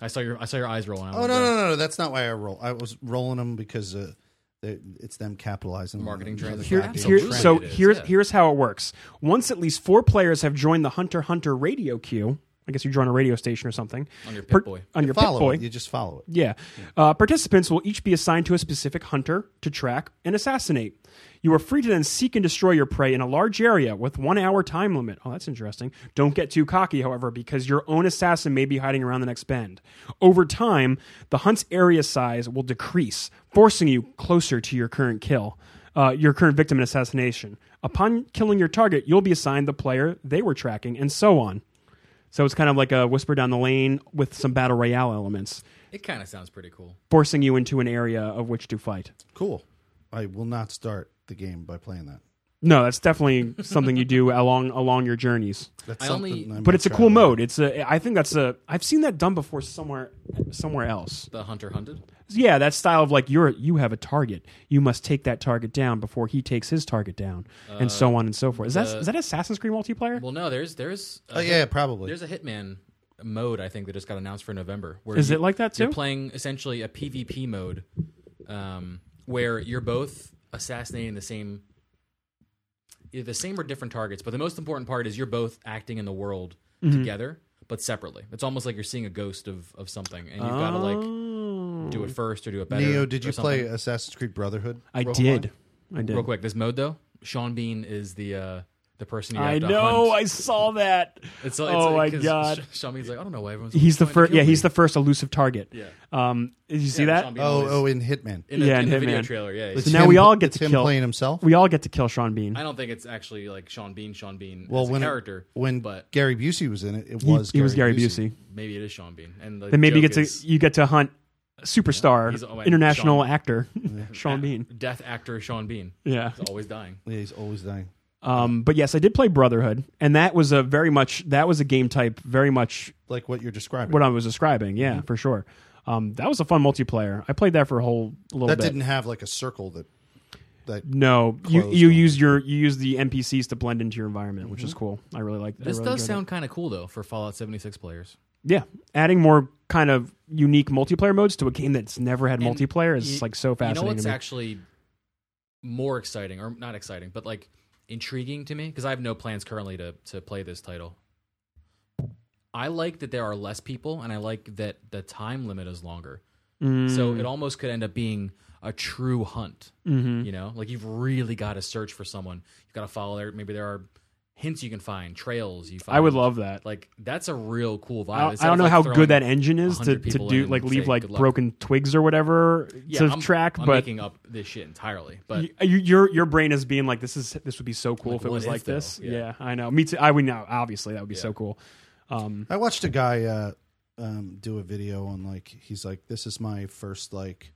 Speaker 1: I saw your I saw your eyes rolling. I
Speaker 2: Oh
Speaker 1: was
Speaker 2: no,
Speaker 1: like,
Speaker 2: no, no, no! That's not why I roll. I was rolling them because uh, they, it's them capitalizing on
Speaker 1: Marketing
Speaker 2: it.
Speaker 1: trends.
Speaker 2: Another
Speaker 3: Here-
Speaker 2: goddamn
Speaker 3: here-
Speaker 1: Absolutely
Speaker 2: trend.
Speaker 3: so
Speaker 1: it is,
Speaker 3: here's
Speaker 1: yeah.
Speaker 3: here's how it works. Once at least four players have joined the Hunter Hunter radio queue, I guess you join a radio station or something.
Speaker 1: On your
Speaker 3: per-
Speaker 1: Pip-Boy.
Speaker 3: On your
Speaker 2: follow
Speaker 3: Pip-Boy.
Speaker 2: it. You just follow it.
Speaker 3: Yeah. Uh, participants will each be assigned to a specific hunter to track and assassinate. You are free to then seek and destroy your prey in a large area with one hour time limit. Oh, that's interesting. Don't get too cocky, however, because your own assassin may be hiding around the next bend. Over time, the hunt's area size will decrease, forcing you closer to your current kill, uh, your current victim in assassination. Upon killing your target, you'll be assigned the player they were tracking, and so on. So it's kind of like a whisper down the lane with some battle royale elements.
Speaker 1: It kind of sounds pretty cool.
Speaker 3: forcing you into an area of which to fight.
Speaker 2: Cool. I will not start the game by playing that.
Speaker 3: No, that's definitely something you do along along your journeys.
Speaker 2: That's
Speaker 1: I
Speaker 2: something
Speaker 1: only-
Speaker 2: I might
Speaker 3: But it's a
Speaker 2: try
Speaker 3: cool
Speaker 2: later.
Speaker 3: mode. It's a. I think that's a. I've seen that done before somewhere somewhere else.
Speaker 1: The hunter hunted.
Speaker 3: Yeah, that style of like you're you have a target. You must take that target down before he takes his target down, and so on and so forth. Is that is that Assassin's Creed multiplayer?
Speaker 1: Uh, Well, no, there's there's a
Speaker 2: Oh, yeah, probably.
Speaker 1: There's a Hitman mode I think that just got announced for November. Where
Speaker 3: Is it like that,
Speaker 1: You're
Speaker 3: too?
Speaker 1: playing essentially a PvP mode, um, where you're both assassinating the same, either the same or different targets. But the most important part is you're both acting in the world
Speaker 3: Mm-hmm.
Speaker 1: together, but separately. It's almost like you're seeing a ghost of of something, and you've got to like
Speaker 3: Oh.
Speaker 1: do it first or do it better.
Speaker 2: Neo, did
Speaker 1: or
Speaker 2: you
Speaker 1: something.
Speaker 2: play Assassin's Creed Brotherhood?
Speaker 3: I
Speaker 1: Rogue
Speaker 3: did. I did.
Speaker 1: real quick this mode though? Sean Bean is the uh, the person you have
Speaker 3: I
Speaker 1: to
Speaker 3: know.
Speaker 1: hunt.
Speaker 3: I saw that.
Speaker 1: It's, it's,
Speaker 3: oh my
Speaker 1: 'cause
Speaker 3: god.
Speaker 1: Sh- Sean Bean's like, I don't know why everyone's.
Speaker 3: He's the
Speaker 1: trying to
Speaker 3: first.
Speaker 1: kill
Speaker 3: Yeah, he's
Speaker 1: me."
Speaker 3: the first elusive target.
Speaker 1: Yeah.
Speaker 3: Um, did you see
Speaker 1: Yeah,
Speaker 3: that?
Speaker 1: Sean Bean
Speaker 2: Oh,
Speaker 1: always-
Speaker 2: oh, in Hitman.
Speaker 1: in, the-
Speaker 3: Yeah,
Speaker 1: in
Speaker 3: in
Speaker 1: the video
Speaker 3: Hitman.
Speaker 1: trailer. Yeah,
Speaker 2: It's
Speaker 1: yeah.
Speaker 3: So now we all get
Speaker 2: it's
Speaker 3: to
Speaker 2: him
Speaker 3: kill-
Speaker 2: playing himself.
Speaker 3: we all get to kill Sean Bean.
Speaker 1: I don't think it's actually like Sean Bean, Sean Bean
Speaker 2: Well,
Speaker 1: as a
Speaker 2: when
Speaker 1: character.
Speaker 2: when
Speaker 1: but
Speaker 2: Gary Busey was in it, it
Speaker 3: He-
Speaker 2: was
Speaker 3: he, was Gary Busey.
Speaker 1: maybe it is Sean Bean, and the
Speaker 3: Then maybe you
Speaker 1: joke
Speaker 3: get to
Speaker 1: is
Speaker 3: you get to hunt superstar,
Speaker 1: He's- oh, wait,
Speaker 3: international
Speaker 1: Sean-
Speaker 3: actor Sean Bean.
Speaker 1: death actor Sean Bean.
Speaker 3: Yeah.
Speaker 1: He's always dying.
Speaker 2: Yeah, he's always dying.
Speaker 3: Um, but yes, I did play Brotherhood, and that was a very much that was a game type very much
Speaker 2: Like what you're describing.
Speaker 3: what I was describing. Yeah, for sure. Um, that was a fun multiplayer. I played that for a whole little
Speaker 2: that
Speaker 3: bit.
Speaker 2: didn't have like a circle that that
Speaker 3: no, you
Speaker 2: Closed
Speaker 3: you
Speaker 2: one.
Speaker 3: use your you use the NPCs to blend into your environment, which is cool. I really like that.
Speaker 1: This
Speaker 3: I really
Speaker 1: does
Speaker 3: enjoyed
Speaker 1: sound kind of cool though for Fallout 76 players.
Speaker 3: it. yeah. Adding more kind of unique multiplayer modes to a game that's never had
Speaker 1: And
Speaker 3: multiplayer is
Speaker 1: you-
Speaker 3: like so
Speaker 1: You
Speaker 3: fascinating.
Speaker 1: know what's
Speaker 3: to me.
Speaker 1: actually more exciting, or not exciting, but like intriguing to me because I have no plans currently to to play this title. I like that there are less people, and I like that the time limit is longer. So
Speaker 3: Mm.
Speaker 1: it almost could end up being a true hunt.
Speaker 3: Mm-hmm.
Speaker 1: You know, like you've really got to search for someone. You've got to follow there. Maybe there are hints you can find, trails you find.
Speaker 3: I would love that.
Speaker 1: Like that's a real cool vibe.
Speaker 3: I
Speaker 1: It
Speaker 3: don't, I
Speaker 1: sounds
Speaker 3: don't know
Speaker 1: like
Speaker 3: how
Speaker 1: throwing-
Speaker 3: good that engine is to,
Speaker 1: 100
Speaker 3: to
Speaker 1: people
Speaker 3: do
Speaker 1: in
Speaker 3: like
Speaker 1: and
Speaker 3: leave
Speaker 1: say,
Speaker 3: like
Speaker 1: "Good luck."
Speaker 3: broken twigs or whatever
Speaker 1: Yeah,
Speaker 3: to
Speaker 1: I'm,
Speaker 3: track,
Speaker 1: I'm
Speaker 3: but
Speaker 1: making up this shit entirely. But
Speaker 3: y- you, your your brain is being like this is this would be so cool if it
Speaker 1: what
Speaker 3: was
Speaker 1: if,
Speaker 3: like
Speaker 1: though?
Speaker 3: this. Yeah.
Speaker 1: Yeah.
Speaker 3: I know. Me too. I would know. Obviously, that would be so cool.
Speaker 2: I watched a guy uh, um, do a video on like he's like this is my first like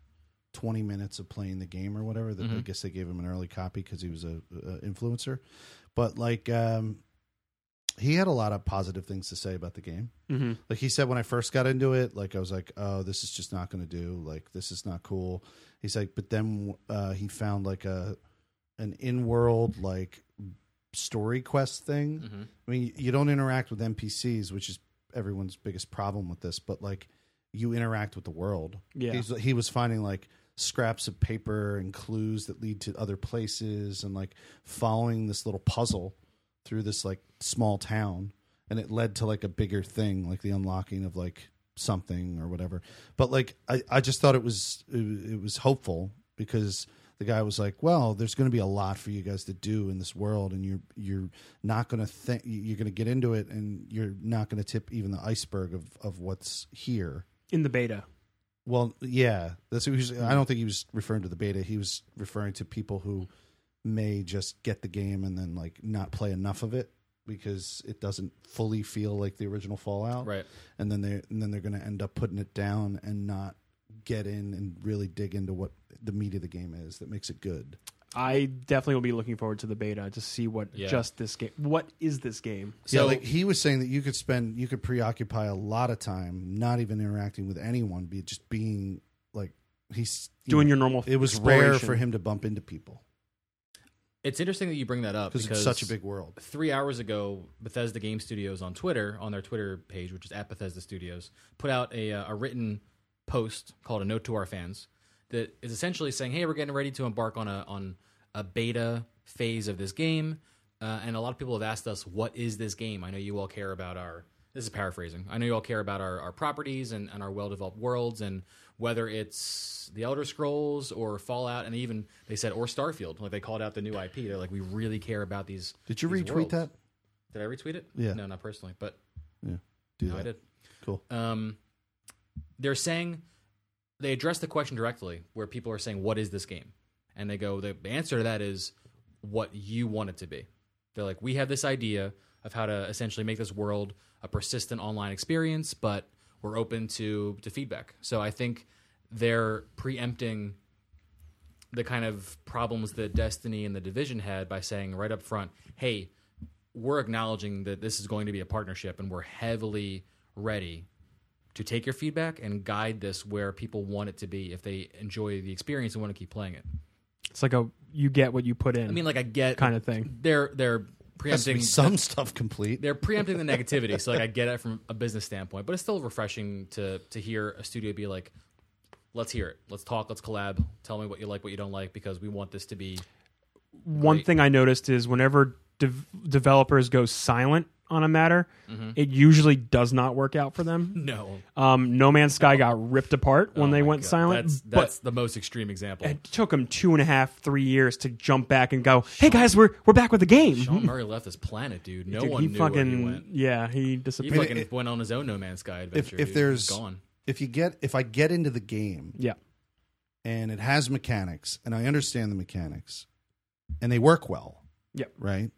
Speaker 2: twenty minutes of playing the game or whatever. That I guess they gave him an early copy because he was a, a influencer, but like um, he had a lot of positive things to say about the game.
Speaker 3: Mm-hmm.
Speaker 2: Like he said when I first got into it, like I was like, oh, this is just not going to do. Like this is not cool. He's like, but then uh, he found like a an in world like story quest thing.
Speaker 1: Mhm.
Speaker 2: I mean, you don't interact with NPCs, which is everyone's biggest problem with this, but like you interact with the world.
Speaker 3: Yeah.
Speaker 2: He's, he was finding like scraps of paper and clues that lead to other places and like following this little puzzle through this like small town and it led to like a bigger thing like the unlocking of like something or whatever but like i, I just thought it was it, it was hopeful because the guy was like well there's going to be a lot for you guys to do in this world and you're you're not going to think you're going to get into it and you're not going to tip even the iceberg of of what's here
Speaker 3: In the beta.
Speaker 2: well, yeah, that's. He was, I
Speaker 3: Hmm.
Speaker 2: don't think he was referring to the beta. He was referring to people who may just get the game and then like not play enough of it because it doesn't fully feel like the original Fallout.
Speaker 1: Right.
Speaker 2: And then they and then they're going to end up putting it down and not get in and really dig into what the meat of the game is that makes it good.
Speaker 3: I definitely will be looking forward to the beta to see what
Speaker 1: Yeah.
Speaker 3: just this game. What is this game?
Speaker 2: So
Speaker 1: So-
Speaker 2: like he was saying that you could spend you could preoccupy a lot of time not even interacting with anyone, be just being like he's you
Speaker 3: Doing
Speaker 2: know,
Speaker 3: your normal.
Speaker 2: It was rare
Speaker 3: exploration.
Speaker 2: for him to bump into people.
Speaker 1: it's interesting that you bring that up
Speaker 2: because it's such a big world.
Speaker 1: three hours ago, Bethesda Game Studios on Twitter, on their Twitter page, which is at Bethesda Studios, put out a, uh, a written post called "A Note to Our Fans" that is essentially saying, "Hey, we're getting ready to embark on a on a beta phase of this game, uh, and a lot of people have asked us, what is this game? I know you all care about our." This is paraphrasing. I know you all care about our, our properties and, and our well developed worlds, and whether it's the Elder Scrolls or Fallout, and even they said, or Starfield. Like they called out the new IP. They're like, we really care about these
Speaker 2: Did you
Speaker 1: these
Speaker 2: retweet
Speaker 1: worlds.
Speaker 2: that?
Speaker 1: Did I retweet it?
Speaker 2: Yeah.
Speaker 1: No, not personally, but
Speaker 2: Yeah, do
Speaker 1: no,
Speaker 2: that.
Speaker 1: I did.
Speaker 2: Cool.
Speaker 1: Um, they're saying they address the question directly, where people are saying, "What is this game?" And they go, "The answer to that is what you want it to be." They're like, "We have this idea of how to essentially make this world a persistent online experience, but were open to to feedback. So I think they're preempting the kind of problems that Destiny and the Division had by saying right up front, "Hey, we're acknowledging that this is going to be a partnership, and we're heavily ready to take your feedback and guide this where people want it to be if they enjoy the experience and want to keep playing it."
Speaker 3: It's like a you get what you put in.
Speaker 1: I mean, like I get
Speaker 3: kind of thing.
Speaker 1: They're they're
Speaker 2: Has to be
Speaker 1: preempting
Speaker 2: some stuff complete.
Speaker 1: they're preempting the negativity. so like I get it from a business standpoint, but it's still refreshing to to hear a studio be like, "Let's hear it. Let's talk. Let's collab. Tell me what you like, what you don't like, because we want this to be."
Speaker 3: One thing I noticed is whenever dev- developers go silent on a matter,
Speaker 1: Mm-hmm.
Speaker 3: it usually does not work out for them.
Speaker 1: No,
Speaker 3: Um, no Man's Sky got ripped apart when they went silent.
Speaker 1: Oh That's
Speaker 3: but
Speaker 1: that's the most extreme example.
Speaker 3: it took them two and a half, three years to jump back and go, "Hey guys, we're we're back with the game."
Speaker 1: Sean Murray left this planet, dude. No
Speaker 3: Dude,
Speaker 1: one
Speaker 3: he
Speaker 1: knew
Speaker 3: fucking
Speaker 1: where he went.
Speaker 3: yeah, he
Speaker 1: He
Speaker 3: disappeared.
Speaker 1: fucking
Speaker 2: it-
Speaker 1: went on his own No Man's Sky
Speaker 2: if
Speaker 1: adventure. dude.
Speaker 2: if
Speaker 1: He's
Speaker 2: there's
Speaker 1: gone,
Speaker 2: if you get if I get into the game
Speaker 3: yeah,
Speaker 2: and it has mechanics and I understand the mechanics and they work well.
Speaker 3: Yep.
Speaker 2: Right.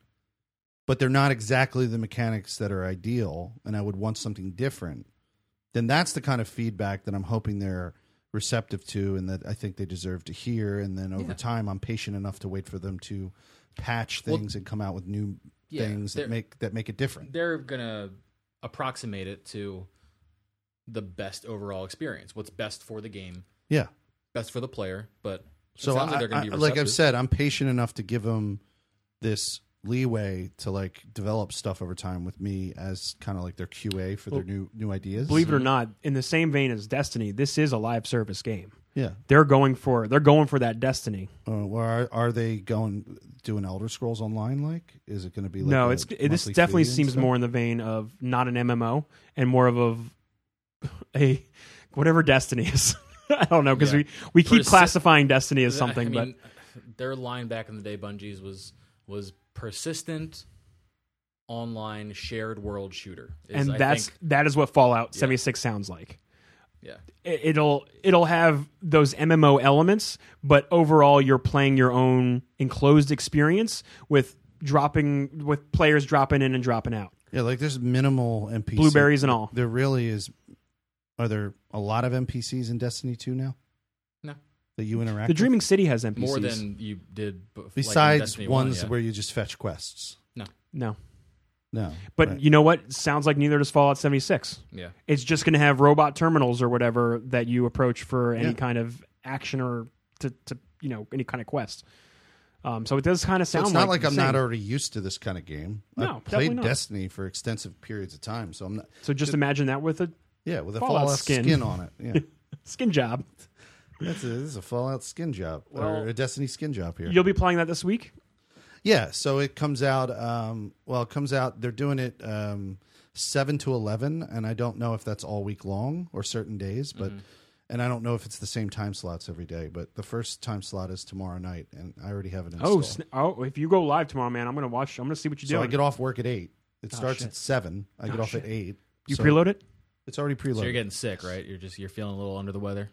Speaker 2: But they're not exactly the mechanics that are ideal and I would want something different. Then that's the kind of feedback that I'm hoping they're receptive to and that I think they deserve to hear and then over
Speaker 1: Yeah.
Speaker 2: time I'm patient enough to wait for them to patch
Speaker 1: Well-
Speaker 2: things and come out with new
Speaker 1: Yeah,
Speaker 2: things
Speaker 1: they're-
Speaker 2: that make that make it different.
Speaker 1: they're gonna approximate it to the best overall experience. What's best for the game,
Speaker 2: Yeah.
Speaker 1: best for the player, but. it
Speaker 2: So
Speaker 1: sounds
Speaker 2: I,
Speaker 1: like they're going to be
Speaker 2: I- like I've
Speaker 1: receptive.
Speaker 2: said, I'm patient enough to give them this leeway to like develop stuff over time with me as kind of like their QA for their new new ideas.
Speaker 3: believe it
Speaker 1: Mm-hmm.
Speaker 3: or not, in the same vein as Destiny, this is a live service game.
Speaker 2: yeah.
Speaker 3: They're going for they're going for that Destiny.
Speaker 2: Uh, well, are, are they going doing Elder Scrolls Online? Like, is it going to be like a
Speaker 3: no, it's it, this
Speaker 2: monthly
Speaker 3: definitely
Speaker 2: fee and
Speaker 3: seems
Speaker 2: stuff?
Speaker 3: more in the vein of not an MMO and more of a, a whatever Destiny is. I don't know because
Speaker 1: Yeah.
Speaker 3: we, we keep
Speaker 1: Persi-
Speaker 3: classifying Destiny as something,
Speaker 1: I mean, their line back in the day, Bungie's was was persistent online shared world shooter,
Speaker 3: but
Speaker 1: is,
Speaker 3: and
Speaker 1: I
Speaker 3: that's
Speaker 1: think-
Speaker 3: that is what Fallout seventy six sounds like.
Speaker 1: yeah.
Speaker 3: It- It'll it'll have those MMO elements, but overall you're playing your own enclosed experience with dropping with players dropping in and dropping out,
Speaker 2: yeah, like there's minimal NPC
Speaker 3: blueberries and all.
Speaker 2: There really is. Are there a lot of NPCs in Destiny two now?
Speaker 1: No.
Speaker 2: that you interact
Speaker 3: The Dreaming City has NPCs.
Speaker 1: more than you did bef- like in
Speaker 2: with? besides
Speaker 1: Destiny 1,
Speaker 2: ones
Speaker 1: yeah.
Speaker 2: where you just fetch quests.
Speaker 3: no,
Speaker 2: No,
Speaker 3: but
Speaker 2: right.
Speaker 3: you know what? Sounds like neither does Fallout seventy six.
Speaker 1: yeah.
Speaker 3: it's just going to have robot terminals or whatever that you approach for any
Speaker 2: Yeah.
Speaker 3: kind of action or to, to you know any kind of quest. Um, so it does kind of
Speaker 2: So
Speaker 3: sound.
Speaker 2: it's not like,
Speaker 3: the
Speaker 2: I'm not
Speaker 3: same.
Speaker 2: already used to this kind of game.
Speaker 3: No,
Speaker 2: I've
Speaker 3: definitely
Speaker 2: played
Speaker 3: not.
Speaker 2: Destiny for extensive periods of time, so I'm not.
Speaker 3: so just imagine that with a
Speaker 2: Yeah, with a
Speaker 3: Fallout
Speaker 2: Fallout,
Speaker 3: skin.
Speaker 2: skin. on it. Yeah,
Speaker 3: skin job.
Speaker 2: that's a, this is a Fallout skin job
Speaker 3: Well,
Speaker 2: or a Destiny skin job here.
Speaker 3: You'll be playing that this week.
Speaker 2: Yeah, so it comes out. Um, well, it comes out. They're doing it um, seven to eleven, and I don't know if that's all week long or certain days, but.
Speaker 3: Mm-hmm.
Speaker 2: And I don't know if it's the same time slots every day, but the first time slot is tomorrow night, and I already have it installed.
Speaker 3: Oh, sna- oh! If you go live tomorrow, man, I'm going to watch. I'm going to see what you do.
Speaker 2: so I get off work at eight. It starts
Speaker 3: Oh, shit. Oh,
Speaker 2: at seven. I get off
Speaker 3: shit.
Speaker 2: at eight.
Speaker 3: you
Speaker 2: so
Speaker 3: preload it.
Speaker 2: It's already preloaded.
Speaker 1: So you're getting sick, right? You're just you're feeling a little under the weather.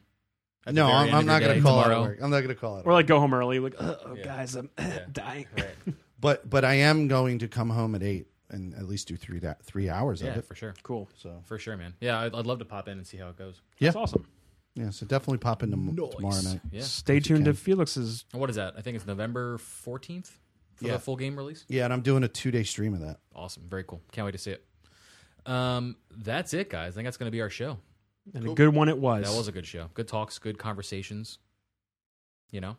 Speaker 1: At the
Speaker 2: No,
Speaker 1: very
Speaker 2: I'm,
Speaker 1: end
Speaker 2: I'm
Speaker 1: of
Speaker 2: not
Speaker 1: your
Speaker 2: going
Speaker 1: day
Speaker 2: to call it.
Speaker 1: tomorrow.
Speaker 2: Work. I'm not going to call it.
Speaker 3: Or
Speaker 2: Work.
Speaker 3: like go home early. Like, "Uh, oh,
Speaker 1: Yeah.
Speaker 3: guys, I'm dying.
Speaker 1: Right.
Speaker 2: But but I am going to come home at eight and at least do three da- three hours
Speaker 1: Yeah,
Speaker 2: of it.
Speaker 1: for sure,
Speaker 3: Cool.
Speaker 2: So
Speaker 1: for sure, man. Yeah, I'd, I'd love to pop in and see how it goes.
Speaker 3: That's awesome.
Speaker 2: yeah, so definitely pop into m- tomorrow night.
Speaker 1: Yeah.
Speaker 3: Stay tuned to Felix's.
Speaker 1: And what is that? I think it's November 14th for
Speaker 2: Yeah.
Speaker 1: the full game release.
Speaker 2: Yeah, and I'm doing a two day stream of that.
Speaker 1: Awesome, very cool. Can't wait to see it. Um, that's it, guys. I think that's going to be our show.
Speaker 3: And a good one it was.
Speaker 1: That was a good show. Good talks, good conversations. You know,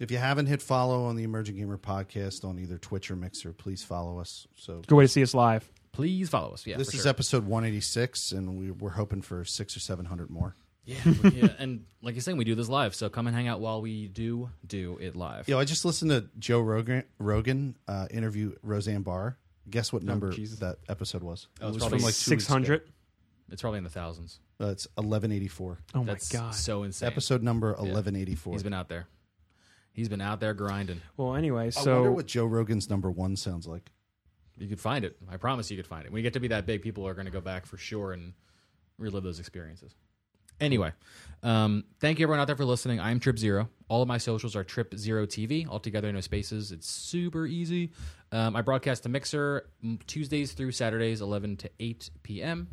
Speaker 2: If you haven't hit follow on the Emerging Gamer podcast on either Twitch or Mixer, please follow us. So
Speaker 3: good way to see us live.
Speaker 1: please follow us. Yeah,
Speaker 2: this
Speaker 1: for
Speaker 2: is
Speaker 1: sure.
Speaker 2: episode 186, and we, we're hoping for six or seven hundred more.
Speaker 1: yeah, we- yeah, and like you're saying, we do this live. So come and hang out while we do do it live.
Speaker 2: You know, I just listened to Joe Rogan, Rogan uh, interview Roseanne Barr. Guess what number
Speaker 3: Jesus.
Speaker 2: that episode was?
Speaker 1: Oh, it's
Speaker 2: it was
Speaker 1: probably
Speaker 2: from like two weeks
Speaker 3: Six
Speaker 2: ago.
Speaker 3: hundred.
Speaker 1: It's probably in the thousands.
Speaker 2: Uh, it's 1184.
Speaker 3: Oh my
Speaker 1: That's
Speaker 3: god.
Speaker 1: so insane.
Speaker 2: Episode number 1184.
Speaker 1: He's been out there. He's been out there grinding.
Speaker 3: Well, anyway,
Speaker 2: I wonder
Speaker 3: so
Speaker 2: what Joe Rogan's number one sounds like.
Speaker 1: You could find it. I promise you could find it. When you get to be that big, people are going to go back for sure and relive those experiences. Anyway, um, thank you everyone out there for listening. I'm Trip Zero. All of my socials are Trip Zero TV, altogether no spaces. It's super easy. Um, I broadcast to Mixer mm, Tuesdays through Saturdays, 11 to 8 p.m.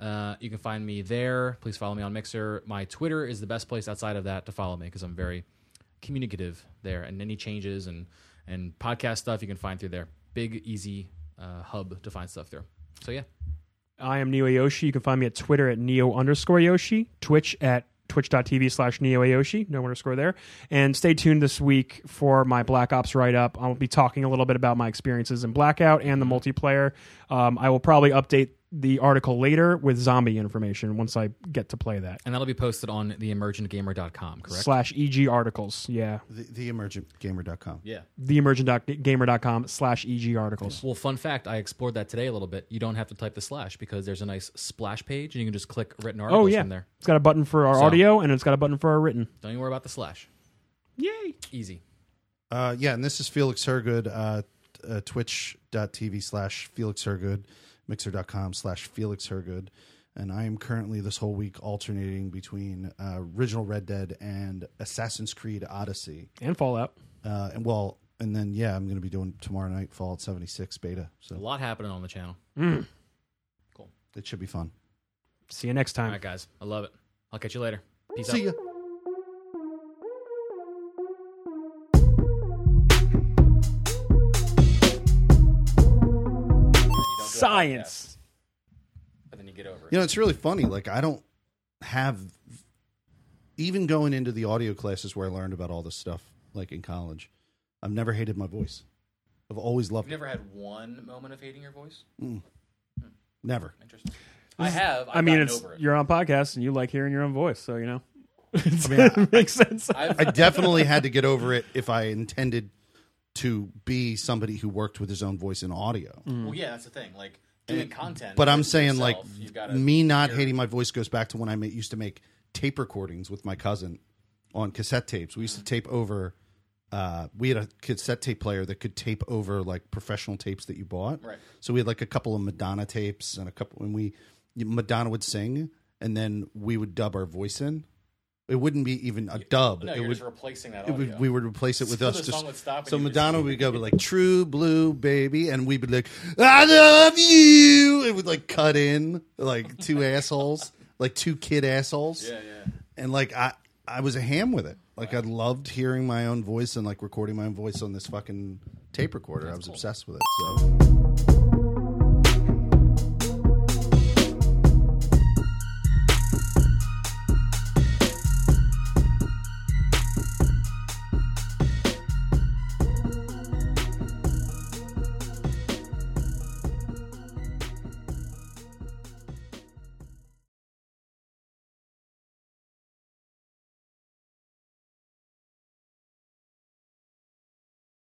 Speaker 1: Uh, you can find me there. Please follow me on Mixer. My Twitter is the best place outside of that to follow me because I'm very communicative there. And any changes and and podcast stuff you can find through there. Big easy uh, hub to find stuff through. So yeah,
Speaker 3: I am Neo Yoshi. You can find me at Twitter at Neo underscore Yoshi, Twitch at twitch.tv slash Neo Ayoshi, no underscore there. And stay tuned this week for my Black Ops write up. I'll be talking a little bit about my experiences in Blackout and the multiplayer. Um, I will probably update the article later with zombie information once I get to play that.
Speaker 1: and that'll be posted on the emergentgamer.com, correct?
Speaker 3: Slash EG articles. Yeah.
Speaker 2: The, the emergentgamer.com.
Speaker 1: yeah.
Speaker 3: Theemergent.gamer.com slash EG articles.
Speaker 1: Well, fun fact, I explored that today a little bit. You don't have to type the slash because there's a nice splash page and you can just click written articles
Speaker 3: Oh, yeah.
Speaker 1: from there.
Speaker 3: It's got a button for our
Speaker 1: So-
Speaker 3: audio and it's got a button for our written.
Speaker 1: Don't you worry about the slash.
Speaker 3: Yay.
Speaker 1: Easy.
Speaker 2: Uh, yeah, and this is Felix Hergood, uh, t- uh, twitch.tv slash Felix Hergood, mixer.com slash Felix Hergood. And I am currently this whole week alternating between uh, original Red Dead and Assassin's Creed Odyssey.
Speaker 3: And Fallout.
Speaker 2: Uh, and well, and then, yeah, I'm going to be doing tomorrow night Fallout 76 beta.
Speaker 1: A
Speaker 2: So
Speaker 1: lot happening on the channel.
Speaker 2: it should be fun.
Speaker 3: See you next time.
Speaker 1: All right, guys. I love it. I'll catch you later. Peace out.
Speaker 2: See ya.
Speaker 3: Science.
Speaker 1: But then you get over it.
Speaker 2: You know, it's really funny. Like, I don't have even going into the audio classes where I learned about all this stuff, like in college. I've never hated my voice. I've always loved
Speaker 1: You've
Speaker 2: it.
Speaker 1: never had one moment of hating your voice?
Speaker 2: Never.
Speaker 1: Interesting. I have. I've
Speaker 3: I mean,
Speaker 1: gotten
Speaker 3: it's
Speaker 1: over it.
Speaker 3: you're on podcasts and you like hearing your own voice, so you know, it
Speaker 2: mean, I-
Speaker 3: makes sense.
Speaker 1: I've,
Speaker 2: I definitely had to get over it if I intended to be somebody who worked with his own voice in audio.
Speaker 1: well, yeah, that's the thing. Like doing content.
Speaker 2: But I'm
Speaker 1: with
Speaker 2: saying, like,
Speaker 1: yourself, you've gotta
Speaker 2: me not
Speaker 1: hear it.
Speaker 2: hating my voice goes back to when I ma- used to make tape recordings with my cousin on cassette tapes. We used to tape over. Uh, we had a cassette tape player that could tape over like professional tapes that you bought.
Speaker 1: Right.
Speaker 2: So we had like a couple of Madonna tapes and a couple, and we Madonna would sing, and then we would dub our voice in. It wouldn't be even a dub.
Speaker 1: No,
Speaker 2: it
Speaker 1: you're
Speaker 2: would
Speaker 1: just replacing that
Speaker 2: it
Speaker 1: audio.
Speaker 2: would, we would replace it with
Speaker 1: So
Speaker 2: us
Speaker 1: the
Speaker 2: just
Speaker 1: song would stop and
Speaker 2: so
Speaker 1: you just-
Speaker 2: Madonna would go like "True Blue Baby" and we'd be like "I love you." It would like cut in like two assholes, like two kid assholes,
Speaker 1: yeah, yeah.
Speaker 2: and like I I was a ham with it. Like I loved hearing my own voice and like recording my own voice on this fucking tape recorder. I was obsessed with it. So.